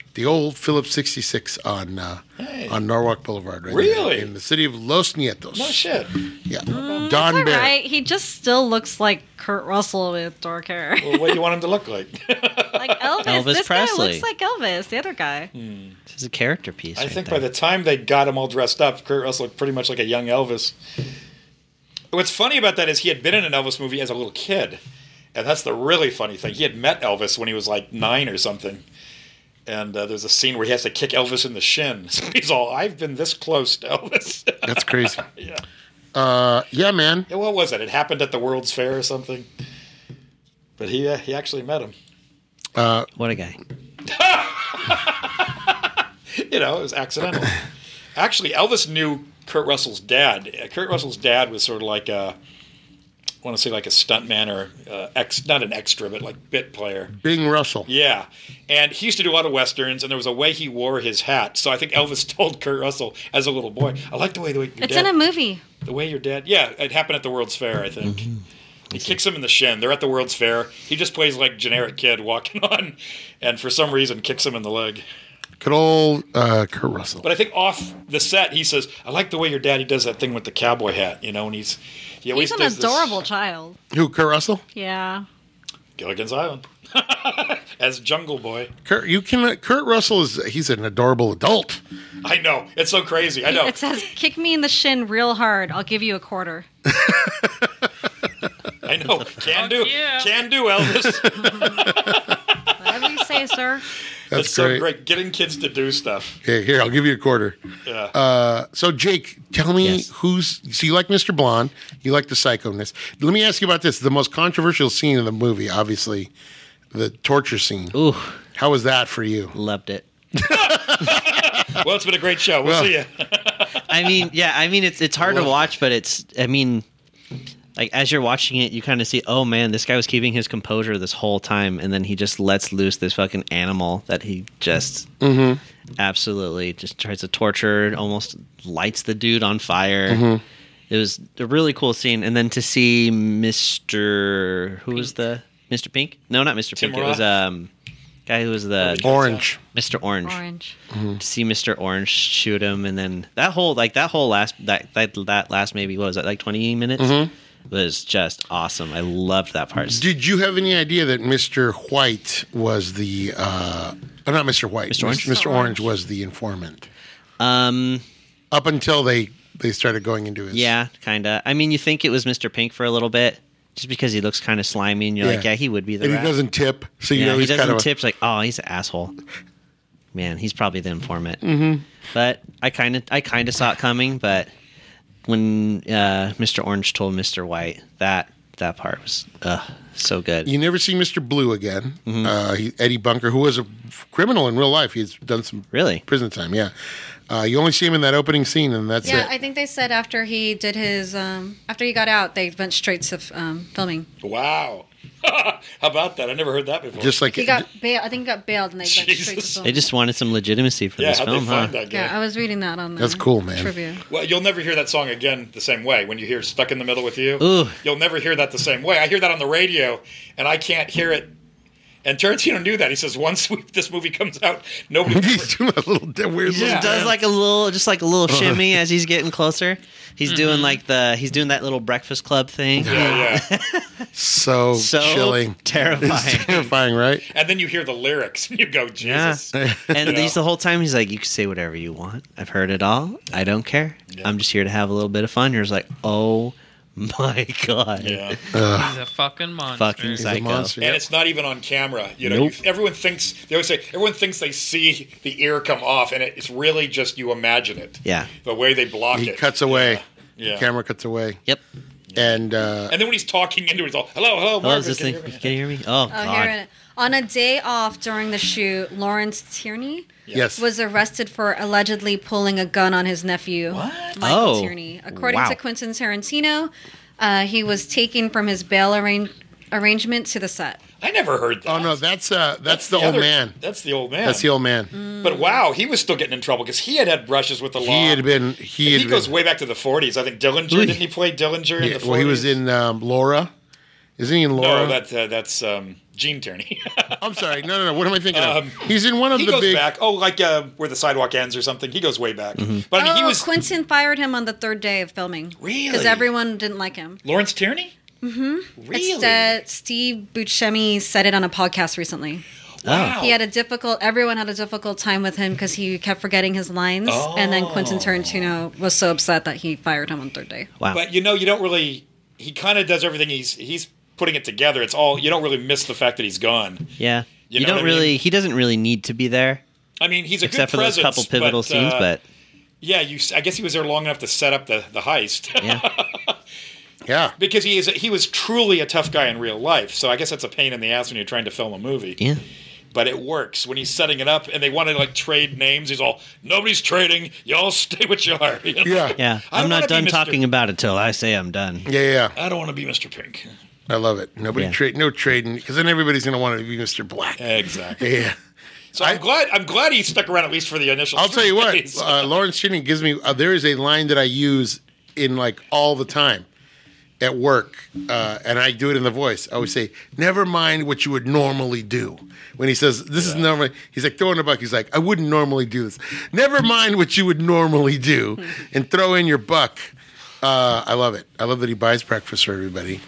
C: at the old Phillips 66 on uh,
F: Hey.
C: on Norwalk Boulevard, right? there
F: Really?
C: in the city of Los Nietos.
F: No shit.
C: Yeah,
G: It's Mm, all
C: Don Barry.
G: right. He just still looks like Kurt Russell with dark hair.
F: Well, what do you want him to look like?
G: like Elvis.
E: Elvis
G: this
E: Presley.
G: guy looks like Elvis, the other guy.
E: This is a character piece.
F: I
E: right
F: think
E: there.
F: by the time they got him all dressed up, Kurt Russell looked pretty much like a young Elvis. What's funny about that is he had been in an Elvis movie as a little kid, and that's the really funny thing. He had met Elvis when he was like nine or something, and uh, there's a scene where he has to kick Elvis in the shin. So he's all, "I've been this close to Elvis."
C: That's crazy.
F: yeah.
C: Uh, yeah, man.
F: Yeah, What was it? It happened at the World's Fair or something. But he uh, he actually met him.
C: Uh,
E: what a guy.
F: you know, it was accidental. Actually, Elvis knew Kurt Russell's dad. Uh, Kurt Russell's dad was sort of like a, I want to say like a stuntman or uh, ex, not an extra, but like bit player.
C: Bing Russell.
F: Yeah, and he used to do a lot of westerns, and there was a way he wore his hat. So I think Elvis told Kurt Russell as a little boy, "I like the way the way your
G: It's
F: dad,
G: in a movie.
F: the way your dad." Yeah, it happened at the World's Fair, I think. He kicks him in the shin. They're at the World's Fair. He just plays like generic kid walking on, and for some reason kicks him in the leg.
C: Good old uh, Kurt Russell.
F: But I think off the set, he says, "I like the way your daddy does that thing with the cowboy hat." You know, and he's he always
G: He's an
F: does this-
G: adorable child.
C: Who? Kurt Russell?
G: Yeah.
F: Gilligan's Island as Jungle Boy.
C: Kurt. You can. Kurt Russell is. He's an adorable adult.
F: I know it's so crazy. I know.
G: It says, kick me in the shin real hard. I'll give you a quarter.
F: I know. Can do.
D: yeah.
F: Can do, Elvis.
G: Whatever you say, sir.
F: That's
C: That's
F: so
C: great.
F: great. Getting kids to do stuff.
C: Okay, here I'll give you a quarter.
F: Yeah.
C: Uh, so Jake, tell me
E: Yes.
C: who's. So you like Mr. Blonde? You like the psychoness? Let me ask you about this. The most controversial scene in the movie, obviously, the torture scene.
E: Ooh,
C: How was that for you?
E: loved it.
F: well, it's been a great show. We'll,
C: Well-
F: see you.
E: I mean, yeah, I mean it's it's hard to watch, but it's I mean like as you're watching it, you kind of see, oh man, this guy was keeping his composure this whole time, and then he just lets loose this fucking animal that he just absolutely just tries to torture, almost lights the dude on fire. It was a really cool scene, and then to see Mister who was the Mister Pink? No, not Mister
F: Tim
E: Pink. It was
F: Roth?
E: um guy who was the
C: Orange.
E: Mister
G: Orange.
E: to see Mr. Orange shoot him, and then that whole like that whole last that that, that last maybe what was that like twenty minutes
C: Mm-hmm.
E: was just awesome. I loved that part.
C: Did you have any idea that Mr. White was the? Uh, oh, not Mr. White. Mr.
E: Orange?
C: Mr. Orange was the informant.
E: Um,
C: Up until they they started going into his.
E: yeah, kinda. I mean, you think it was Mr. Pink for a little bit, just because he looks kind of slimy, and you're like,
C: Yeah.
E: yeah, he would be the.
C: And he
E: rat.
C: doesn't tip, so you
E: yeah,
C: know
E: he
C: he's
E: doesn't
C: kind of a-
E: tip. It's like, oh, he's an asshole. Man, he's probably the informant. Mm-hmm. But I kind of, I kind of saw it coming. But when uh, Mr. Orange told Mr. White that that part was uh, so good.
C: You never see Mr. Blue again.
E: Mm-hmm.
C: Uh, he, Eddie Bunker, who was a criminal in real life, he's done some
E: Really?
C: prison time. Yeah, uh, you only see him in that opening scene, and that's
G: Yeah,
C: it.
G: I think they said after he did his, um, after he got out, they went straight to um, filming.
F: Wow. How about that? I never heard that before.
C: Just like
G: He got bailed. I think he got bailed, and they went straight
F: Jesus.
G: to
E: They
G: film.
E: just wanted some legitimacy for
F: yeah,
E: this
F: how'd
E: film,
F: they find
E: huh?
F: that guy?
G: Yeah, I was reading that on. The
C: That's cool, man.
G: Tribute.
F: Well, you'll never hear that song again the same way. When you hear "Stuck in the Middle with You,"
E: Ooh.
F: you'll never hear that the same way. I hear that on the radio, and I can't hear it. And Tarantino knew that. He says once we, this movie comes out, nobody. will ever-
C: he's doing a little d- weird.
E: He
C: little
E: just does
C: dance.
E: like a little, just like a little shimmy as he's getting closer. He's doing like the, he's doing that little Breakfast Club thing.
F: yeah, yeah.
C: so,
E: So
C: chilling,
E: terrifying.
C: It's terrifying, right?
F: And then you hear the lyrics, and you go, "Jesus."
E: And
F: Yeah.
E: he's the whole time he's like, "You can say whatever you want. I've heard it all. I don't care. I'm just here to have a little bit of fun." You're just like, "Oh my god,
F: Yeah.
D: He's a fucking monster.
E: fucking
C: He's a
E: psycho."
C: monster.
F: And
C: yep.
F: it's not even on camera. You know,
E: Nope.
F: you, everyone thinks they always say everyone thinks they see the ear come off, and it, it's really just you imagine it.
E: Yeah.
F: The way they block
C: He
F: it.
C: cuts away.
F: Yeah.
C: Camera cuts away,
E: Yep.
C: and uh,
F: And then when he's talking into it, it's all, "Hello, hello,
E: Hello,
F: Margaret,
E: is this
F: can
E: thing?
F: you hear me?"
E: Can you hear me? Oh,
G: Oh,
E: god.
G: here it- on a day off during the shoot, Lawrence Tierney
C: yes,
G: was arrested for allegedly pulling a gun on his nephew, Michael
E: Oh,
G: Tierney. According
E: wow.
G: to Quentin Tarantino, uh, he was taken from his bail arrange- arrangement to the set.
F: I never heard that.
C: oh no, that's uh, that's, the, old
F: other-
C: man.
F: That's the old man.
C: That's the old man.
F: But wow, he was still getting in trouble because he had had brushes with the law.
C: Mm-hmm. He had been. He,
F: He
C: had
F: goes
C: been,
F: way back to the 40s. I think Dillinger
E: Ooh.
F: didn't he play Dillinger in
C: yeah,
F: the 40s?
C: well, he was in um, Laura. Isn't he in Laura?
F: No, that's uh, that's um, Gene Tierney.
C: I'm sorry. No, no, no. What am I thinking
F: Um,
C: of? He's in one of
F: he
C: the
F: goes
C: big.
F: back. Oh, like uh, where the sidewalk ends or something. He goes way back.
C: Mm-hmm.
F: But I mean, he
G: oh,
F: was
G: Quentin fired him on the third day of filming. Because
F: Really?
G: everyone didn't like him.
F: Lawrence Tierney. Mm-hmm. Really?
G: Instead, Steve Buscemi said it on a podcast recently.
F: wow.
G: He had a difficult. Everyone had a difficult time with him because he kept forgetting his lines, and then
C: Oh.
G: Quentin Tarantino was so upset that he fired him on third day.
E: Wow.
F: but you know, you don't really. He kind of does everything. He's he's putting it together. It's all you don't really miss the fact that he's gone.
E: yeah.
F: You
E: You,
F: know what
E: don't
F: I mean?
E: really. He doesn't really need to be there,
F: I mean, he's a
E: except
F: good
E: for those
F: presence,
E: couple pivotal
F: but,
E: scenes.
F: uh,
E: But
F: yeah, you. I guess he was there long enough to set up the the heist.
E: yeah,
C: Yeah.
F: because he is he was truly a tough guy in real life. So I guess that's a pain in the ass when you're trying to film a movie.
E: yeah.
F: But it works when he's setting it up, and they want to like trade names. He's all, nobody's trading. Y'all stay what you are. You know?
C: Yeah. Yeah.
E: Yeah,
F: I
E: I'm
F: wanna
E: not
F: be
E: done
F: Mr.
E: talking about it till I say I'm done.
C: Yeah. yeah.
F: I don't want to be Mr. Pink.
C: I love it. Nobody
E: Yeah.
C: trade. No trading because then everybody's gonna want to be Mr. Black. Yeah.
F: Exactly. So I'm glad I'm glad he stuck around at least for the initial.
C: I'll tell you what.
F: days.
C: Uh, Lawrence Cheney gives me. Uh, there is a line that I use in like all the time at work, uh, and I do it in the voice. I always say, "Never mind what you would normally do." When he says, "This is normally," he's like throwing a buck. He's like, "I wouldn't normally do this." Never mind what you would normally do, and throw in your buck. Uh, I love it. I love that he buys breakfast for everybody.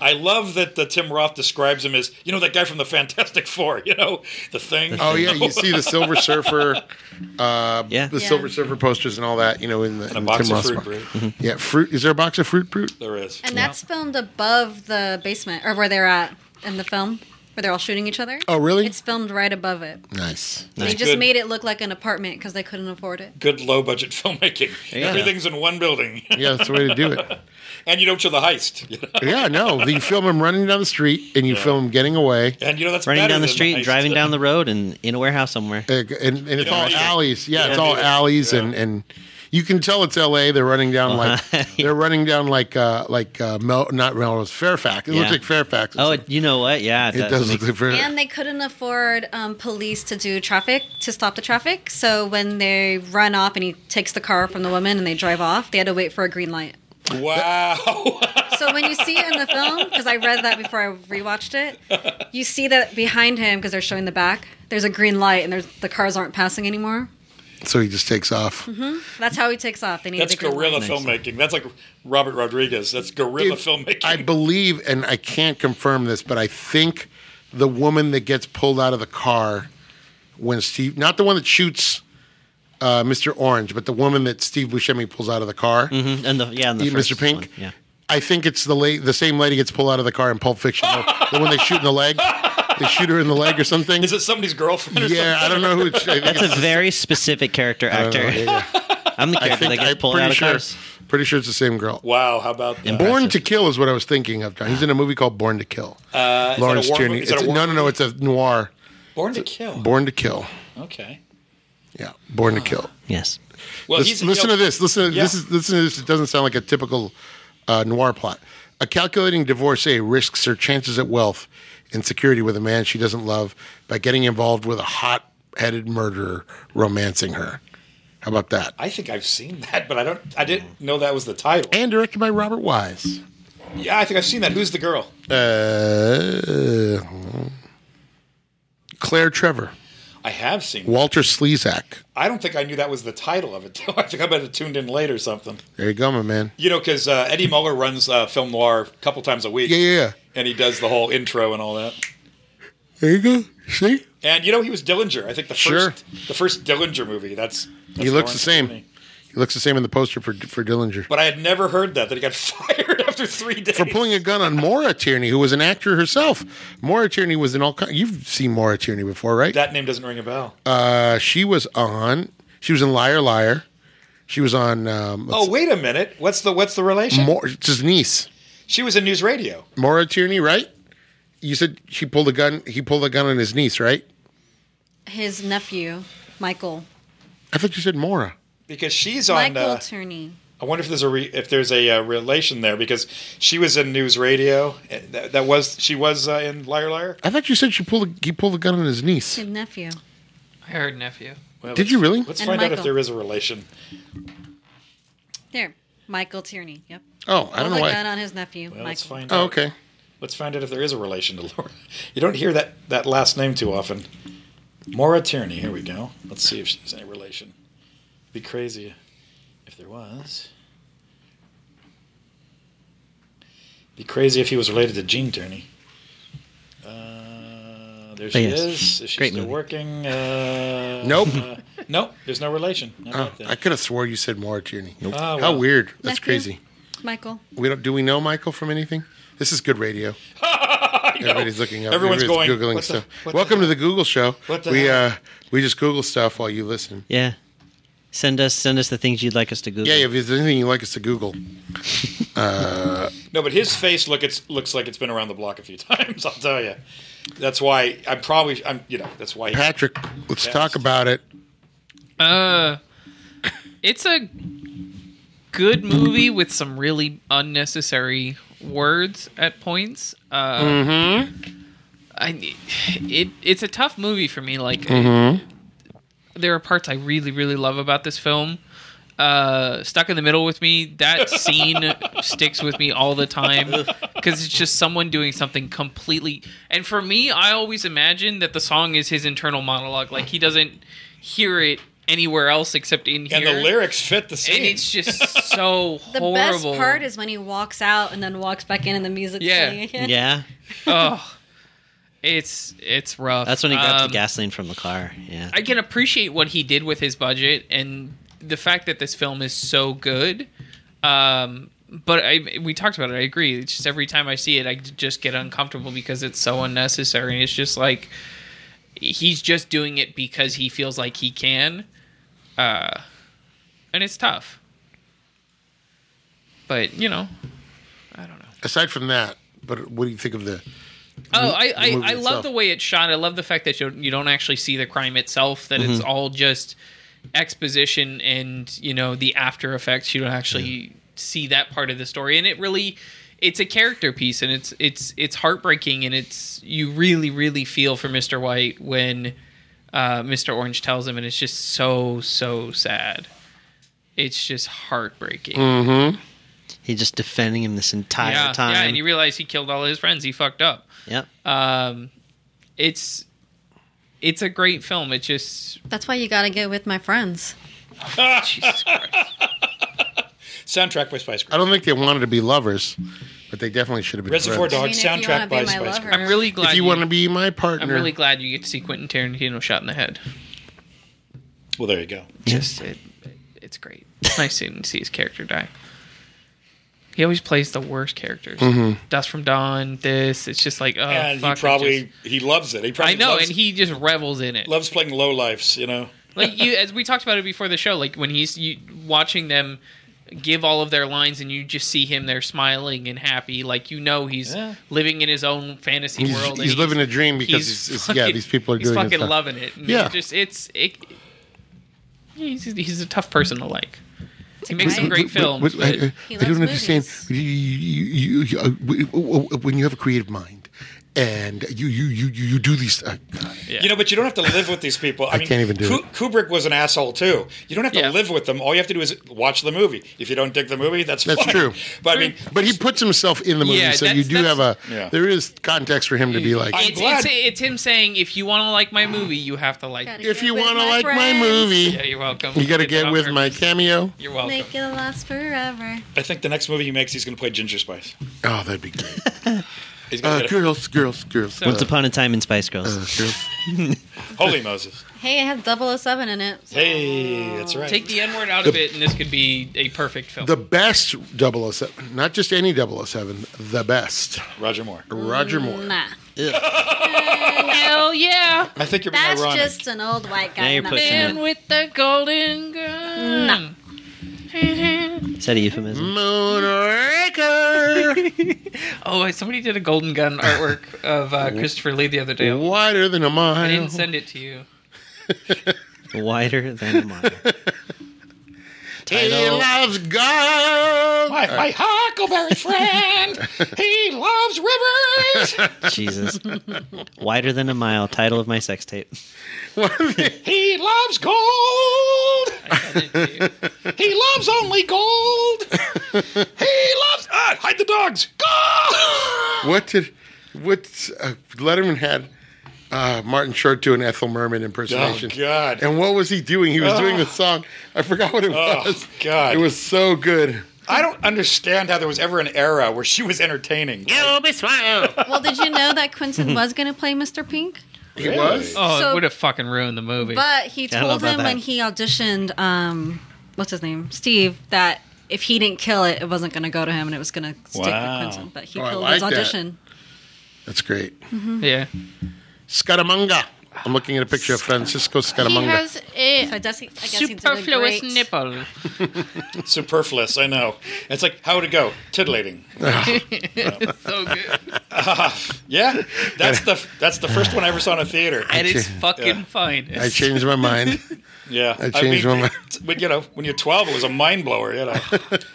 F: I love that the Tim Roth describes him as you know that guy from the Fantastic Four. You know the thing.
C: Oh yeah, you see the Silver Surfer,
E: Yeah,
C: the
G: Yeah.
C: Silver Surfer posters and all that. You know, in the
F: And a
C: in
F: box
C: Tim
F: of
C: Roth's
F: fruit,
C: box.
F: Brie.
E: Mm-hmm.
C: Yeah, fruit. Is there a box of fruit? Fruit.
F: There is.
G: And that's filmed above the basement or where they're at in the film, where they're all shooting each other.
C: Oh, really?
G: It's filmed right above it.
C: Nice.
G: They just
F: Good.
G: made it look like an apartment because they couldn't afford it.
F: Good low budget filmmaking.
E: Yeah.
F: Everything's in one building,
C: Yeah, that's the way to do it.
F: and you don't show the heist. you know?
C: Yeah, no. You film him running down the street and you film him getting away.
F: And you know that's
E: running
F: better
E: down the
F: than
E: street,
F: heist.
E: driving down the road, and in a warehouse somewhere.
C: Uh, And, and it's
F: don't
C: all
F: need it.
C: alleys. Yeah,
F: You
C: it's
F: don't
C: all
F: need it.
C: alleys
F: Yeah.
C: and and you can tell it's L.A. They're running down like they're running down like uh like uh Mel not Melrose Fairfax. It looks
E: Yeah.
C: like Fairfax.
E: Oh, it- you know what? Yeah,
C: it does look like Fairfax.
G: And they couldn't afford um, police to do traffic to stop the traffic. So when they run off and he takes the car from the woman and they drive off, they had to wait for a green light.
F: Wow.
G: So when you see it in the film, because I read that before I rewatched it, you see that behind him because they're showing the back. There's a green light and there's the cars aren't passing anymore.
C: So he just takes off.
G: That's how he takes off. They need
F: That's
G: the green
F: guerrilla
G: light.
F: filmmaking. That's like Robert Rodriguez. That's guerrilla
C: If-
F: filmmaking.
C: I believe, and I can't confirm this, but I think the woman that gets pulled out of the car when Steve, not the one that shoots uh, Mr. Orange, but the woman that Steve Buscemi pulls out of the car.
F: Mm-hmm.
E: Mhm, And the yeah, and the
C: Yeah,
E: first
C: Mr. Pink.
E: one, Yeah.
C: I think it's the la- the same lady gets pulled out of the car in Pulp Fiction. the- the one they shoot in the leg, they shoot her in the leg or something.
F: Is it somebody's girlfriend? Or
C: yeah, I don't know who. It's, I think
E: That's a
C: it's-
E: very specific character
C: I don't know.
E: actor.
C: Uh, Yeah, yeah.
E: I'm the
C: I
E: character that
C: think I'm
E: gets pulled out
C: pretty
E: of
C: sure.
E: cars.
C: Pretty sure it's the same girl.
F: something? Wow. How about that?
C: Born to Kill is what I was thinking of. John. He's in a movie called Born to Kill. Uh,
F: that a war movie? Is that
C: It's
F: a war
C: no, no, no.
F: movie?
C: It's a noir.
F: Born to kill.
C: Born to Kill.
F: okay.
C: Yeah, Born to Kill.
E: Yes.
F: Ah. Well,
C: Lis-
F: he's,
C: listen
F: you know-
C: to this. Listen. To,
F: Yeah.
C: This is listen to this. It doesn't sound like a typical uh, noir plot. A calculating divorcee risks her chances at wealth and security with a man she doesn't love by getting involved with a hot headed murderer romancing her. How about that?
F: I think I've seen that, but I don't. I
C: Mm.
F: didn't know that was the title.
C: And directed by Robert Wise.
F: Yeah, I think I've seen that. Who's the girl?
C: Uh, Claire Trevor,
F: I have seen. that.
C: Walter Slezak.
F: I don't think I knew that was the title of it. Though. I think I might have tuned in late or something.
C: There you go, my man.
F: You know, because uh, Eddie Muller runs uh, Film Noir a couple times a week.
C: Yeah, yeah, yeah.
F: And he does the whole intro and all that.
C: There you go. See?
F: And you know, he was Dillinger. I think the
C: Sure.
F: first the first Dillinger movie. That's, that's
C: He looks the
F: foreign to
C: same.
F: me.
C: He looks the same in the poster for for Dillinger.
F: But I had never heard that that he got fired after three days.
C: for pulling a gun on Maura Tierney, who was an actor herself. Maura Tierney was in all kinds. You've seen Maura Tierney before, right?
F: that name doesn't ring a bell.
C: uh, she was on. She was in Liar Liar. She was on. Um,
F: oh wait a minute. What's the what's the relation?
C: Maura, it's his niece,
F: she was in News Radio.
C: Maura Tierney, right? You said she pulled a gun. He pulled a gun on his niece, right?
G: His nephew, Michael.
C: I thought you said Maura.
F: Because she's on.
G: Michael
F: Uh,
G: Tierney.
F: I wonder if there's a re- if there's a uh, relation there because she was in News Radio. Uh, That, that was she was uh, in Liar Liar.
C: I thought you said she pulled. A, he pulled a gun on his niece.
G: His nephew.
D: I heard nephew.
F: Well,
C: Did
F: let's-
C: you really?
F: Let's
G: And
F: find out if
G: Michael.
F: there is a relation.
G: There. Michael Tierney. Yep.
C: Oh, I don't know
G: Pulled a
C: why.
G: gun on his nephew,
F: Well, let's
G: Michael.
F: find
C: Oh,
F: out.
C: okay.
F: Let's find out if there is a relation to Laura. You don't hear that, that last name too often. Maura Tierney. Here we go. Let's see if she's any relation. Be crazy if there was. Be crazy if he was related to Gene Tierney. Uh, there she
C: Oh,
E: yes.
F: is. If she's
E: Great
F: still
E: movie.
F: working. Uh,
C: Nope.
F: uh, nope. There's no relation. Not
C: Oh,
F: like that.
C: I could have swore you said Maura Tierney.
E: Nope.
F: Oh,
C: How
F: well.
C: weird. That's
G: Nephew.
C: crazy.
G: Michael.
C: We don't. Do we know Michael from anything? This is good radio.
F: I know.
C: Everybody's looking up.
F: Everyone's
C: Everybody's
F: going.
C: googling
F: what the-
C: stuff.
F: what the
C: Welcome to
F: hell?
C: the Google show.
F: What the
C: we
F: hell?
C: uh we just Google stuff while you listen.
E: Yeah. Send us send us the things you'd like us to Google.
C: Yeah, if there's anything you like us to Google,
F: No, but his face look it's looks like it's been around the block a few times. I'll tell you. That's why I'm probably I'm you know that's why.
C: Patrick, let's
F: Yes.
C: talk about it.
D: Uh, it's a good movie with some really unnecessary words at points. Uh, I it it's a tough movie for me. Like there are parts I really really love about this film. Uh, stuck in the middle with me. That scene sticks with me all the time because it's just someone doing something completely. And for me, I always imagine that the song is his internal monologue. Like he doesn't hear it anywhere else except in here.
F: and the lyrics fit the scene.
D: And it's just so
G: The
D: horrible.
G: best part is when he walks out and then walks back in and the music's
D: Yeah.
G: playing again.
E: Yeah.
D: oh, it's it's rough.
E: That's when he grabs
D: Um,
E: the gasoline from the car. Yeah.
D: I can appreciate what he did with his budget and the fact that this film is so good. Um, but I we talked about it. I agree. It's just every time I see it, I just get uncomfortable because it's so unnecessary. It's just like he's just doing it because he feels like he can, uh, and it's tough. But you know, I don't know.
C: Aside from that, but what do you think of the?
D: Oh, I, I,
C: movie
D: I love
C: itself.
D: the way it's shot. I love the fact that you, you don't actually see the crime itself, that
C: Mm-hmm.
D: it's all just exposition and, you know, the after effects. You don't actually see that part of the story. And it really it's a character piece and it's it's it's heartbreaking and it's you really, really feel for Mr. White when uh, Mr. Orange tells him and it's just so, so sad. It's just heartbreaking.
C: Mm.
E: He's just defending him this entire
D: yeah,
E: time.
D: yeah, and you realize he killed all his friends. He fucked up
E: yep.
D: um, it's it's a great film. It just
G: That's why you gotta get with my friends.
D: Jesus Christ.
F: soundtrack by Spice
C: I
F: Girls.
C: don't think they wanted to be lovers, but they definitely should have been.
F: Reservoir
C: friends.
F: Dog
G: mean, if you wanna
F: soundtrack
G: be
F: by
G: my
F: Spice
G: lover.
F: Girls.
D: I'm really glad.
C: If you want to be my partner,
D: I'm really glad you get to see Quentin Tarantino shot in the head.
F: Well, there you go.
D: Just it, it's great. It's nice seeing see his character die. He always plays the worst characters.
C: Mm-hmm.
D: Dust from Dawn. This. It's just like oh,
F: and he
D: fuck, it
F: probably
D: just-
F: he loves it. He probably
D: I know,
F: loves,
D: and he just revels in it.
F: loves playing low lifes. You know,
D: like you as we talked about it before the show like when he's you, watching them give all of their lines and you just see him there smiling and happy like you know he's
F: Yeah.
D: living in his own fantasy
C: He's-
D: world and
C: he's living a dream because he's- it's- yeah, these people are
D: he's
C: doing this
D: fucking
C: stuff.
D: loving it And
C: Yeah.
D: just it's it, he's, he's a tough person to like He makes some great films.
C: But, but, uh,
D: but-
C: I,
G: He
C: I
G: loves
C: don't understand.
G: movies.
C: You, you, you, you, uh, w- w- w- when you have a creative mind and you you you you you do these. Uh, God.
D: Yeah.
F: You know, but you don't have to live with these people. I, mean,
C: can't even do
F: Ku-
C: it.
F: Kubrick was an asshole too. You don't have to
D: Yeah.
F: live with them. All you have to do is watch the movie. If you don't dig the movie, that's
C: That's
F: fine.
C: true.
F: But I mean,
C: But he puts himself in the movie,
D: Yeah,
C: so you do
D: that's-
C: have a.
F: Yeah.
C: There is context for him to be like,
F: I- I'm
D: it's,
F: glad-
D: it's, it's him saying, if you want to like my movie, you have to like.
G: Gotta
C: if you
G: get with
C: want to like my
G: friends,
D: Yeah,
C: movie,
D: you're welcome.
C: you got to get
D: Did that on
C: with
D: purpose.
C: my cameo.
D: You're welcome.
G: Make it last forever.
F: I think the next movie he makes, he's going to play Ginger Spice.
C: Oh, that'd be great.
F: He's gonna
C: Uh,
F: get a-
C: girls, girls, girls.
D: So-
E: Once upon a time in Spice Girls.
C: uh, girls.
F: Holy Moses!
G: Hey, I have 007 in it. So
F: Hey, that's right.
D: Take the N word out of it, and this could be a perfect film.
C: The best 007, not just any 007, the best.
F: Roger Moore.
C: Roger Moore.
G: Nah.
D: Hell yeah!
F: I think you're being
G: That's
F: ironic.
G: just an old white
E: Now
G: guy.
E: you're
G: not-
E: pushing it.
D: with the golden gun.
E: Is that a euphemism?
C: Moonraker.
D: Oh, somebody did a golden gun artwork of uh, Christopher Lee the other day.
C: Wider than a mile.
D: I didn't send it to you.
E: Wider than a mile.
C: He
E: Title.
C: loves God.
F: My, my huckleberry friend, he loves rivers.
E: Jesus. Wider than a mile. Title of my sex tape.
F: He loves gold.
D: Send it to you.
F: He loves only gold. he loves. Ah, hide the dogs. Gold.
C: What did what uh, Letterman had uh, Martin Short do an Ethel Merman impersonation?
F: Oh, God. Oh.
C: And what was he doing? He was doing the song. I forgot what it was.
F: God.
C: It was so good.
F: I don't understand how there was ever an era where she was entertaining.
G: well, did you know that Quentin was going to play Mr. Pink?
C: He was.
D: Oh,
G: So-
D: it would have fucking ruined the movie.
G: But he
E: don't know
G: told
E: about
G: him
E: that.
G: when he auditioned, um, what's his name, Steve, that if he didn't kill it, it wasn't going to go to him, and it was going to stick
F: Wow.
G: with Quentin. But he
C: Oh, I
G: killed his
C: like that.
G: audition.
C: That's great.
D: yeah.
C: Scaramanga. I'm looking at a picture of Francisco Scaramanga.
D: a
G: So I guess he, I guess he did a
D: superfluous
G: great,
D: nipple.
F: Superfluous, I know. It's like, how would it go? Titillating.
D: so good.
F: Yeah, that's the that's the first one I ever saw in a theater.
D: And it's fucking
F: Yeah.
D: fine.
C: I changed my mind.
F: Yeah,
C: I changed my mind.
F: But you know, when you're 12, it was a mind blower. You know,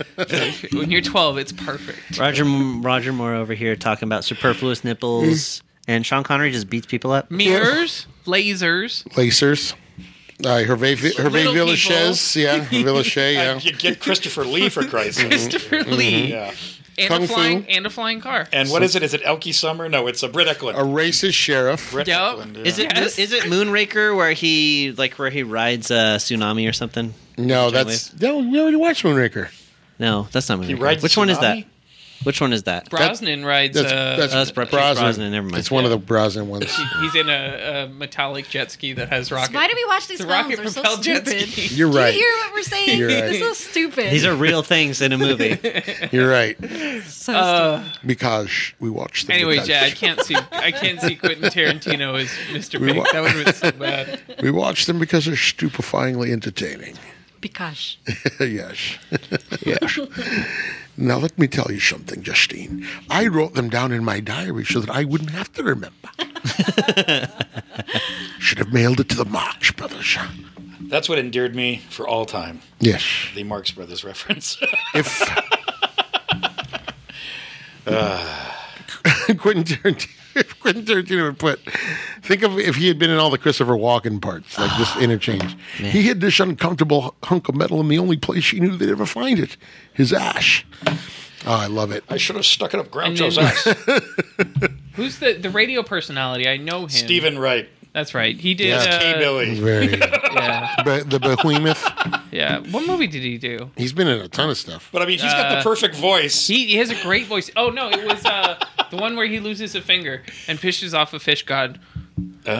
D: when you're 12, it's perfect.
E: Roger Roger Moore over here talking about superfluous nipples. And Sean Connery just beats people up.
D: Mirrors, lasers.
C: Lacers. Uh, Hervé, Hervé
D: Little
C: Villachez. Yeah, Villachez, yeah.
F: you get Christopher Lee for Christ's sake.
D: Christopher Lee.
F: Yeah.
D: And
C: Mm-hmm. Kung
D: a flying
C: Fu.
D: and a flying car.
F: And what is it? Is it Elkie Summer? No, it's a Brit Eklund.
C: A racist sheriff.
F: Brit
D: Yep.
F: Eklund, yeah.
E: Is it
D: Yes.
E: is it Moonraker where he like where he rides a tsunami or something?
C: No, that's no. We already watched Moonraker.
E: No, that's not Moonraker.
F: He rides
E: Which one is that?
F: tsunami?
E: Which one is that?
D: Brosnan rides
C: That's
D: a.
C: that's,
E: uh, that's Pierce Brosnan, never mind.
C: It's one of the Brosnan ones.
D: he's in a, a metallic jet ski that has rocket.
G: Why do we watch these
D: It's a
G: films?
D: rocket
G: They're so
D: propelled jet
G: stupid.
D: ski.
C: You're
G: Do you
C: right.
G: hear what we're saying?
C: You're right.
G: This is so stupid.
E: These are real things in a movie.
C: You're right.
G: so
D: Uh,
C: Because we watched. The
D: anyways,
C: because.
D: yeah, I can't see. I can't see Quentin Tarantino as Mr. Pink.
C: wa-
D: That would have been so bad.
C: we watched them because they're stupefyingly entertaining.
G: stupid. Because.
C: yes, yes. Now let me tell you something, Justine. I wrote them down in my diary so that I wouldn't have to remember. Should have mailed it to the Marx Brothers.
F: That's what endeared me for all time.
C: Yes.
F: The Marx Brothers reference.
C: If Uh, Quentin Tarantino, if Quentin Tarantino would put, think of if he had been in all the Christopher Walken parts, like this interchange. He hid this uncomfortable hunk of metal in the only place she knew they'd ever find it, his ash. Oh, I love it.
F: I should have stuck it up Groucho's
D: And
F: ass.
D: Who's the the radio personality? I know him.
F: Stephen Wright.
D: That's right. He did.
C: Yeah.
F: Hey,
D: Uh,
F: Billy.
C: Very,
D: yeah.
C: but the behemoth.
D: Yeah. What movie did he do?
C: He's been in a ton of stuff.
F: But I mean, he's got the
D: Uh,
F: perfect voice.
D: He, he has a great voice. Oh no, it was uh, the one where he loses a finger and pishes off a fish god.
F: Ah,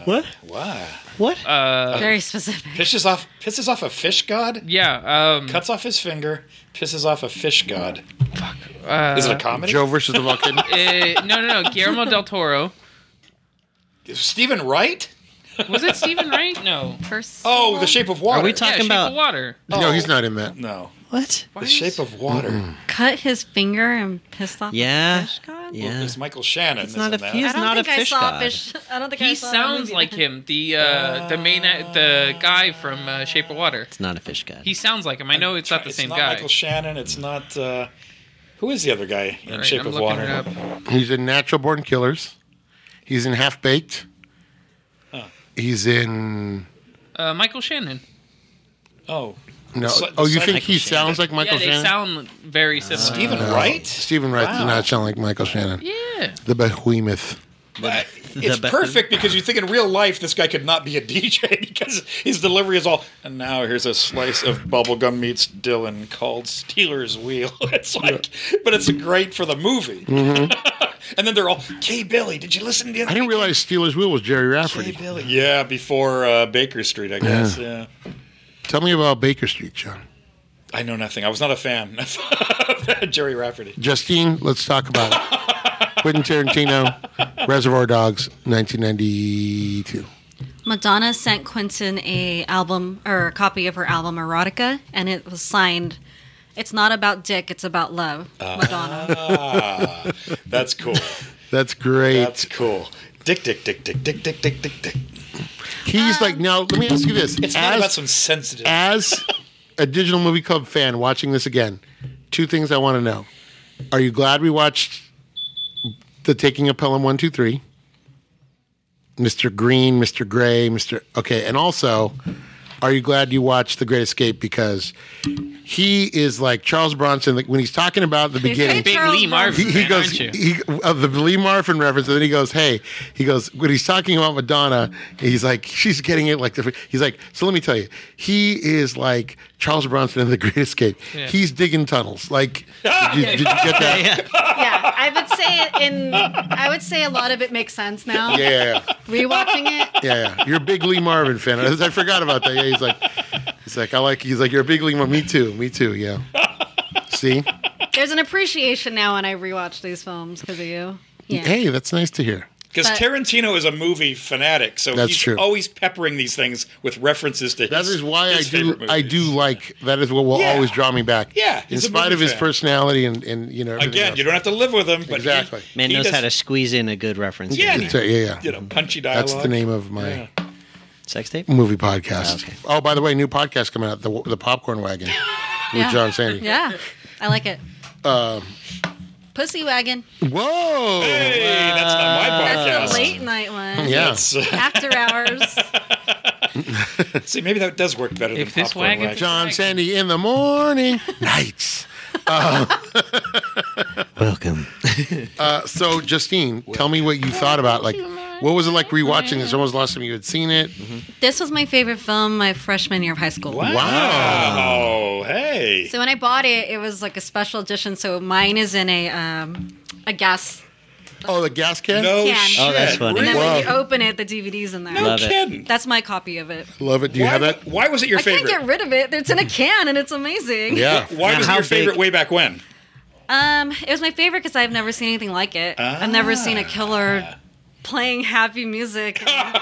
D: Uh,
E: what?
F: wow.
E: What? uh,
G: Very specific.
F: Pisses off, pisses off a fish god.
D: yeah. Um,
F: Cuts off his finger. Pisses off a fish god.
D: uh,
F: Is it a comedy?
C: Joe versus the volcano.
D: eh, no, no, no. Guillermo del Toro.
F: Stephen Wright?
D: Was it Stephen Wright? No.
G: First.
F: Oh, The Shape of Water.
E: Are we
D: Yeah,
E: talking
D: Shape
E: about?
D: of Water.
C: No, he's not in that.
F: No.
E: What?
D: Why
F: The
D: is-
F: Shape of Water.
G: Cut his finger and pissed off. the
E: Yeah.
G: fish god?
E: Yeah.
F: It's Michael Shannon.
E: It's not
F: isn't
E: a
F: that?
E: few-
G: I don't
E: not a
G: think I
E: fish
G: saw
E: god.
G: a fish. I don't think I
D: He
G: saw
D: sounds
G: that
D: like
G: movie.
D: him. The uh, the main a- the guy from uh, Shape of Water.
E: It's not a fish god.
D: He sounds like him. I know it's not the same
F: not
D: guy.
F: Michael Shannon. It's not. Uh, who is the other guy in
D: All right,
F: Shape
D: I'm
F: of
D: looking
F: Water?
D: it up.
C: He's in Natural Born Killers. He's in Half Baked. He's in.
D: Uh, Michael Shannon.
F: Oh,
C: No.
F: It's like-
C: oh, you
F: it's like
C: think
F: Michael
C: he
F: Shannon.
C: sounds like Michael
D: yeah, they
C: Shannon?
D: sound very similar.
F: Uh, Stephen Wright.
C: Stephen Wright does
F: Wow.
C: not sound like Michael Shannon.
D: Yeah.
C: The behemoth.
F: Uh, it's
E: the-
F: perfect because you think in real life this guy could not be a DJ because his delivery is all. And now here's a slice of bubblegum meets Dylan called Steeler's Wheel. It's like, but it's great for the movie. and then they're all, "Hey Billy, did you listen to the?" Other
C: Mm-hmm. I didn't
F: week?"
C: realize Steeler's Wheel was Jerry
F: Hey
C: Rafferty.
F: Billy. Yeah, before uh, Baker Street, I guess. Yeah.
C: Tell me about Baker Street, John.
F: I know nothing. I was not a fan of Jerry Rafferty.
C: Justine, let's talk about it. Quentin Tarantino, Reservoir Dogs, 1992.
G: Madonna sent Quentin a album or a copy of her album Erotica, and it was signed. It's not about dick. It's about love. Madonna.
F: Ah, that's cool.
C: That's great.
F: That's cool. Dick, dick, dick, dick, dick, dick, dick, dick, dick.
C: He's like, now, let me ask you this.
F: It's not about some sensitive.
C: as a digital movie club fan watching this again, two things I want to know. Are you glad we watched The Taking of Pelham 123? Mr. Green, Mr. Gray, Mr. Okay, and also, are you glad you watched The Great Escape? Because he is like Charles Bronson like, when he's talking about the beginning.
D: Big
G: Charles
D: Lee Marvin,
C: He, he
D: fan,
C: goes
D: aren't you?
C: he, of the Lee Marvin reference, and then he goes, "Hey," he goes when he's talking about Madonna, he's like, "She's getting it like the." He's like, "So let me tell you, he is like Charles Bronson in The Great Escape.
D: Yeah.
C: He's digging tunnels. Like, did, you, did you get that?
E: yeah.
G: yeah, I would say it in. I would say a lot of it makes sense now.
C: Yeah, yeah, yeah,
G: Rewatching it,
C: yeah, yeah. You're a big Lee Marvin fan. I, I forgot about that. Yeah, he's like, he's like, I like. He's like, you're a big Lee Marvin. Me too. Me too. Yeah. See,
G: there's an appreciation now when I rewatch these films because of you. Yeah.
C: hey, that's nice to hear.
F: Because
G: But-
F: Tarantino is a movie fanatic, so
C: That's
F: he's
C: true.
F: always peppering these things with references to.
C: That
F: his,
C: is why I
F: his
C: do.
F: favorite
C: I
F: movies.
C: do like. That is what will
F: Yeah.
C: always draw me back.
F: Yeah,
C: in
F: he's a
C: spite
F: movie
C: of his
F: fan.
C: personality and and you know. everything
F: Again,
C: else.
F: you don't have to live with him, but he-
C: Exactly.
E: Man
F: he
E: knows
F: does-
E: how to squeeze in a good reference.
F: Yeah,
E: into
C: So, yeah,
F: you
C: yeah.
F: know, punchy dialogue.
C: That's the name of my
F: Yeah.
E: the sex tape.
C: movie podcast.
E: Okay.
C: Oh, by the way, new podcast coming out the the Popcorn Wagon with
G: Yeah.
C: John Sandy.
G: Yeah, I like it.
C: Um,
G: Pussy Wagon.
C: Whoa.
F: Hey, that's not my
G: That's the
F: podcast.
G: late night one.
C: Uh, Yeah.
F: That's, uh,
G: After hours.
F: see, maybe that does work better
D: If
F: than
D: this
F: popcorn
D: wagon-
C: John Sandy in the morning nights.
E: Welcome.
C: Uh, so Justine, tell me what you thought about like what was it like rewatching this? When was the last time you had seen it?
G: This was my favorite film my freshman year of high school.
F: Wow. Hey.
G: So when I bought it, it was like a special edition. So mine is in a um, a gas.
C: Oh, the gas can.
F: No
G: Can.
F: shit.
G: Oh,
E: that's funny.
G: And then
F: Really?
G: when you open it, the DVD's in there.
F: No
E: Love it.
F: kidding.
G: That's my copy of it.
C: Love it. Do you
F: why,
C: have that?
F: why was it your
G: I
F: favorite?
G: can't get rid of it. It's in a can, and it's amazing.
C: Yeah.
F: why
E: Now,
F: was it
E: how
F: your favorite
E: big-
F: way back when?
G: Um, it was my favorite because I've never seen anything like it. I've never seen
F: Ah.
G: a killer playing happy music and,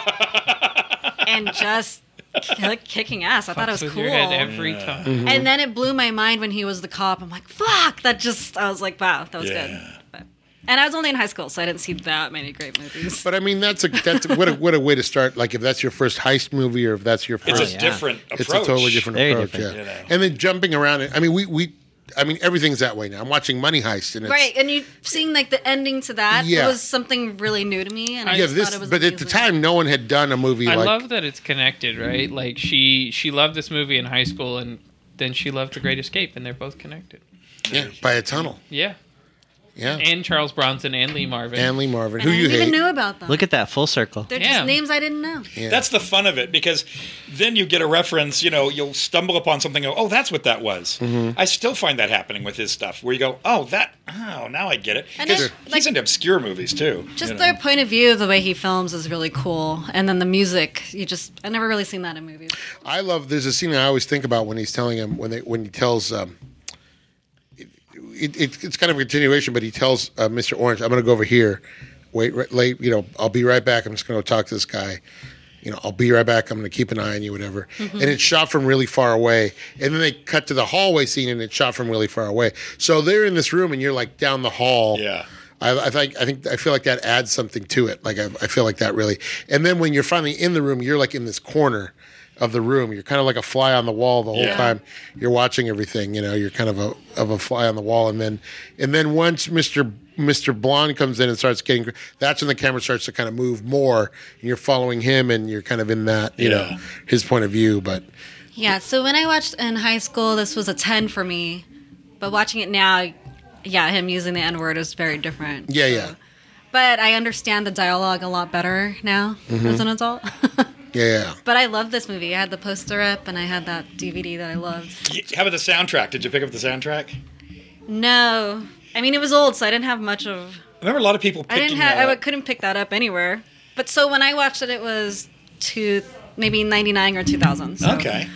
G: and just ki- kicking ass. I thought it was
D: With
G: cool.
D: your head every time.
C: Mm-hmm.
G: And then it blew my mind when he was the cop. I'm like, fuck, that just, I was like, wow, that was
F: Yeah.
G: good. But, and I was only in high school, so I didn't see that many great movies.
C: But I mean, that's a that's what a, what a way to start. Like if that's your first heist movie, or if that's your
F: It's
E: Oh,
C: first,
F: a different approach.
C: it's a totally different
E: Very
C: approach.
E: different.
C: Yeah.
F: You know.
C: And then jumping around. it- I mean, we we. I mean, everything's that way now. I'm watching Money Heist, and it's,
G: Right, and you seeing like the ending to that
C: Yeah.
G: was something really new to me, and I
C: Yeah,
G: just thought
C: this.
G: it was.
C: But at the
G: amazing.
C: time, no one had done a movie
D: I
C: like.
D: love that it's connected, right? Like she she loved this movie in high school, and then she loved The Great Escape, and they're both connected.
C: yeah, by a tunnel.
D: Yeah,
C: Yeah. And,
D: and Charles Bronson and Lee Marvin.
C: Lee Marvin,
G: And
C: who
G: I
C: you
G: didn't even
C: hate.
G: knew about them.
E: Look at that full circle.
G: they're
D: Yeah.
G: just names I didn't know.
F: That's the fun of it because then you get a reference, you know, you'll stumble upon something, and go, oh, that's what that was. I still find that happening with his stuff where you go, oh, that, oh, now I get it.
G: And
F: Because
G: then,
F: he's
G: like-
F: into obscure movies too.
G: Just
F: you know.
G: their point of view, the way he films is really cool, and then the music. You just I never really seen that in movies.
C: I love. There's a scene I always think about when he's telling him when they when he tells. Um, it, it, it's kind of a continuation, but he tells uh, Mr. Orange, "I'm going to go over here. Wait, right, late. You know, I'll be right back. I'm just going to talk to this guy." you know, I'll be right back. I'm going to keep an eye on you, whatever. And it's shot from really far away. And then they cut to the hallway scene and it's shot from really far away. So they're in this room and you're like down the hall.
F: Yeah.
C: I, I think I think I feel like that adds something to it. Like I, I feel like that really. And then when you're finally in the room, you're like in this corner of the room. You're kind of like a fly on the wall the whole
F: Yeah.
C: time. You're watching everything. You know, you're kind of a of a fly on the wall. And then and then once Mister Mister Blonde comes in and starts getting, that's when the camera starts to kind of move more. And you're following him, and you're kind of in that you know
F: Yeah.
C: his point of view. But
G: Yeah, so when I watched in high school, this was a 10 for me. But watching it now, yeah, him using the N word is very different.
C: yeah, yeah,
G: But I understand the dialogue a lot better now
F: Mm-hmm.
G: as an adult.
C: yeah, yeah.
G: but I love this movie. I had the poster up and I had that DVD that I loved.
F: Y- How about the soundtrack? Did you pick up the soundtrack? I
G: No. I mean, it was old, so I didn't have much of.
F: remember a lot of people
G: I
F: picking
G: didn't have.
F: that
G: I
F: up.
G: couldn't pick that up anywhere. But so when I watched it, it was two, maybe ninety nine or two thousand. So
F: Okay.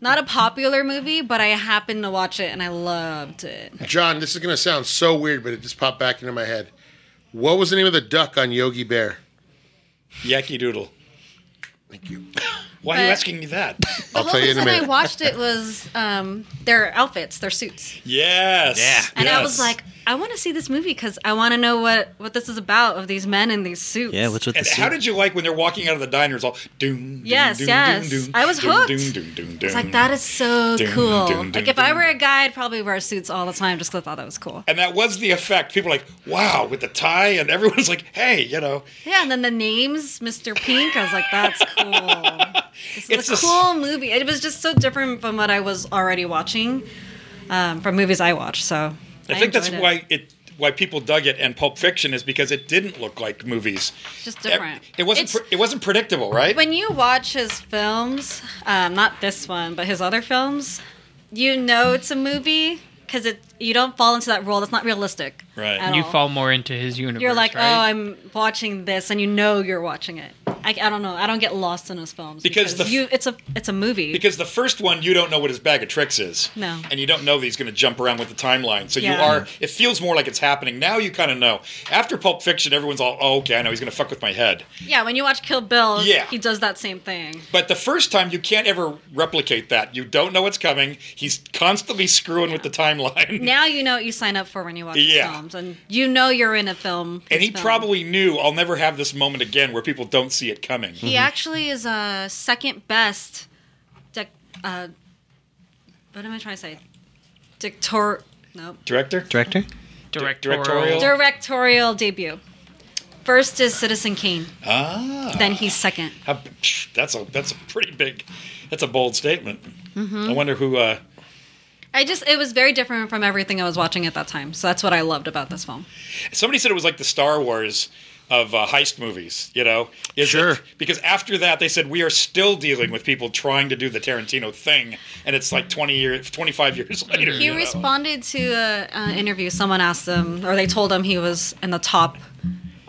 G: Not a popular movie, but I happened to watch it and I loved it.
C: John, this is going to sound so weird, but it just popped back into my head. What was the name of the duck on Yogi Bear?
F: Yaki Doodle.
C: Thank you.
F: Why are you
G: But-
F: asking me that?
C: I'll
G: the
C: tell
G: whole
C: you in a
G: reason I
C: minute.
G: watched it was um, their outfits, their suits,
F: yes. Yeah.
G: and I was like, I want to see this movie because I want to know what what this is about of these men in these suits.
E: Yeah, what's with
F: And
E: the
F: how
E: suit?
F: did you like when they're walking out of the diner? It's all doom. doom,
G: Yes,
F: doom,
G: yes.
F: doom, doom,
G: I was
F: doom,
G: hooked.
F: Doom, doom, doom, doom.
G: It's like that is so
F: Dun,
G: cool.
F: dun, dun,
G: like if I
F: dun.
G: were a guy, I'd probably wear suits all the time just because I thought that was cool.
F: And that was the effect. People were like, wow, with the tie, and everyone's like, hey, you know,
G: Yeah, and then the names, Mr. Pink, I was like, that's cool. This
F: It's
G: is
F: just-
G: a cool movie. It was just so different from what I was already watching um, from movies I watch. So
F: I, think that's
G: enjoyed it.
F: why it why people dug it and Pulp Fiction is because it didn't look like movies.
G: Just different.
F: It, wasn't.
G: It's-
F: Pre- it wasn't predictable, right?
G: When you watch his films, um, not this one, but his other films, you know it's a movie because it you don't fall into that role. That's not realistic.
F: Right.
G: at
D: You
G: all.
D: fall more into his universe.
G: You're like,
D: right?
G: oh, I'm watching this, and you know you're watching it. I, I don't know. I don't get lost in his films
F: Because the f-
G: you, it's a it's a movie.
F: Because the first one, you don't know what his bag of tricks is.
G: No.
F: And you don't know that he's going to jump around with the timeline. So you
G: Yeah.
F: are, it feels more like it's happening. Now you kind of know. After Pulp Fiction, everyone's all, oh, okay, I know he's going to fuck with my head.
G: yeah, when you watch Kill Bill,
F: Yeah.
G: he does that same thing.
F: But the first time, you can't ever replicate that. You don't know what's coming. He's constantly screwing with the timeline.
G: Now you know what you sign up for when you watch his
F: Yeah.
G: films, and you know you're in a film.
F: and
G: his
F: he
G: film.
F: probably knew, I'll never have this moment again where people don't see it coming.
G: He actually is a second best. Dec- uh, what am I trying to say? Dictor. No.
F: Director?
E: Director?
D: directorial.
F: directorial.
G: Directorial debut. First is Citizen Kane.
F: Ah.
G: Then he's second.
F: How, that's a that's a pretty big, that's a bold statement. I wonder who. Uh,
G: I just it was very different from everything I was watching at that time. So that's what I loved about this film.
F: Somebody said it was like the Star Wars of uh, heist movies, you know? Is
C: Sure.
F: It, because after that, they said we are still dealing with people trying to do the Tarantino thing, and it's like twenty years, twenty five years later.
G: He
F: you know?
G: responded to a, an interview. Someone asked him, or they told him he was in the top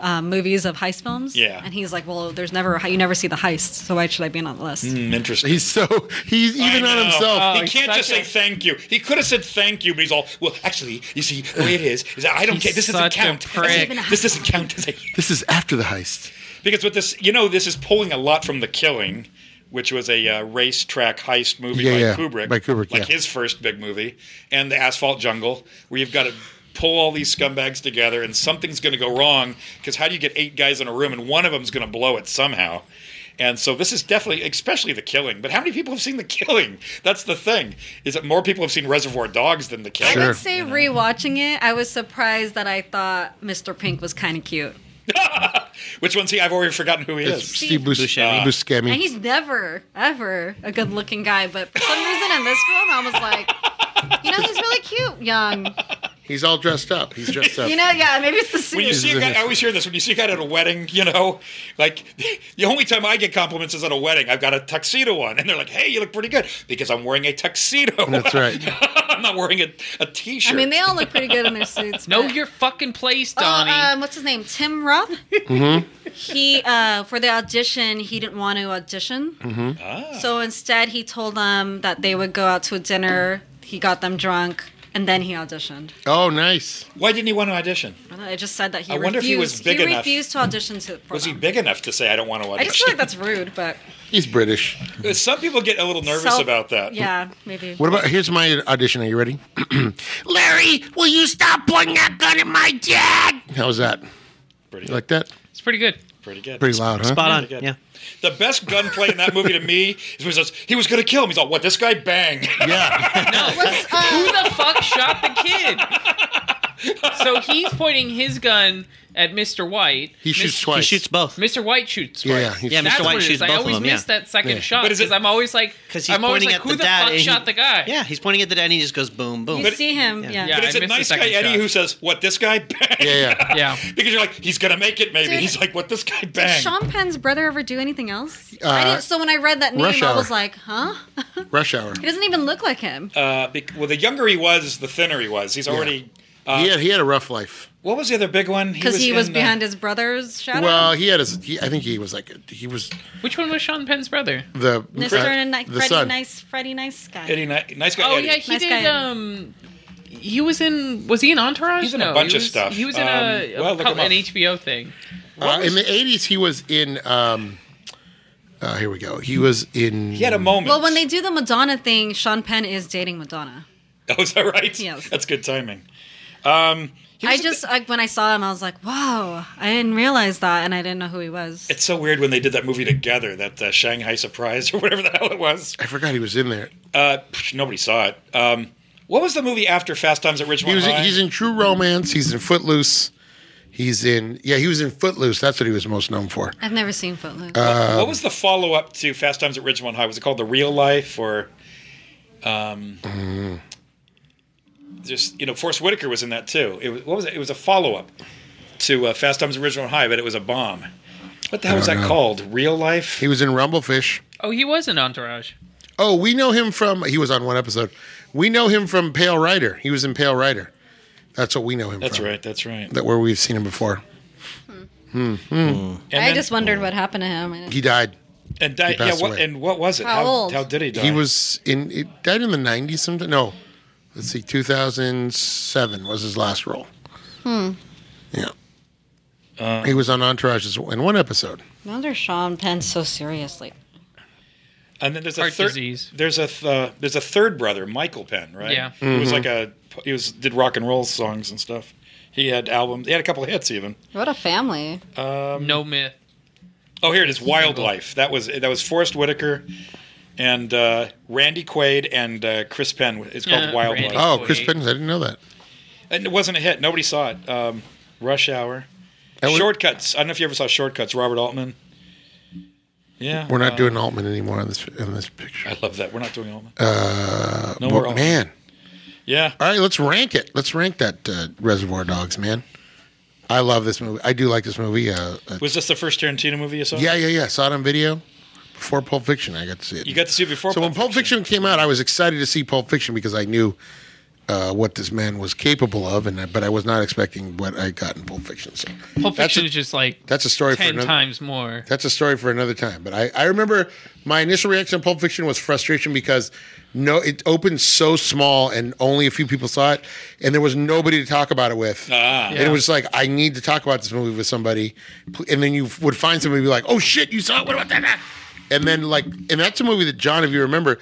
G: um, movies of heist films.
F: Yeah.
G: and he's like, "Well, there's never a, he- you never see the heist, so why should I be on the list?"
F: Mm, Interesting.
C: He's so he's
F: I
C: even on
F: know. Uh,
C: himself.
D: Oh,
F: he
D: he's
F: can't just
D: such
F: say
D: a-
F: thank you. He could have said thank you, but he's all well. Actually, you see, the way it is is that I don't
D: He's
F: care. This doesn't
D: such a
F: count.
D: prick.
F: This doesn't count. It's like-
C: this is after the heist.
F: Because with this, you know, this is pulling a lot from The Killing, which was a uh, racetrack heist movie
C: Yeah,
F: by
C: yeah,
F: Kubrick,
C: by Kubrick,
F: like
C: yeah.
F: his first big movie, and The Asphalt Jungle, where you've got to pull all these scumbags together, and something's going to go wrong. Because how do you get eight guys in a room, and one of them's going to blow it somehow? And so this is definitely, especially The Killing. But how many people have seen The Killing? That's the thing. Is that more people have seen Reservoir Dogs than The Killing?
G: I
C: Sure.
G: would say rewatching it, I was surprised that I thought Mr. Pink was kind of cute,
F: Which one's he? I've already forgotten who he
C: It's
F: is.
C: Steve Bus-
E: Buscemi.
C: Buscemi.
G: and he's never ever a good-looking guy, but for some reason in this film, I was like, you know, he's really cute, young.
C: He's all dressed up. He's dressed up.
G: You know, yeah, maybe it's the suit.
F: When you see a guy, I always hear this. When you see a guy at a wedding, you know, like the only time I get compliments is at a wedding. I've got a tuxedo on, and they're like, "Hey, you look pretty good," because I'm wearing a tuxedo.
C: That's right.
F: I'm not wearing a, a t-shirt.
G: I mean, they all look pretty good in their suits.
D: Know
G: but-
D: your fucking place,
G: Oh,
D: Donnie.
G: um, what's his name? Tim Roth. He uh, for the audition, he didn't want to audition, so instead he told them that they would go out to a dinner. He got them drunk, and then he auditioned.
C: Oh, nice.
F: Why didn't he want to audition?
G: I don't know, It just said that he
F: I
G: refused.
F: wonder if he was big
G: he
F: enough.
G: refused to audition to. For
F: Was he
G: them.
F: big enough to say I don't want to
G: I just feel
F: audition?
G: like that's rude, but
C: He's British.
F: Some people get a little nervous
G: self-
F: about that.
G: Yeah, maybe.
C: What about here's my audition? Are you ready? Larry, will you stop pointing that gun at my dad? How's that?
F: Pretty
C: You
F: good.
C: like that?
D: It's pretty good.
F: Pretty good.
C: Pretty loud, huh?
E: Spot on.
F: Pretty good.
E: Yeah.
F: The best gunplay in that movie to me is when he says he was going to kill him. He's all, "What? This guy bang."
C: Yeah.
D: Who the fuck shot the kid? So he's pointing his gun at Mr. White.
C: He shoots
E: He
C: twice.
E: shoots both.
D: Mr. White shoots.
C: Yeah, yeah,
D: twice.
C: he
E: Yeah,
C: shoots
E: Mr. White
D: That's what it
E: shoots
D: is. I
E: both of
D: always
E: them, yeah.
D: miss that second
C: Yeah.
D: shot
F: But is
D: because
F: it-
D: I'm always like,
E: Because he's
D: I'm always
E: pointing
D: like,
E: at
D: who
E: the
D: the,
E: dad.
D: fuck
E: and he-
D: shot the guy?
E: Yeah, he's pointing at the dad, and he just goes boom, boom.
G: You
F: But-
G: see him,
E: yeah.
G: yeah.
D: Yeah.
F: But it's
D: I
F: a
D: missed the
F: nice guy
D: second
F: Eddie
D: shot.
F: who says, "What? This guy bang."
C: Yeah, yeah.
D: Yeah.
F: because you're like, he's going to make it. Maybe
G: Dude.
F: he's like, "What? This guy
G: Did
F: bang."
G: Sean Penn's brother ever do anything else?
C: Uh,
G: I didn't, so when I read that name,
C: Rush
G: I was
C: Hour.
G: like, huh?
C: Rush hour.
G: he doesn't even look like him.
F: Uh, bec- well, the younger he was, the thinner he was. He's already.
C: he had he had a rough life.
F: What was the other big one?
G: Because he was,
F: in, uh,
G: behind his brother's shadow.
C: Well, he had his. He, I think he was like he was
D: Which one was Sean Penn's brother?
C: the
G: Mr.
C: uh,
G: and Ni-
C: the
G: Freddy
C: son.
G: Nice, Freddy Nice guy.
F: Eddie, Ni- nice guy.
D: Oh
F: Eddie.
D: yeah, he
G: Nice
D: did.
G: guy.
D: Um, he was in. Was he in Entourage?
F: He's in a
D: no,
F: bunch
D: he
F: of
D: was,
F: stuff.
D: He was in a,
F: Um, well, look
D: co-
F: him up.
D: an HBO thing.
C: Uh, in the eighties, he was in. Um, uh, here we go. He was in.
F: He had a moment.
G: well, when they do the Madonna thing, Sean Penn is dating Madonna.
F: Oh, is that right?
G: Yes.
F: That's good timing. Um, he
G: I
F: was in
G: just, like, when I saw him, I was like, whoa, I didn't realize that, and I didn't know who he was.
F: It's so weird when they did that movie together, that uh, Shanghai Surprise or whatever the hell it was.
C: I forgot he was in there.
F: Uh, psh, nobody saw it. Um, what was the movie after Fast Times at
C: He
F: Ridgemont
C: was.
F: High?
C: He's in True Romance. He's in Footloose. He's in. Yeah, he was in Footloose. That's what he was most known for.
G: I've never seen Footloose.
C: Um,
F: what was the follow up to Fast Times at Ridgemont High? Was it called The Real Life or?
C: Mm.
F: Um, just you know, Forrest Whitaker was in that too. It was what was it? It was a follow up to uh, Fast Times at Ridgemont High, but it was a bomb. What the hell was that called? Real Life?
C: Oh, He was in Rumblefish.
D: Oh, he was in Entourage.
C: Oh, we know him from. He was on one episode. We know him from Pale Rider. He was in Pale Rider. That's what we know him.
F: That's
C: from.
F: right. That's right.
C: That where we've seen him before.
F: And
G: I
F: then-
G: just wondered what happened to him. I didn't-
C: He died.
F: and died, yeah.
C: passed
F: What
C: away.
F: and what was it?
G: How old?
F: how did he die?
C: He was in. It died in the nineties. Sometime. No, let's see. Two thousand seven was his last role. Hmm. Yeah.
F: Uh,
C: he was on Entourage as- in one episode.
G: No wonder Sean Penn so seriously.
F: And then there's a
D: Heart
F: third.
D: disease.
F: There's a th- uh, there's a third brother, Michael Penn, right?
D: Yeah.
F: He
C: Mm-hmm.
F: was like a he was did rock and roll songs and stuff. He had albums. He had a couple of hits even.
G: What a family.
F: Um,
D: No myth.
F: Oh, here it is, Wildlife. That was that was Forrest Whitaker and uh, Randy Quaid and uh, Chris Penn. It's called
D: Yeah,
F: Wildlife.
D: Randy.
C: Oh, Chris
D: Wait.
C: Pittens. I didn't know that.
F: And it wasn't a hit. Nobody saw it. Um, Rush Hour.
C: That was-
F: Shortcuts. I don't know if you ever saw Shortcuts. Robert Altman. Yeah.
C: We're not
F: uh,
C: doing Altman anymore on this in this picture.
F: I love that. We're not doing Altman.
C: Uh,
F: no
C: but
F: more Altman.
C: man.
F: yeah.
C: All right, let's rank it. Let's rank that uh, Reservoir Dogs, man. I love this movie. I do like this movie. Uh, uh,
F: Was this the first Tarantino movie you saw?
C: yeah, yeah, yeah. Saw it on video before Pulp Fiction. I got to see it.
F: You got to see it before.
C: So when Pulp Fiction came out, I was excited to see Pulp Fiction because I knew uh, what this man was capable of, and I- but I was not expecting what I got in Pulp Fiction. So
D: Pulp
C: that's
D: Fiction
C: a,
D: is just like
C: that's a story for
D: ten
C: another.
D: times more.
C: That's a story for another time. But I, I remember my initial reaction to Pulp Fiction was frustration because no, it opened so small and only a few people saw it, and there was nobody to talk about it with.
F: Ah.
C: And it was like I need to talk about this movie with somebody, Pl- and then you would find somebody and be like, "Oh shit, you saw it? What about that?" And then like, and that's a movie that John, if you remember,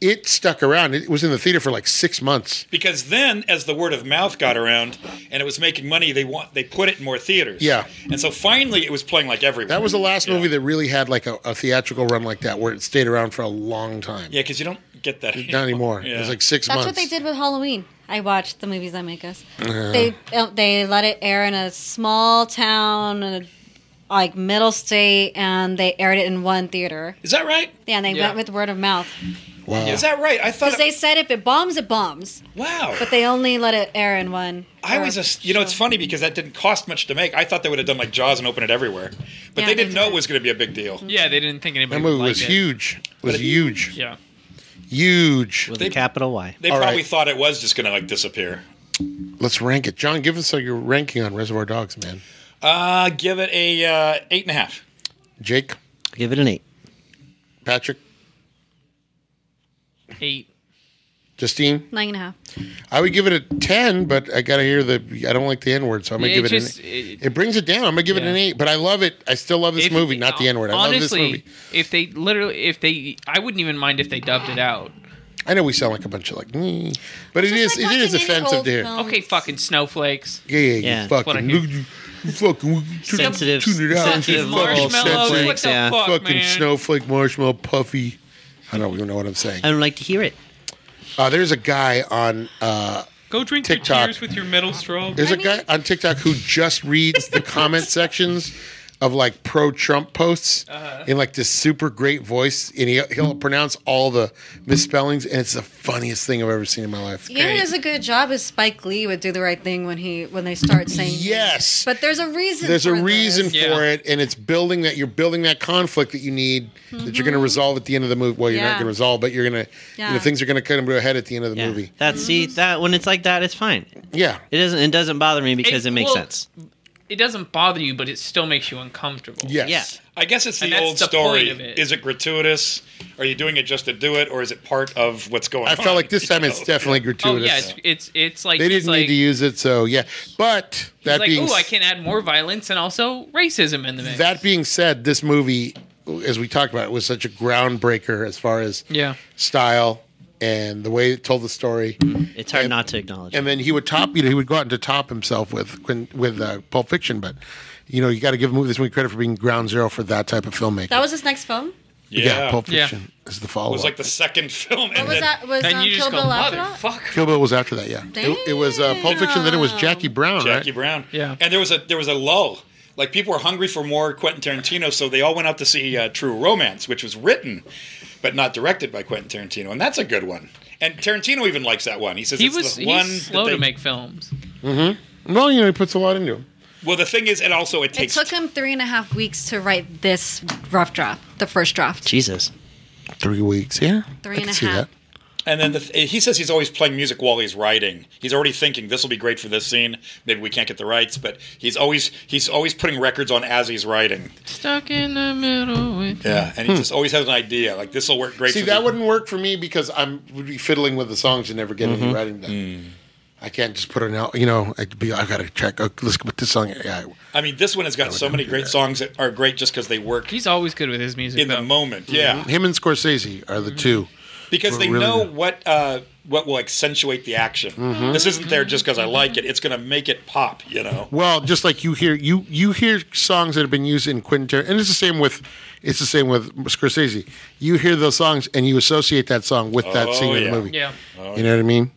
C: it stuck around. It was in the theater for like six months.
F: Because then, as the word of mouth got around and it was making money, they want they put it in more theaters.
C: Yeah.
F: and so finally, it was playing like everywhere.
C: That was the last
F: Yeah.
C: movie that really had like a, a theatrical run like that, where it stayed around for a long time.
F: Yeah, because you don't get that
C: Not anymore. It was
F: Yeah.
C: like six
G: That's
C: months.
G: what they did with Halloween. I watched the movies that make us. They uh, they let it air in a small town and a, like middle state, and they aired it in one theater.
F: Is that right?
G: Yeah, and they
D: Yeah.
G: went with word of mouth
C: Wow.
F: Is that right? I thought.
G: because they said if it bombs, it bombs.
F: wow.
G: But they only let it air in one.
F: I was just, you know, it's funny because that didn't cost much to make. I thought they would have done like Jaws and open it everywhere, but they
G: Yeah, they
F: didn't know
G: did.
F: it was going to be a big deal.
D: Yeah, they didn't think anybody
C: That movie
D: would like
C: was
D: it.
C: huge. Was
F: But it-
C: huge.
D: Yeah.
C: Huge.
E: with
F: They-
E: a capital Y.
F: They
C: All
F: probably
C: right.
F: thought it was just going to like disappear.
C: Let's rank it. John, give us uh, your ranking on Reservoir Dogs, man.
F: Uh, give it a uh, eight and a half.
C: Jake,
E: Give it an eight.
C: Patrick,
D: Eight.
C: Justine,
G: Nine and a half.
C: I would give it a ten, but I gotta hear the. I don't like the N word, so I'm gonna
D: It
C: give it.
D: just-
C: an,
D: it-
C: it, brings it down. I'm gonna give it
D: Yeah.
C: an eight, but I love it. I still love this
D: If-
C: movie, not the N word. I love this
D: honestly,
C: movie.
D: If they literally, if they, I wouldn't even mind if they dubbed it out.
C: I know we sound like a bunch of like, mm, but it is
G: Just like
C: it is
G: watching any
C: offensive
G: old
C: to hear.
G: film.
D: Okay, fucking snowflakes.
C: Yeah, yeah,
E: Yeah.
C: you
D: What I
C: fucking,
D: hear.
C: you, you fucking turn-
E: Sensitive-
C: tune it out.
E: sensitive
C: fucking
E: little
D: Marshmallows.
C: sensitive.
D: What
E: snowflakes,
D: the
E: yeah.
D: fuck,
C: fucking
D: man?
C: snowflake marshmallow puffy. I don't even know what I'm saying.
E: I don't like to hear it.
C: Uh, there's a guy on uh,
D: Go drink
C: TikTok.
D: your tears with your metal straw.
C: there's a guy on TikTok who just reads the comment sections of like pro Trump posts
D: Uh-huh.
C: in like this super great voice, and he,
D: Mm-hmm.
C: he'll pronounce all the misspellings, and it's the funniest thing I've ever seen in my life.
G: You know who
D: Great.
G: does a good job is Spike Lee would do the right thing when he when they start saying
C: Yes.
G: But there's a reason.
C: There's a
G: for this.
C: reason
D: Yeah.
C: for it, and it's building that you're building that conflict that you need that you're going to
D: Mm-hmm.
C: resolve at the end of the movie. Well, you're not
G: Yeah.
C: going to resolve, but you're going to you
G: Yeah.
C: know things are going to come to a head at the end of the
E: Yeah.
C: movie.
E: That see that when it's like that, it's fine.
C: Yeah,
E: It doesn't. It doesn't bother me because
D: It-
E: it, makes
D: well,
E: sense.
D: It doesn't bother you, but it still makes you uncomfortable.
C: yes,
E: Yeah.
F: I guess it's
D: And
F: the
D: that's
F: old
D: the
F: story.
D: point of it.
F: Is it gratuitous? Are you doing it just to do it, or is it part of what's going
C: I
F: on?
C: felt like this time it's
F: You know?
C: definitely
D: Oh
C: gratuitous.
D: yeah, it's it's, it's like
C: they
D: he's
C: didn't
D: like,
C: need to use it, so yeah. But
D: he's
C: that
D: like,
C: being
D: oh, I
C: s-
D: can add more violence and also racism in the mix.
C: that being said, this movie, as we talked about, was such a groundbreaker as far as
D: yeah,
C: style and the way it told the story.
D: Mm-hmm.
E: It's hard
C: And-
E: not to acknowledge.
C: and
E: it.
C: then he would top you know he would go out and to top himself with Quin- with uh, Pulp Fiction, but you know you got to give a movie this movie credit for being ground zero for that type of filmmaking.
G: That was his next film.
F: yeah.
C: Pulp
D: Yeah.
C: Fiction is the follow
F: It was
C: up.
F: like the second film.
G: What
F: and
G: was
F: then-
G: that? Was
D: and
G: um,
D: you
G: Kill
D: just go
G: Bill after that?
D: motherfucker.
C: Kill Bill was after that, yeah. It, it was uh, Pulp Fiction, then it was Jackie Brown,
F: Jackie
C: right?
F: Brown.
D: Yeah.
F: And there was a there was a lull. Like people were hungry for more Quentin Tarantino, so they all went out to see uh, True Romance, which was written but not directed by Quentin Tarantino, and that's a good one. And Tarantino even likes that one. He says
D: He
F: it's
D: was
F: the one
D: he's slow
F: that they-
D: to make films.
C: Well, you know he puts a lot into him.
F: Well, the thing is, and also it
G: It
F: takes
G: took him three and a half weeks to write this rough draft, the first draft.
E: Jesus.
C: Three weeks, yeah. I
G: Three and
C: can
G: a
C: see
G: half.
C: that.
F: And then the th- he says he's always playing music while he's writing. He's already thinking this will be great for this scene. Maybe we can't get the rights, but he's always he's always putting records on as he's writing.
D: Stuck in the middle with
F: Yeah, and he just always has an idea like this will work great.
C: Hmm. See,
F: for
C: that
F: the-
C: wouldn't work for me because I'm would be fiddling with the songs and never getting any writing done. I can't just put an out. You know, I'd be. I gotta check. Oh, let's put this song. Yeah,
F: I mean, this one has got so many great songs that are great just because they work
D: He's always good with his music.
F: in the
D: though.
F: moment. Yeah,
C: him and Scorsese are the two.
F: because they
C: Really
F: know
C: good.
F: what uh, what will accentuate the action. This isn't there just because I like it. It's going to make it pop. You know.
C: Well, just like you hear you you hear songs that have been used in Quentin Tar- and it's the same with it's the same with Scorsese. You hear those songs and you associate that song with that
F: Oh,
C: scene in
F: yeah.
C: the movie.
D: Yeah.
C: you know what I mean?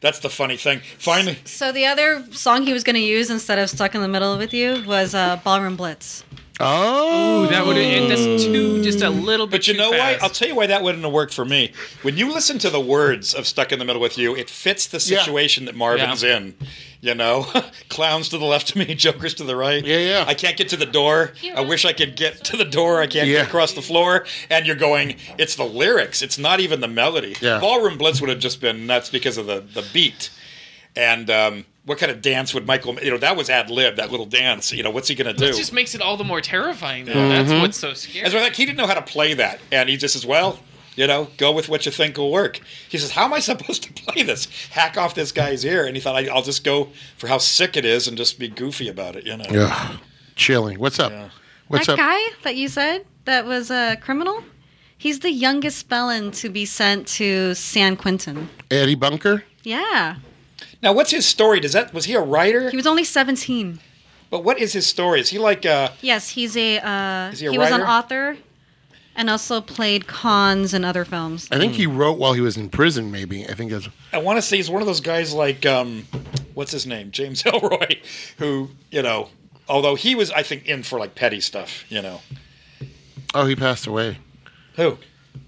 F: That's the funny thing. Finally,
G: So the other song he was going to use instead of "Stuck in the Middle with You" was uh, "Ballroom Blitz."
C: Oh,
D: Ooh, that would have this too just a little bit.
F: But you
D: too
F: know
D: fast.
F: why? I'll tell you why that wouldn't have worked for me. When you listen to the words of "Stuck in the Middle with You," it fits the
C: Yeah.
F: situation that Marvin's in. You know, clowns to the left of me, jokers to the right.
C: Yeah, yeah.
F: I can't get to the door. I wish I could get to the door. I can't
C: Yeah.
F: get across the floor. And you're going, it's the lyrics. It's not even the melody.
C: Yeah.
F: Ballroom Blitz would have just been nuts because of the the beat. And um, what kind of dance would Michael? You know, that was ad lib. That little dance. You Mm-hmm. know, what's he going to do?
D: It just makes it all the more terrifying. Though. That's what's so scary.
F: As a matter of fact, he didn't know how to play that, and he just says, "Well, you know, go with what you think will work." He says, "How am I supposed to play this? Hack off this guy's ear?" And he thought, I, "I'll just go for how sick it is and just be goofy about it," you know.
C: Ugh, chilling. What's up? What's
G: that
C: up?
G: guy that you said that was a criminal, he's the youngest felon to be sent to San Quentin.
C: Eddie Bunker?
G: Yeah,
F: Now, what's his story? Does that was he a writer?
G: he was only seventeen.
F: but what is his story? Is he like uh,
G: Yes, he's a. Uh,
F: Is he a
G: was an
F: writer?
G: author, and also played cons in other films.
C: I think he wrote while he was in prison maybe. I think that's
F: I want to say he's one of those guys like um, what's his name, James Elroy, who you know, although he was I think in for like petty stuff, you know.
C: Oh, he passed away.
F: Who?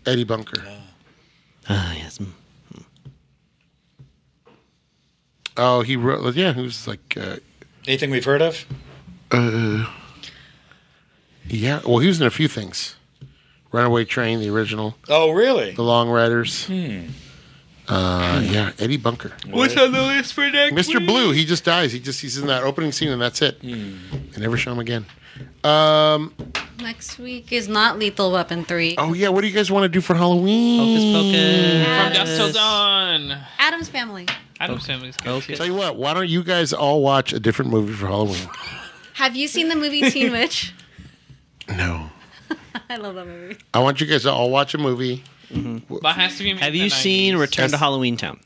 C: Eddie Bunker.
E: Ah, yes. Mm.
C: Oh, he wrote yeah, he was like uh,
F: Anything we've heard of?
C: yeah, well, he was in a few things. Runaway Train, the original,
F: Oh, really?
C: The Long Riders. Uh, yeah, Eddie Bunker.
D: what's on the list for next?
C: Mr.
D: week?
C: Blue, he just dies. He just he's in that opening scene and that's it. Hmm. They never show him again. Um,
G: Next week is not Lethal Weapon three.
C: oh yeah, what do you guys want to do for Halloween?
D: Mm.
E: Hocus pocus.
D: From dusk till dawn.
G: Family.
E: Oh.
D: Adam's family's good.
E: Okay.
D: too.
C: Tell you what, why don't you guys all watch a different movie for Halloween?
G: Have you seen the movie Teen Witch?
C: No.
G: I love that movie.
C: I want you guys to all watch a movie.
D: But it has to be. Made
E: Have
D: in the
E: you seen
D: 90s.
E: Return to Halloween Town?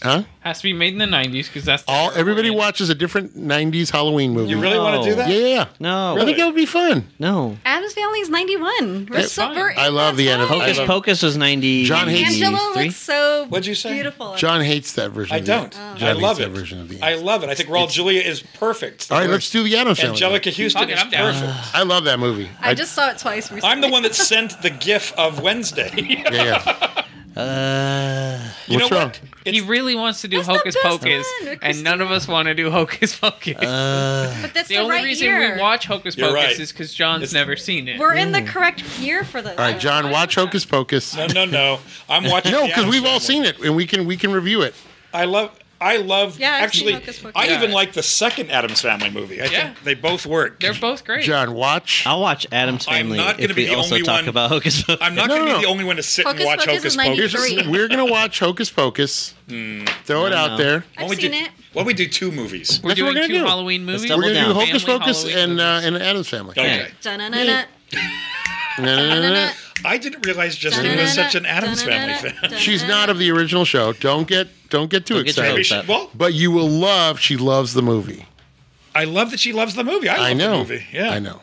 C: Huh?
D: Has to be made in the nineties because that's the
C: All
D: era
C: everybody
D: we're in.
C: watches a different '90s Halloween movie.
F: You really want to do
E: No.
F: that?
C: Yeah, yeah. yeah.
E: No.
C: I think that would be fun.
E: No.
G: Adam's Family is 91. We're
C: That's
G: so,
D: fine.
G: we're in
C: I love the
G: that
C: end of
G: time.
E: Hocus
C: love-
E: Pocus was 90.
C: John Hastings.
G: Angela looks so
F: What'd you say?
G: beautiful.
C: John hates that version.
F: I
C: of the-
F: don't.
C: John
F: I love
C: hates
F: it.
C: That version of the
F: I love it. I think Raul Julia is perfect.
C: all right, let's do the Adams Family.
F: Angelica Houston
D: Fuck it,
F: is
D: I'm down.
F: perfect.
C: I love that movie.
G: I just saw it twice recently.
F: I'm the one that sent the GIF of Wednesday. you
C: Yeah, yeah.
E: Uh,
F: know
C: What's wrong?
F: what?
D: He really wants to do
G: That's the
D: Hocus
G: best
D: Pocus,
G: one, Christina.
D: and none of us want to do Hocus Pocus.
E: Uh,
G: But that's the,
D: the, only
G: right
D: reason
G: year.
D: we watch Hocus
F: You're
D: Pocus
F: right.
D: is because John's
F: It's-
D: never seen it.
G: We're in the correct year for this.
C: All right, John, watch Hocus Pocus.
F: No, no, no. I'm watching.
C: No,
F: the
C: because
F: Addams
C: we've all seen
F: Family.
C: it, and we can we can review it.
F: I love. I love.
G: Yeah, I've
F: actually,
G: seen Hocus Pocus.
F: I even
D: Yeah.
F: like the second Adams Family movie. I
D: Yeah.
F: think they both work.
D: They're both great.
C: John, watch.
E: I'll watch Adam's
F: I'm
E: Family
F: not gonna
E: if
F: be
E: we
F: the
E: also
F: only
E: talk
F: one-
E: about Hocus Pocus.
F: I'm not
C: No,
F: going to
C: no,
F: be
C: no.
F: the only one to sit
G: Hocus
F: and watch
G: Pocus
F: Hocus
G: is
C: Here's-
F: Pocus.
G: 93. Three.
C: we're gonna watch Hocus Pocus.
F: Hmm.
C: Throw it
E: No,
C: out
E: no.
C: there.
G: I've
F: Why don't we
G: seen
F: do-
G: it.
F: Why don't we do two movies?
D: We're
C: That's what
D: doing
C: we're gonna
D: two
C: do.
D: Hocus movies.
E: double
C: We're gonna do
E: down.
C: Hocus
D: Family
C: Pocus
D: Halloween
C: and uh,
D: movies.
C: and Adams Family.
F: Okay.
G: Dun-na-na-na,
C: No, no, no, no, no.
G: dun-na-na,
F: I didn't realize Justine
G: dun-na-na,
F: was such an Adams Family
G: dun-na-na,
F: fan.
C: She's not of the original show. Don't get don't get too
E: Don't get your
C: excited.
E: hopes
F: Maybe she-
E: up.
F: well,
C: but you will love. She loves the movie.
F: I love that she loves the movie. I, love
C: I know.
F: the movie. Yeah,
C: I know.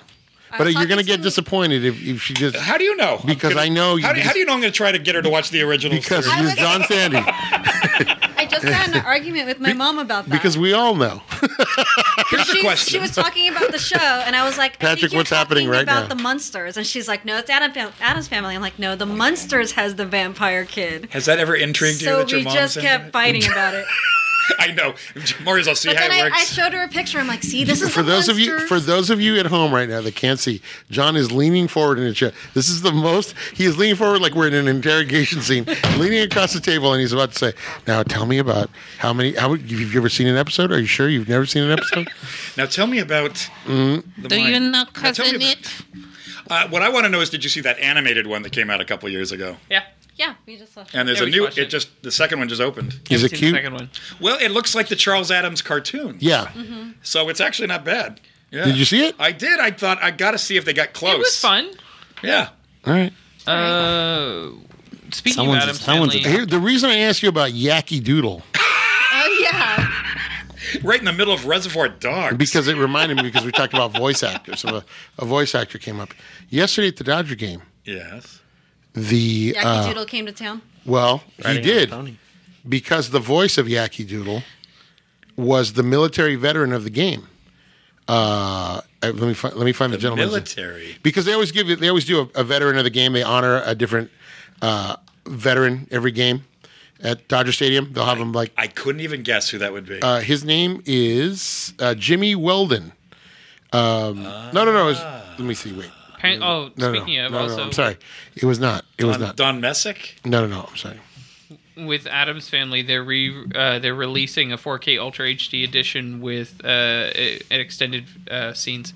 G: I
C: But
G: was
C: you're gonna
G: talking
C: get
G: to-
C: disappointed if, if she just
F: How do you know? I'm
C: Because
F: gonna-
C: I know you
F: How do,
C: just-
F: how do you know I'm going to try to get her to watch the original?
C: because
F: series?
C: she's John Sandy.
G: I just got in an argument with my mom about that.
C: Because we all know.
F: here's the
G: she,
F: question.
G: she was talking about the show, and I was like, I think
C: Patrick,
G: you're
C: what's happening
G: talking
C: right
G: about
C: now?
G: the Munsters, and she's like, No, it's Adam Fam- Adam's family. I'm like, No, the Munsters has the vampire kid.
F: Has that ever intrigued you
G: So
F: that your
G: we
F: mom
G: just
F: sent
G: kept
F: it?
G: fighting about it.
F: I know. Mario's, I'll see
G: But
F: how
G: then
F: it
G: I,
F: works.
G: I showed her a picture. I'm like, See, this is
C: for
G: the
C: those of you
G: Munsters."
C: for those of you at home right now that can't see, John is leaning forward in a chair. This is the most he is leaning forward like we're in an interrogation scene, leaning across the table, and he's about to say, "Now tell me about how many? How have you ever seen an episode? Are you sure you've never seen an episode?
F: Now tell me about.
C: Mm-hmm.
F: The Do you not cousin it? Uh, what I want to know is, did you see that animated one that came out a couple years ago?
D: Yeah.
G: yeah, we just saw.
F: And there's
D: Yeah,
F: a
D: we
F: new.
D: watched
F: It.
D: it.
F: just the second one just opened.
C: is it
D: Haven't seen
C: cute?
D: The second one.
F: Well, it looks like the Charles Adams cartoon.
C: Yeah.
G: Mm-hmm.
F: So it's actually not bad. Yeah.
C: Did you see it?
F: I did. I thought I got to see if they got close.
D: It was fun.
F: Yeah.
C: All right.
D: Uh, speaking
E: Someone's-
D: of Adam
E: someone's-
D: Family,
C: Here, the reason I asked you about Yacky Doodle
G: Oh yeah,
F: Right in the middle of Reservoir Dogs.
C: because it reminded me because we talked about voice actors. So a, a voice actor came up yesterday at the Dodger game.
F: yes.
C: The
G: Yankee
C: uh,
G: Doodle came to town.
C: well, he
E: Riding on
C: did.
E: the pony.
C: because the voice of Yankee Doodle was the military veteran of the game. Uh, I- let me find, let me find the, gentleman.
F: Military.
C: because they always give you- they always do a, a veteran of the game. They honor a different uh, veteran every game at Dodger Stadium. They'll have them like
F: I couldn't even guess who that would be.
C: uh, his name is uh, Jimmy Weldon. Um, no, no, no. it was- let me see. Wait.
D: Apparent- oh,
C: No, no,
D: speaking
C: no,
D: of
C: no, no,
D: also
C: I'm sorry. It was not. It was
F: Don,
C: not.
F: Don Messick.
C: No, no, no. I'm sorry.
D: with Adam's Family, they're re uh, they're releasing a 4K Ultra HD edition with uh, e- extended uh, scenes.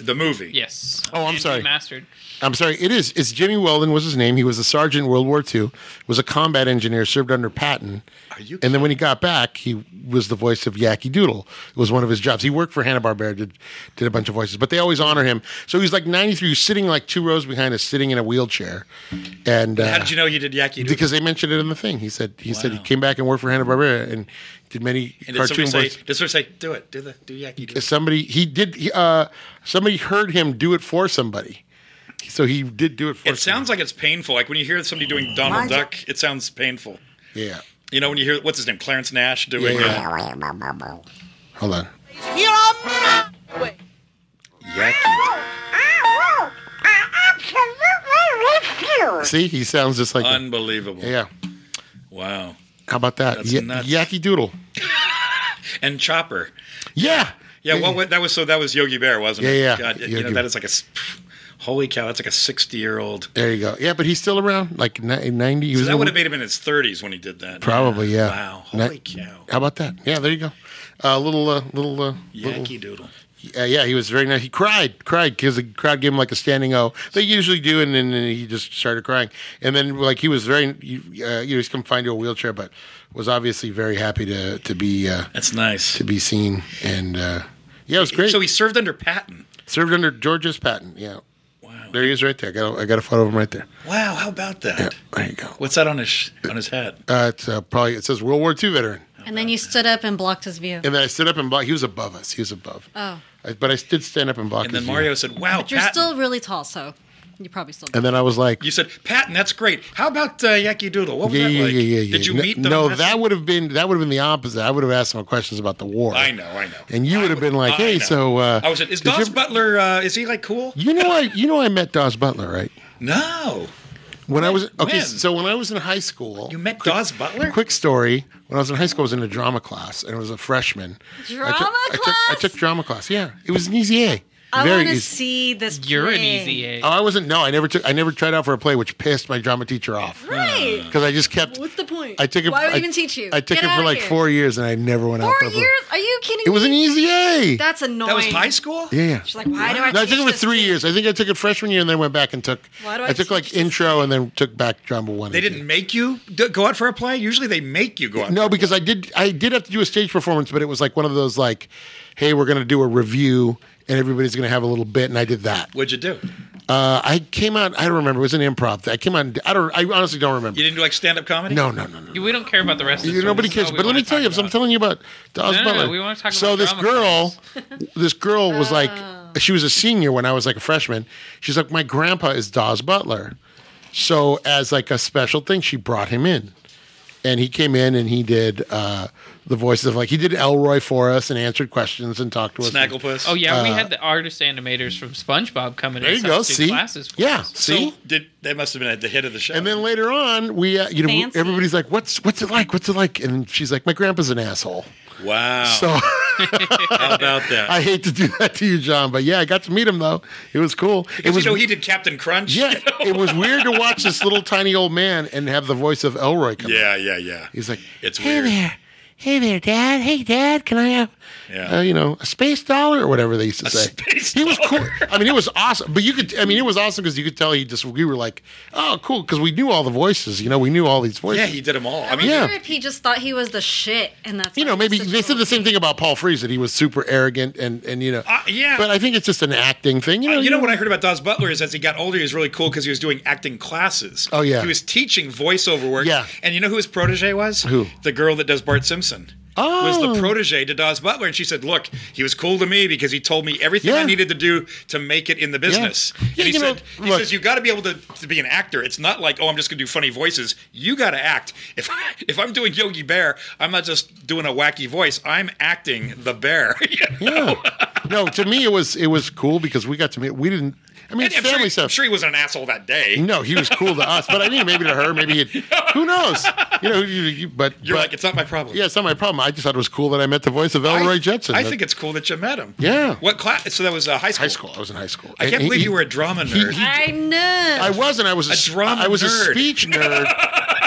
F: The movie.
D: Yes.
C: Oh, I'm
D: And
C: sorry.
D: Remastered.
C: I'm sorry. It is. It's Jimmy Weldon was his name. He was a sergeant in World War II. Was a combat engineer. Served under Patton.
F: Are you
C: and then when he got back, he was the voice of Yankee Doodle. It was one of his jobs. He worked for Hanna Barbera. Did did a bunch of voices, but they always honor him. So he's like 93, he's sitting like two rows behind us, sitting in a wheelchair. And uh,
F: How did you know you did Yaki Doodle?
C: Because they mentioned it in the thing. He said he said he came back and worked for Hanna Barbera and did many
F: and did
C: cartoon
F: somebody say,
C: voices.
F: did somebody say, do it, do the, do Yaki Doodle?
C: Somebody he did. he, Uh, somebody heard him do it for somebody. So he did do it for.
F: It sounds like it's painful. Like when you hear somebody doing
C: Mm.
F: Donald Duck, it sounds painful.
C: Yeah.
F: You know, when you hear, what's his name, Clarence Nash doing
C: Yeah,
F: uh,
C: Hold on.
F: Yaki
C: See, he sounds just like. that.
F: Unbelievable.
C: Yeah.
F: Wow.
C: How about that?
F: That's
C: Yeah,
F: nuts.
C: Yacky Doodle.
F: And Chopper.
C: Yeah.
F: Yeah, well, what- that was so that was Yogi Bear, wasn't it?
C: Yeah, yeah.
F: God, you
C: Yogi
F: know, that is like a s- pff, holy cow. That's like a sixty-year-old.
C: There you go. Yeah, but he's still around, like ni- ninety. He was
F: So that
C: in-
F: would have made him in his thirties when he did that.
C: probably. Yeah.
F: Wow. Holy
C: Ni-
F: cow.
C: How about that? Yeah. There you go. uh, little, uh, little, uh, little
F: Yankee Doodle.
C: Uh, yeah, he was very nice. He cried, cried because the crowd gave him like a standing O. They usually do, and then and he just started crying. And then like he was very, uh, you know, he's confined to a wheelchair, but was obviously very happy to to be uh,
F: That's nice.
C: to be seen. And uh, yeah, it was great.
F: So he served under Patton.
C: served under George's Patton. Yeah,
F: Wow.
C: there he is, right there. I got a, I got a photo of him right there.
F: Wow. How about that?
C: There you go.
F: What's that on his sh- on his hat?
C: Uh, it's uh, probably it says World War II veteran.
G: And then you stood up and blocked his view.
C: And then I stood up and blocked. He was above us. He was above.
G: Oh.
C: I, but I did stand up and block.
F: And then
C: his view.
F: Mario said, "Wow,
G: You're
F: Patton."
G: still really tall, so you probably still.
C: And then I was like,
F: You said, "Patton, that's great. How about uh, Yaki Doodle? What was
C: yeah,
F: that
C: yeah,
F: like?
C: yeah, yeah, yeah.
F: Did you
C: no,
F: meet them?
C: No,
F: That's-
C: that would have been that would have been the opposite. I would have asked him questions about the war.
F: I know, I know.
C: And you
F: I
C: would have been like,
F: I
C: hey,
F: know.
C: so uh,
F: I was. Is
C: did
F: Dawes
C: you,
F: Butler? Uh, is he like cool?
C: you know, I you know, I met Dawes Butler, right?
F: No,
C: When I was okay,
F: When?
C: so when I was in high school,
F: you met Dawes Butler.
C: Quick story: When I was in high school, I was in a drama class, and I was a freshman. I
G: Drama
C: took, I took, I
G: class?
C: took drama class. Yeah, it was an easy A.
G: I
C: Very
G: want to
C: easy.
G: see this.
D: You're an
G: play.
D: easy A.
C: Oh, I wasn't. No, I never took. I never tried out for a play, which pissed my drama teacher off
G: Right.
C: because I just kept.
G: What's the point?
C: I took it.
G: Why would
C: I-
G: I, even teach you?
C: I took it
G: Get out
C: for
G: of
C: like
G: here.
C: four years, and I never went out.
G: Four
C: for a play.
G: years? Are you kidding
C: It was
G: me?
C: an e- easy A.
G: That's annoying.
F: That was high school.
C: yeah, yeah.
G: She's like, why do I?
C: No, I
G: teach
C: took it for
G: this
C: three
G: kid?
C: years. I think I took it freshman year and then went back and took.
G: Why do
C: I,
G: I
C: took like
G: teach this
C: intro and then took back drama one.
F: They
C: and two.
F: didn't make you d- go out for a play. Usually, they make you go out.
C: No, because I did. I did have to do a stage performance, but it was like one of those like, hey, we're going to do a review and everybody's going to have a little bit, and I did that.
F: What'd you do?
C: Uh, I came out. I don't remember. It was an improv. I came out. and- I don't. I honestly don't remember.
F: You didn't do like stand up comedy.
C: No, no, no, no.
D: We don't care about the rest of the
C: You,
D: story.
C: nobody
D: This is
C: cares.
D: what we
C: But let
D: wanna
C: me tell you,
D: talk
C: I'm
D: about.
C: telling you about Dawes
D: No, no, no,
C: Butler.
D: we wanna talk
C: so
D: about
C: this
D: drama
C: girl, this girl was like, she was a senior when I was like a freshman. She's like, my grandpa is Dawes Butler. So as like a special thing, she brought him in, and he came in and he did uh, the voices of like he did Elroy for us and answered questions and talked to us.
F: Snagglepuss.
D: Oh yeah, we had the artist animators from SpongeBob coming
C: Uh, There
D: in.
C: you go. See,
D: classes for
C: yeah,
D: us.
C: see.
F: So did that must have been at the hit of the show.
C: And then later on, we uh, you know
G: Fancy.
C: everybody's like, "What's what's it like? What's it like?" And she's like, "My grandpa's an asshole."
F: wow,
C: So
F: how about that?
C: I hate to do that to you, John, but yeah, I got to meet him though. It was cool. It
F: Because,
C: was
F: you know he did Captain Crunch.
C: yeah, it was weird to watch this little tiny old man and have the voice of Elroy come. in.
F: yeah, yeah, yeah.
C: he's like,
F: It's
C: hey
F: weird.
C: there, hey there, Dad, hey Dad, can I have,
F: Yeah.
C: uh, you know, a space dollar or whatever they used to say.
F: space
C: he was cool. I mean, it was awesome. But you could, I mean, it was awesome because you could tell he just we were like, oh, cool, because we knew all the voices. You know, we knew all these
F: yeah,
C: voices.
F: he did them all. I
G: I
F: mean,
C: Yeah.
G: wonder if he just thought he was the shit, and that's
C: you
G: why
C: know,
G: he
C: maybe
G: was such
C: they
G: a-
C: said the same thing about Paul Frees that he was super arrogant and and you know,
F: Uh, yeah. Uh,
C: But I think it's just an acting thing. You know,
F: you know what I heard about Dawes Butler is as he got older, he was really cool because he was doing acting classes.
C: Oh, yeah.
F: he was teaching voiceover work.
C: Yeah.
F: and you know who his protege was?
C: Who?
F: The girl that does Bart Simpson. was
C: Oh.
F: the protege to Dawes Butler, and she said, "Look, he was cool to me because he told me everything
C: Yeah.
F: I needed to do to make it in the business."
C: Yeah,
F: And he
C: you know,
F: said, "He
C: look-
F: says you got to be able to, to be an actor. It's not like oh, I'm just going to do funny voices. You got to act. If if I'm doing Yogi Bear, I'm not just doing a wacky voice. I'm acting the bear. You know?
C: no, to me it was it was cool because we got to meet. We didn't. I mean,
F: And
C: it's
F: I'm sure,
C: family
F: he- I'm
C: stuff.
F: sure he wasn't an asshole that day.
C: No, he was cool to us, but I mean, maybe to her, maybe it, who knows? You know, you, you, but
F: You're
C: but-
F: like, it's not my problem.
C: yeah, it's not my problem. I just thought it was cool that I met the voice of
F: I-
C: Elroy Judson.
F: I
C: That-
F: think it's cool that you met him.
C: Yeah.
F: What class? So that was uh, high school.
C: high school. I was in high school.
F: I can't
C: And he-
F: believe
C: he-
F: you were a drama
C: he-
F: nerd.
C: he-
G: I know.
C: I wasn't. I was a,
F: A
C: s-
F: drama
C: I was a
F: nerd.
C: speech nerd.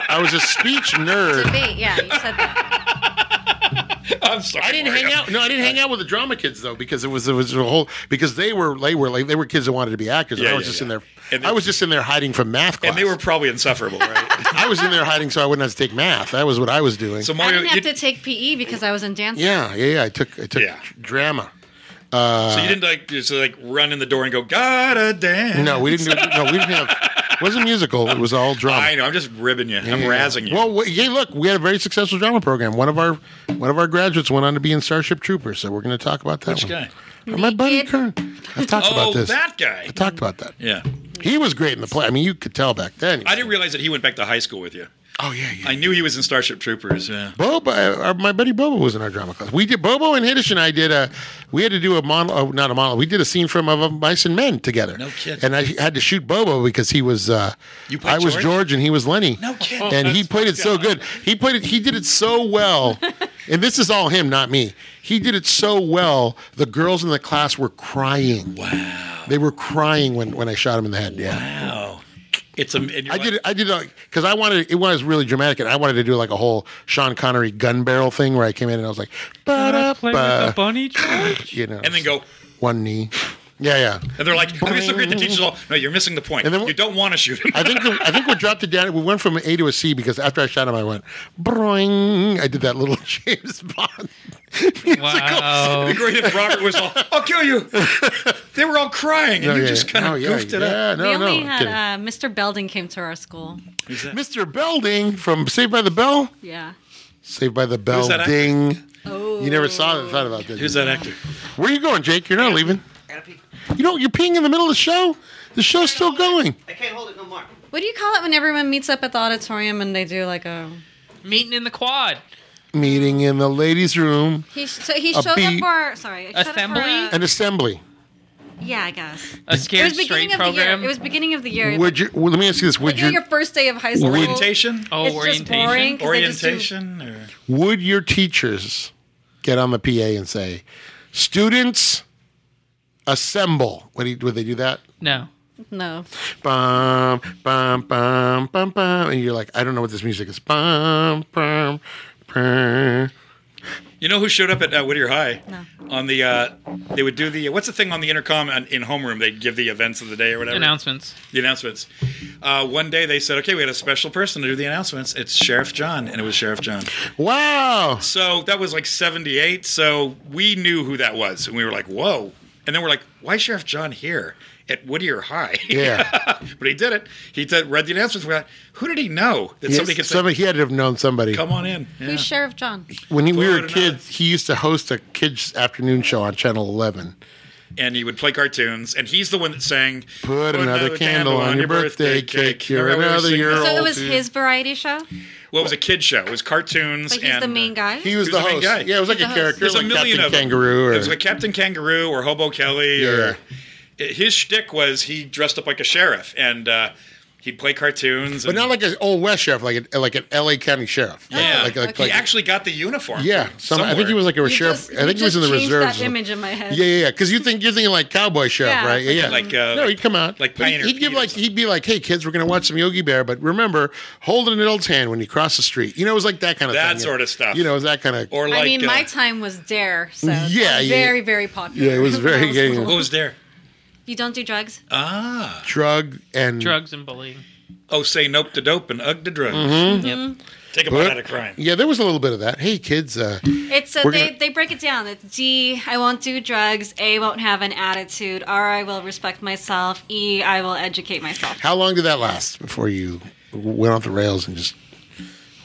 C: I was a speech nerd.
G: Debate, yeah, you said that.
F: I'm sorry.
C: I didn't hang
F: Mario.
C: out. No, I didn't hang out with the drama kids though, because it was it was a whole because they were they were like they were kids that wanted to be actors. and
F: Yeah,
C: I was
F: yeah,
C: just
F: yeah.
C: in there.
F: And they-
C: I was just in there hiding from math class.
F: And they were probably insufferable, right?
C: I was in there hiding so I wouldn't have to take math. That was what I was doing.
F: so
G: I
F: Mario,
G: didn't have
F: you,
G: to take PE because I was in dance.
C: yeah, yeah, yeah. I took I took
F: Yeah.
C: drama.
F: so you didn't like just like run in the door and go, "Gotta damn."
C: No, um, we didn't. Do, no, we didn't have. It wasn't musical. It was all drama.
F: I know. I'm just ribbing you. I'm razzing you.
C: Well, w- hey, look, we had a very successful drama program. One of our one of our graduates went on to be in Starship Troopers, so we're going to talk about that.
F: Which
C: one. Oh,
F: guy?
C: My buddy
G: Naked.
C: Kern. I've talked
F: oh,
C: about this.
F: that guy.
C: I talked about that.
F: Yeah.
C: He was great in the play. I mean, you could tell back then.
F: I didn't realize that he went back to high school with you.
C: oh yeah, yeah.
F: I knew he was in Starship Troopers. Yeah.
C: Boba, uh, my buddy Bobo was in our drama class. We did Bobo and Hiddish and I did a. We had to do a mon, oh, not a monologue. We did a scene from of Mice and Men together.
F: No kidding.
C: And I had to shoot Bobo because he was. Uh,
F: You played
C: I was
F: George?
C: George and he was Lenny.
F: No kidding.
C: And he played it so good. He played it. He did it so well. and this is all him, not me. He did it so well. The girls in the class were crying.
F: Wow.
C: They were crying when when I shot him in the head. Yeah.
F: Wow. It's a. And you're
C: Oh. I
F: like,
C: did. it- I did because I wanted. It was really dramatic, and I wanted to do like a whole Sean Connery gun barrel thing where I came in and I was like,
D: Can I
C: "Ba-da-ba,"
D: play with the bunny George?
C: you know,
F: And then go.
C: one knee. Yeah, yeah.
F: And they're like, "Oh, it's so great to teach us all." No, you're missing the point.
C: And then-
F: you don't want to shoot him.
C: I think the, I think what dropped it down. We went from an A to a C because after I shot him, I went broing. I did that little James Bond. musical.
D: Wow.
F: It'd be great if Robert was all, "I'll kill you." They were all crying, and
C: No,
F: you
C: Oh, yeah,
F: just
C: yeah.
F: kind of
C: No, yeah,
F: goofed it
C: yeah,
F: up.
C: No,
G: we only
C: no,
G: had
C: kidding.
G: uh, Mr. Belding came to our school.
C: Mr. Belding from Saved by the Bell.
G: Yeah.
C: Saved by the Bell
F: that actor?
C: Ding.
G: Oh.
C: You never saw that, thought about that.
F: Who's
C: did
F: that actor?
C: you? Where you going, Jake? You're not leaving. You know you're peeing in the middle of the show. The show's still going.
E: I can't hold it no more.
G: What do you call it when everyone meets up at the auditorium and they do like a?
D: Meeting in the quad.
C: Meeting in the ladies' room,
G: He sh- so he
C: A
G: showed
C: beat.
G: up for sorry. he showed up for
D: Assembly?
G: a-
C: an assembly.
G: yeah, I guess.
D: A
G: It
D: scared
G: was
D: straight
G: beginning of the
D: program.
G: year. It was beginning of the year.
C: Would you? Well, let me ask you this:
G: like,
C: Would
G: you know,
C: your
G: your first day of high school?
F: Orientation,
D: oh,
G: It's just
D: orientation.
G: boring. 'cause they just do-
F: orientation, or
C: would your teachers get on the PA and say, "Students, assemble"? Would, he, would they do that?
D: No.
G: No.
C: Bum bum bum bum bum, and you're like, I don't know what this music is. Bum bum. bum.
F: you know who showed up at uh, Whittier High?
G: No.
F: On the, uh, they would do the what's the thing on the intercom on, in homeroom? They'd give the events of the day or whatever.
D: Announcements.
F: the announcements. Uh, one day they said, okay, we had a special person to do the announcements. It's Sheriff John, and it was Sheriff John.
C: Wow.
F: So that was like 78. So we knew who that was, and we were like, whoa. And then we're like, why is Sheriff John here at Whittier High?
C: Yeah.
F: but he did it. He did, read the announcements. We're like, who did he know that somebody could say,
C: Somebody, he had to have known somebody.
F: come on in? Yeah.
G: Who's Sheriff John?
C: When he, we were
F: Florida Nut.
C: kids, he used to host a kids' afternoon show on Channel 11.
F: And he would play cartoons, and he's the one that sang,
C: Put another candle on your birthday cake. You're
F: Remember we were
C: another
F: singing
C: year
F: that?
G: So
C: old.
G: it was
C: dude.
G: his variety show,
F: Well, it was a kid show. It was cartoons.
G: but he's
F: and, uh,
G: the main guy.
C: He was the
F: He was the main
C: host.
F: guy.
C: Yeah, it was like
G: He's
C: a
G: the
C: character,
F: There's
C: like
F: a million
C: Captain
F: of them.
C: Kangaroo. Or,
F: There's like Captain Kangaroo or Hobo Kelly
C: Yeah.
F: or his shtick was he dressed up like a sheriff and uh, he'd play cartoons.
C: but
F: and-
C: not like an old West sheriff, like an, like an LA County sheriff.
F: yeah,
C: like, like,
G: okay.
C: like
F: he actually got the uniform.
C: yeah.
F: from
C: Some, I think
F: somewhere.
C: he was like a
G: You
C: sheriff.
G: just-
C: I
G: you
C: think he was in the
G: just changed
C: reserves.
G: That image in my head.
C: Yeah, yeah, yeah. Because you think you're thinking like cowboy sheriff,
G: Yeah,
C: right? Yeah, yeah.
F: like, uh,
C: no,
F: like-
C: he'd come out
F: like
C: But
F: Pioneer
C: He'd give
F: Pete or
C: like
F: something.
C: he'd be like, "Hey kids, we're gonna watch some Yogi Bear, but remember, hold an adult's hand when you cross the street." You know, it was like that kind of
F: That
C: thing.
F: sort of stuff.
C: You know, it was that kind of.
F: Or like
G: I mean, my
F: uh,
G: time was Dare, so
C: Yeah,
G: yeah,
C: yeah.
G: very, very popular.
C: yeah, it was very getting
F: what was there?
G: You don't do drugs.
F: Ah,
C: drug and
D: Drugs and bullying.
F: oh, say nope to dope and ugh to drugs.
C: Mm-hmm.
E: Yep.
F: Take a
C: What?
F: bite out of crime.
C: Yeah, there was a little bit of that. Hey kids, uh,
G: It's uh,
C: We're
G: they,
C: gonna-
G: they break it down. It's D. I won't do drugs. A. Won't have an attitude. R. I will respect myself. E. I will educate myself.
C: how long did that last before you went off the rails and just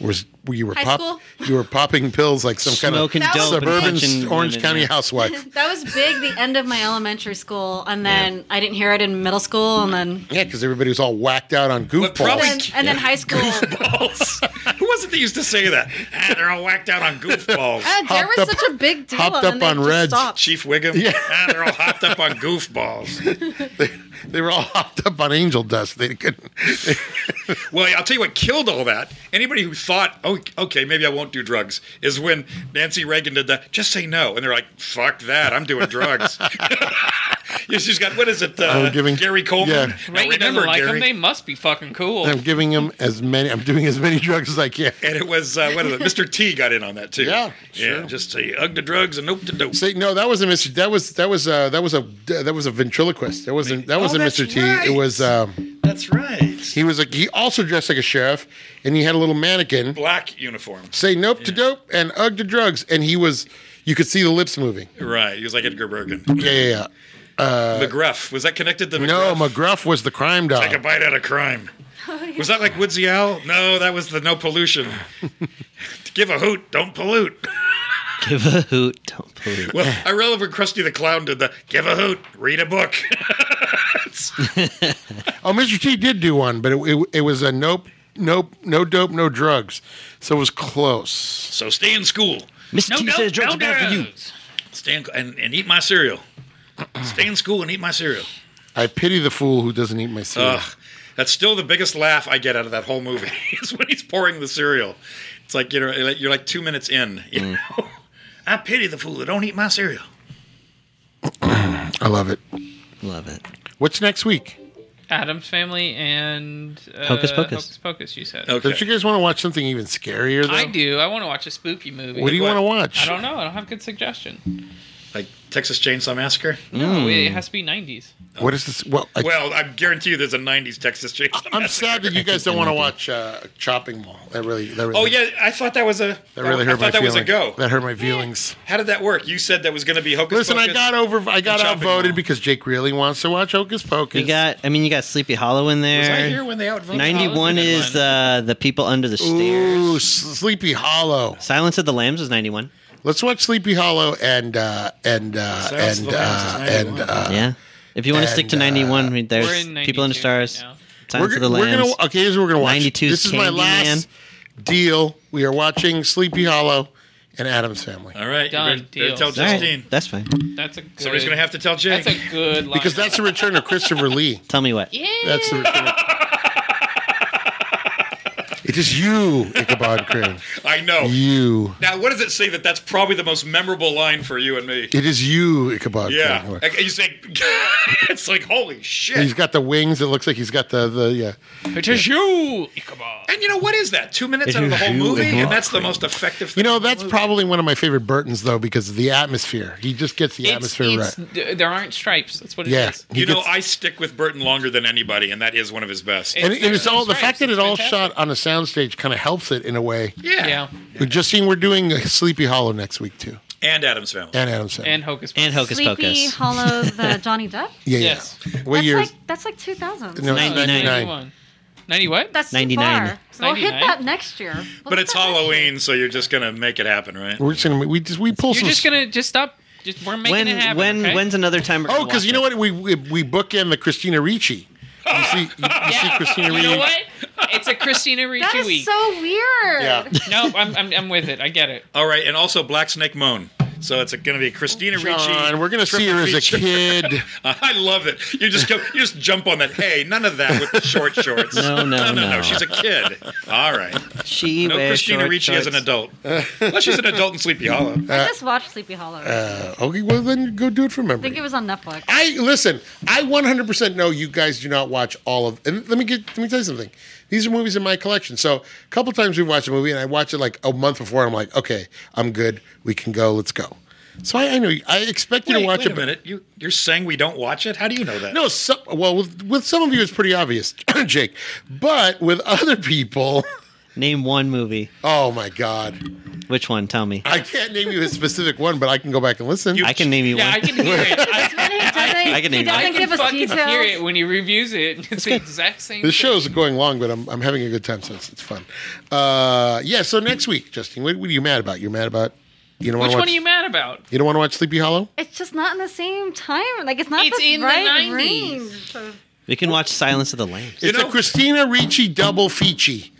C: was you were
G: High
C: pop
G: school?
C: you were popping pills like some kind
E: Smoking
C: of
G: That was-
E: dope. and
C: suburban
E: punching
C: Orange
E: women,
C: County
E: yeah.
C: housewife.
G: That was big. The end of my elementary school, and then I didn't hear it in middle school, and then
C: Yeah, because everybody was all whacked out on goofballs.
F: probably-
G: and, and then high school. Uh,
F: Balls. Who was it that used to say that? Ah, they're all whacked out on goofballs.
G: Uh, Dare
C: Hopped
G: was
C: up-
G: such a big deal.
C: hopped
G: and
C: up
G: then they
C: on
G: just
C: Reds.
G: stopped.
F: Chief Wiggum.
C: Yeah.
F: Ah, they're all hopped up on goofballs.
C: they were all hopped up on angel dust. They couldn't.
F: Well, I'll tell you what killed all that. Anybody who thought, oh, okay, maybe I won't do drugs, is when Nancy Reagan did the just say no. And they're like, fuck that, I'm doing drugs. Yeah, She's got, what is it? Uh,
C: I'm Oh, giving-
F: Gary Coleman.
C: yeah.
F: Now,
D: Right? You
F: remember,
D: never like
F: Gary.
D: them. They must be fucking cool.
C: I'm giving him as many. I'm doing as many drugs as I can.
F: and it was, uh, what is it? Mr. T got in on that too.
C: Yeah, sure.
F: Yeah, just say ugh to drugs and nope to dope.
C: Say no, that wasn't Mr. That was that was uh, that was a that was a ventriloquist. That wasn't that wasn't
F: that's
C: Mr. T.
F: right.
C: It was um,
F: That's right.
C: he was a, he also dressed like a sheriff, and he had a little mannequin.
F: Black uniform.
C: Say nope to dope and ugh to drugs, and he was you could see the lips moving.
F: Right. He was like Edgar Bergen.
C: Yeah, yeah, yeah.
F: McGruff. Was that connected to McGruff?
C: Uh, No, McGruff was the crime dog.
F: Take a bite out of crime. Was that like Woodsy Owl? No, that was the no pollution. Give a hoot, don't pollute.
E: Give a hoot. Don't pollute.
F: Well, I really remember Krusty the Clown did the give a hoot, read a book.
C: Oh, Mr. T did do one, but it, it, it was a nope, nope, no dope, no drugs. So it was close.
F: so stay in school.
E: Mr.
D: no,
E: T
D: no,
E: says drugs
D: no,
E: are bad for you.
D: drugs.
F: Stay in, and, and eat my cereal. Stay in school and eat my cereal.
C: I pity the fool who doesn't eat my cereal.
F: Ugh. That's still the biggest laugh I get out of that whole movie is when he's pouring the cereal. It's like you know like- you're like two minutes in. You know? I pity the fool that don't eat my cereal.
C: I love it.
E: Love it.
C: What's next week?
D: Adam's family and uh,
E: Hocus Pocus.
D: Hocus Pocus, you said.
F: Okay.
C: Don't you guys want to watch something even scarier? Though?
D: I do. I want to watch a spooky movie.
C: What do you
F: Like
C: want to
F: what?
C: watch?
D: I don't know. I don't have a good suggestion.
F: Like Texas Chainsaw Massacre?
D: No, it has to be 90s.
C: What is this? Well, I,
F: Well, I guarantee you there's a 90s Texas Chainsaw
C: I'm
F: Massacre.
C: sad that you guys don't want to watch uh, Chopping Mall. That really, that really
F: Oh, yeah, I thought that was a.
C: that really
F: I
C: hurt
F: thought
C: my
F: that
C: feelings.
F: was a go.
C: That hurt my feelings.
F: How did that work? You said that was going to be Hocus
C: Listen, I
F: Pocus.
C: got over, I got
F: and Chopping
C: outvoted
F: Mall.
C: because Jake really wants to watch Hocus Pocus.
E: You got, I mean, you got Sleepy Hollow in there.
F: Was I here when they outvoted?
D: Hollow?
E: 91 is uh, the people under the
C: Ooh,
E: stairs.
C: Sleepy Hollow.
E: Silence of the Lambs was 91.
C: Let's watch Sleepy Hollow and uh, and uh,
F: Silence of
C: and
F: the Lambs
C: uh,
F: is
C: and
F: 91.
C: uh,
E: yeah. If you want to
C: and,
E: stick to
C: uh,
E: 91, I mean,
D: We're
E: there's
D: in
E: people under
D: 92
E: stars.
D: right now.
E: Silence of the
C: we're
E: Lambs.
C: gonna okay. Here's what we're gonna watch.
E: 92's
C: This is my
E: Candyman.
C: last deal. We are watching Sleepy Hollow and Adam's Family
F: All right, you
D: Done
F: better- better
D: deal.
F: tell
E: All right,
F: Justine.
E: that's fine.
D: That's a good.
F: Somebody's going to have to tell Jake.
D: That's a good line.
C: because that's the return of Christopher Lee.
E: Tell me what.
B: Yeah.
C: That's the return. Of- it is you, Ichabod Crane.
F: I know.
C: You.
F: Now, what does it say that that's probably the most memorable line for you and me?
C: It is you, Ichabod
F: Yeah.
C: Crane.
F: Like, You say, it's like, holy shit.
C: He's got the wings. It looks like he's got the the yeah.
D: It is you, Ichabod.
F: and you know, what is that? Two minutes out of the whole movie? And that's the most effective thing.
C: You know,
F: in the
C: that's
F: movie.
C: probably one of my favorite Burtons though because of the atmosphere. He just gets the
D: It's,
C: atmosphere
D: it's,
C: right.
D: d- There aren't stripes. That's what it is.
C: Yeah. He
F: You know,
C: gets-
F: I stick with Burton longer than anybody, and that is one of his best.
D: It-
C: and it- it's all the
D: Right,
C: fact that
D: it's
C: it all
D: fantastic.
C: shot on a soundstage kind of helps it in a way.
F: yeah.
D: Yeah.
C: We're just seeing we're doing Sleepy Hollow next week too,
F: And Adam's Family.
C: and Adam's Family.
D: And Hocus Pocus.
E: And Hocus
G: Sleepy
E: Pocus.
G: Hollow, the Johnny Depp.
C: yeah, yeah.
D: Yes.
C: What
G: that's
C: years?
G: like that's like 2000.
C: no, it's
E: 99.
C: 99.
D: 90 what?
G: That's
E: 99.
G: 99. Too far.
D: It's
G: We'll hit
D: 99.
G: that next year. We'll
F: but
G: hit
F: it's
G: that next
F: Halloween,
G: year.
F: so you're just going to make it happen, right?
C: We're just gonna we just we pull
D: You're
C: some.
D: just going to just stop. Just We're making
E: When
D: it happen.
E: when
D: okay?
E: when's another time? we're
C: oh,
E: gonna
C: because
E: watch
C: you know
E: it?
C: what we we, we bookend the Christina Ricci. You see, you, you see Christina
D: You
C: Ricci.
D: know what? It's a Christina
G: That
D: Ricci
G: is
D: week.
G: so weird.
C: Yeah.
D: no, I'm, I'm, I'm with it. I get it.
F: All right, and also Black Snake Moan. So it's going to be Christina Ricci.
C: Oh, John, we're gonna see
F: triple
C: her as a
F: feature.
C: kid.
F: I love it. You just go, you just jump on that. Hey, none of that with the short shorts.
E: No, no,
F: no,
E: no.
F: She's a kid. All right.
E: She
F: No
E: wears
F: Christina
E: short
F: Ricci as an
E: shorts.
F: adult. Unless she's an adult in Sleepy Hollow.
G: I just watched Sleepy Hollow. I
C: Uh, okay, well then go do it for memory.
G: think it was on Netflix.
C: I listen. I 100% know you guys do not watch all of. And let me get. Let me tell you something. These are movies in my collection. So a couple times we've watched a movie, and I watch it like a month before. I'm like, okay, I'm good. We can go. Let's go. So I, I know. I expect you
F: Wait,
C: to watch
F: wait
C: it.
F: a minute. You, you're saying we don't watch it? How do you know that?
C: No, some, well, with, with some of you, it's pretty obvious, Jake. But with other people,
E: Name one movie.
C: oh my god,
E: Which one? Tell me.
C: I can't name you a specific one, but I can go back and listen.
E: I can name you
D: Yeah,
E: one.
D: I can hear it. I,
G: He doesn't,
E: I can
G: he
E: name it. I
G: doesn't
D: I
G: give
D: can
G: us
D: fucking
G: details.
D: hear it when he reviews it. It's the exact same
C: This
D: thing.
C: show's going long, but I'm, I'm having a good time since it's fun. Uh, yeah, so next week, Justin, what, what are you mad about? You're mad about you don't want
D: Which
C: to
D: one
C: watch.
D: are you mad about?
C: you don't want to watch Sleepy Hollow?
G: It's just not in the same time. Like it's not
D: It's
G: the
D: in the
G: right
D: 90s.
G: range. of-
E: We can watch Silence of the Lambs.
C: it's a
F: know-
C: Christina Ricci double feature.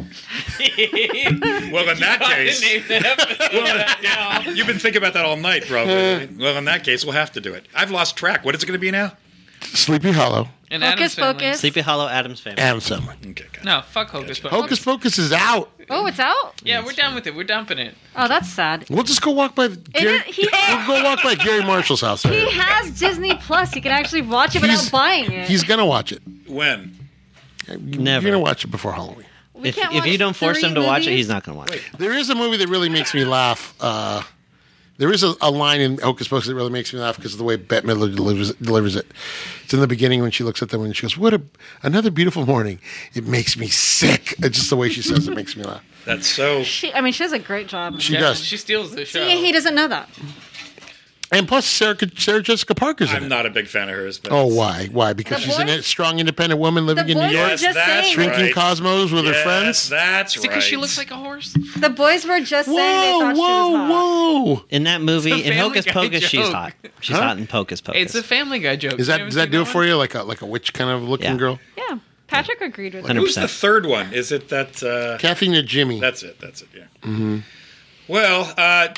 F: Well, in that case,
D: Name the episode.
F: you've been thinking about that all night, probably. right? well, in that case, we'll have to do it. I've lost track. What is it going to be now?
C: Sleepy Hollow,
G: Focus,
D: And Adam's family.
G: focus.
E: Sleepy Hollow, Adam's Family.
C: Adam Sandler.
F: Okay, got it.
D: No, fuck Hocus Pocus.
C: Hocus Pocus is out.
G: Oh, it's out.
D: Yeah, we're done with it. We're dumping it.
G: Oh, that's sad.
C: We'll just go walk by the- Gary.
G: is- he-
C: we'll go walk by Gary Marshall's house.
G: He has Disney Plus. He can actually watch it
C: He's-
G: without buying it.
C: He's gonna watch it.
F: When?
E: Never.
C: You're gonna watch it before Halloween.
G: We
E: If,
G: can't
E: if you
G: watch
E: don't force
G: three
E: him to watch it,
G: movies.
E: he's not going to watch it.
C: There is a movie that really makes me laugh. Uh, there is a, a line in Hocus Pocus that really makes me laugh because of the way Bette Midler delivers delivers it. It's in the beginning when she looks at them and she goes, "What a another beautiful morning." It makes me sick. It's just the way she says it makes me laugh.
F: That's so.
G: She, I mean, she does a great job.
C: She
D: Yeah,
C: does.
D: She steals the show.
G: Yeah, he doesn't know that.
C: and plus, Sarah, Sarah Jessica Parker's in
F: I'm
C: it.
F: not a big fan of hers. But
C: oh, why? Why? Because
G: The
C: she's
G: boys-
C: a strong, independent woman living
G: The
C: in New
G: boys
C: York,
G: were just
F: that's
G: saying.
C: drinking
F: Right.
C: Cosmos with her
F: Yes,
C: friends.
F: That's
D: Is
F: right.
D: it because she looks like a horse?
G: The boys were just saying they
C: Whoa!
G: thought she was hot.
C: Whoa! Whoa!
E: In that movie,
D: It's a
E: in
D: Family
E: Hocus
D: Guy
E: Pocus, she's
D: joke.
E: hot. She's hot in Hocus Pocus.
D: It's a Family Guy joke.
C: Is
D: You
C: that
D: haven't
C: does that
D: seen
C: do it for
D: one?
C: you? Like a like a witch kind of looking
E: Yeah.
C: girl?
G: Yeah, Patrick agreed with
E: Hundred
G: me.
F: Who's the
E: percent.
F: third one? Is it that? Uh,
C: Kathy and Jimmy.
F: that's it. That's it. Yeah.
C: Mm-hmm.
F: Well, uh,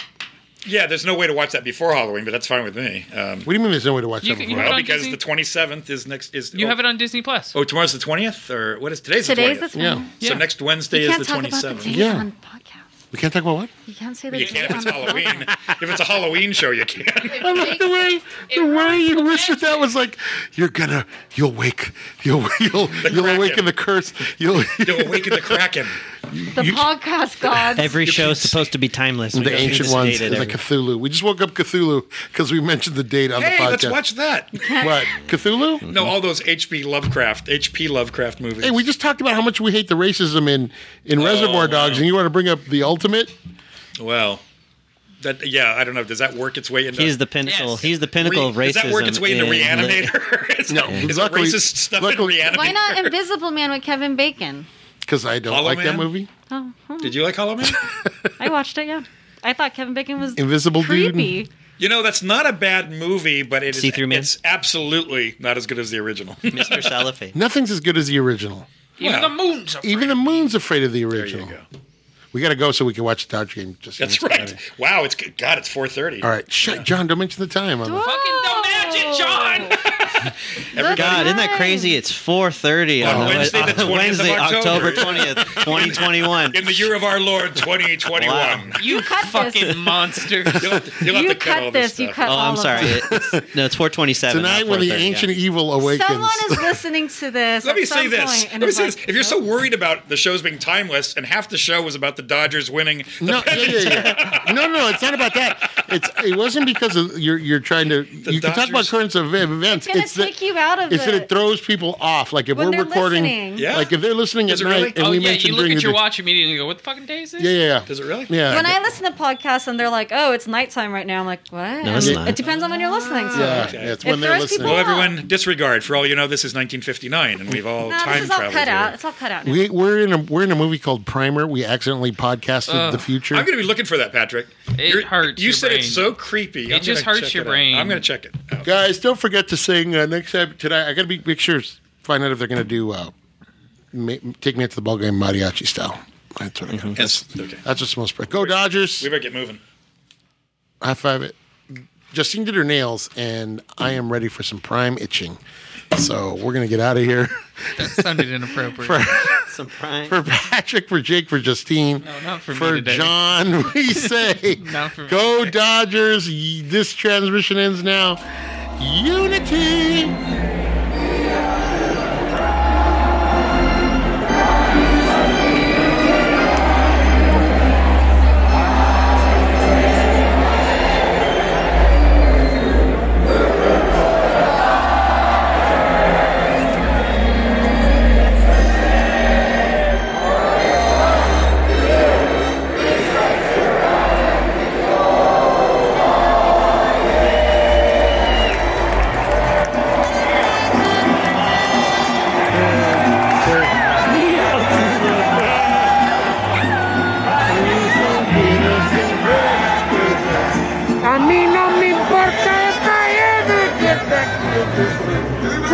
F: yeah. There's no way to watch that before Halloween, but that's fine with me. Um,
C: What do you mean? There's no way to watch
D: You
C: that
D: can-
C: before?
D: you
F: well,
D: on
F: because
D: Disney?
F: the 27th is next. Is
D: You
F: oh,
D: have it on Disney Plus.
F: Oh, tomorrow's the 20th, or what is today's?
G: Today's
F: the
G: the
F: 20th.
C: Yeah.
F: So
D: Yeah.
F: next Wednesday
G: You
F: is
G: can't
F: the
G: talk about the
F: 27th.
G: date
C: Yeah.
G: on podcast.
C: We can't talk about what?
G: You can't say the
F: You
G: date
F: can if it's
G: on
F: Halloween.
G: podcast.
F: if it's a Halloween show, you can.
C: I like the way the way you wish that that was like you're gonna you'll wake you'll you'll you'll
F: Kraken.
C: awaken the curse you'll
F: You'll awaken the Kraken.
G: The
C: You-
G: podcast gods.
E: Every show is supposed to be timeless. We
C: the
E: go through
C: ancient
E: this
C: ones,
E: dated
C: the
E: every-
C: Cthulhu. We just woke up Cthulhu because we mentioned the date on the
F: Hey,
C: podcast.
F: let's watch that.
C: What Cthulhu?
F: No, all those H.P. Lovecraft, H.P. Lovecraft movies.
C: Hey, we just talked about how much we hate the racism in in
F: Oh.
C: Reservoir Dogs, and you want to bring up the ultimate?
F: well, that yeah, I don't know. Does that work its way into?
E: He's the pinnacle.
D: Yes.
E: He's the pinnacle of racism.
F: Does that work its way into
E: in
F: Reanimator? is no, is that
C: Luckily-
F: racist stuff
C: luckily-
F: in Reanimator?
G: Why not Invisible Man with Kevin Bacon?
C: Because I don't
F: Hollow
C: like that
F: Man?
C: movie.
G: Oh, hmm.
F: Did you like Hollow Man?
G: I watched it. Yeah, I thought Kevin Bacon was
C: Invisible dude.
G: creepy.
F: you know, that's not a bad movie, but it is,
E: See-Through Man?
F: it's absolutely not as good as the original.
E: the- Mr. Cellophane.
C: Nothing's as good as the original.
D: Even
F: Well,
D: the moon's afraid.
C: Even the moon's afraid of the
F: there you
C: original.
F: go.
C: We got to go so we can watch the Dodge game. Just
F: That's
C: next
F: right.
C: Friday.
F: Wow, it's God, it's 4:30.
C: All right, shut, John. Don't mention the time. I'm like,
D: fucking
G: Oh.
D: the magic, John.
E: God, isn't that crazy? It's 4:30 on,
F: On
E: the-
F: Wednesday, the 20th of
E: Wednesday,
F: October.
E: October 20th, 2021.
F: In the year of our Lord 2021.
E: Wow.
D: You
G: cut
D: fucking
G: this.
D: monster.
F: You'll have to, you'll have
G: You
F: to
G: cut
F: all
G: this. You
F: stuff.
G: cut
E: Oh,
G: all
E: I'm
G: of
E: sorry.
G: that.
E: It's, no, it's 427. not
C: tonight when the
E: 4:30, uh, yeah.
C: ancient evil awakens.
G: Someone is listening to this.
F: Let me
G: at some
F: say this.
G: point,
F: Let
G: and
F: me
G: is
F: say
G: like,
F: this. If you're so worried about the shows being timeless, and half the show was about the Dodgers winning, the
C: No, yeah,
F: pennant-
C: yeah, yeah. no, no, it's not about that. It's it wasn't because of you're you're trying to you can talk about
F: Dodgers-
C: current ev- events.
G: it's gonna
C: that-
G: take you out of
C: it's that it
G: it.
C: throws people off. Like if
G: When
C: we're
G: they're
C: recording,
G: listening.
F: Yeah.
C: like if they're listening
F: Does
C: at
F: it really?
C: night and
D: oh
C: we
D: yeah,
C: mention
D: you look
C: during
D: at
C: the
D: your
C: day-
D: watch immediately and go, "What the fucking day is this?"
C: Yeah, yeah, yeah.
F: Does it really?
C: Yeah.
G: When I listen to podcasts and they're like, "Oh, it's nighttime right now," I'm like, "What?"
E: No, it's
G: And
E: not.
G: It depends on when you're listening. To
C: yeah,
G: it.
C: yeah, it's
G: It
C: when they're
G: throws people
F: Well,
C: listening.
G: off.
F: everyone, disregard. For all you know, this is 1959, and we've all
G: No,
F: time
G: this is all
F: traveled.
G: cut
F: here.
G: out. It's all cut out. Now.
C: We, we're in a we're in a movie called Primer. We accidentally podcasted
F: Uh,
C: the future.
F: I'm going to be looking for that, Patrick.
D: It hurts
F: You
D: your
F: said it's
D: brain.
F: so creepy.
D: It just
F: gonna
D: hurts
F: check
D: your
F: it out.
D: brain.
F: I'm going to check it. out.
C: Guys, don't forget to sing uh, next time tonight. I got to be make sure find out if they're going to do uh, ma- take me into the ball game mariachi style. That's what I
D: Mm-hmm.
C: got.
F: Yes. Okay.
C: That's what's most. Go Dodgers!
F: We better get moving.
C: High five it. Justine did her nails, and I am ready for some prime itching. So we're gonna get out of here.
D: That sounded inappropriate.
E: Some prime.
C: For Patrick, for Jake, for Justine,
D: No, not for me today.
C: John, we say,
D: Not for me
C: go Dodgers! Y- This transmission ends now. Unity.
I: A mí no me importa esta gente que está aquí.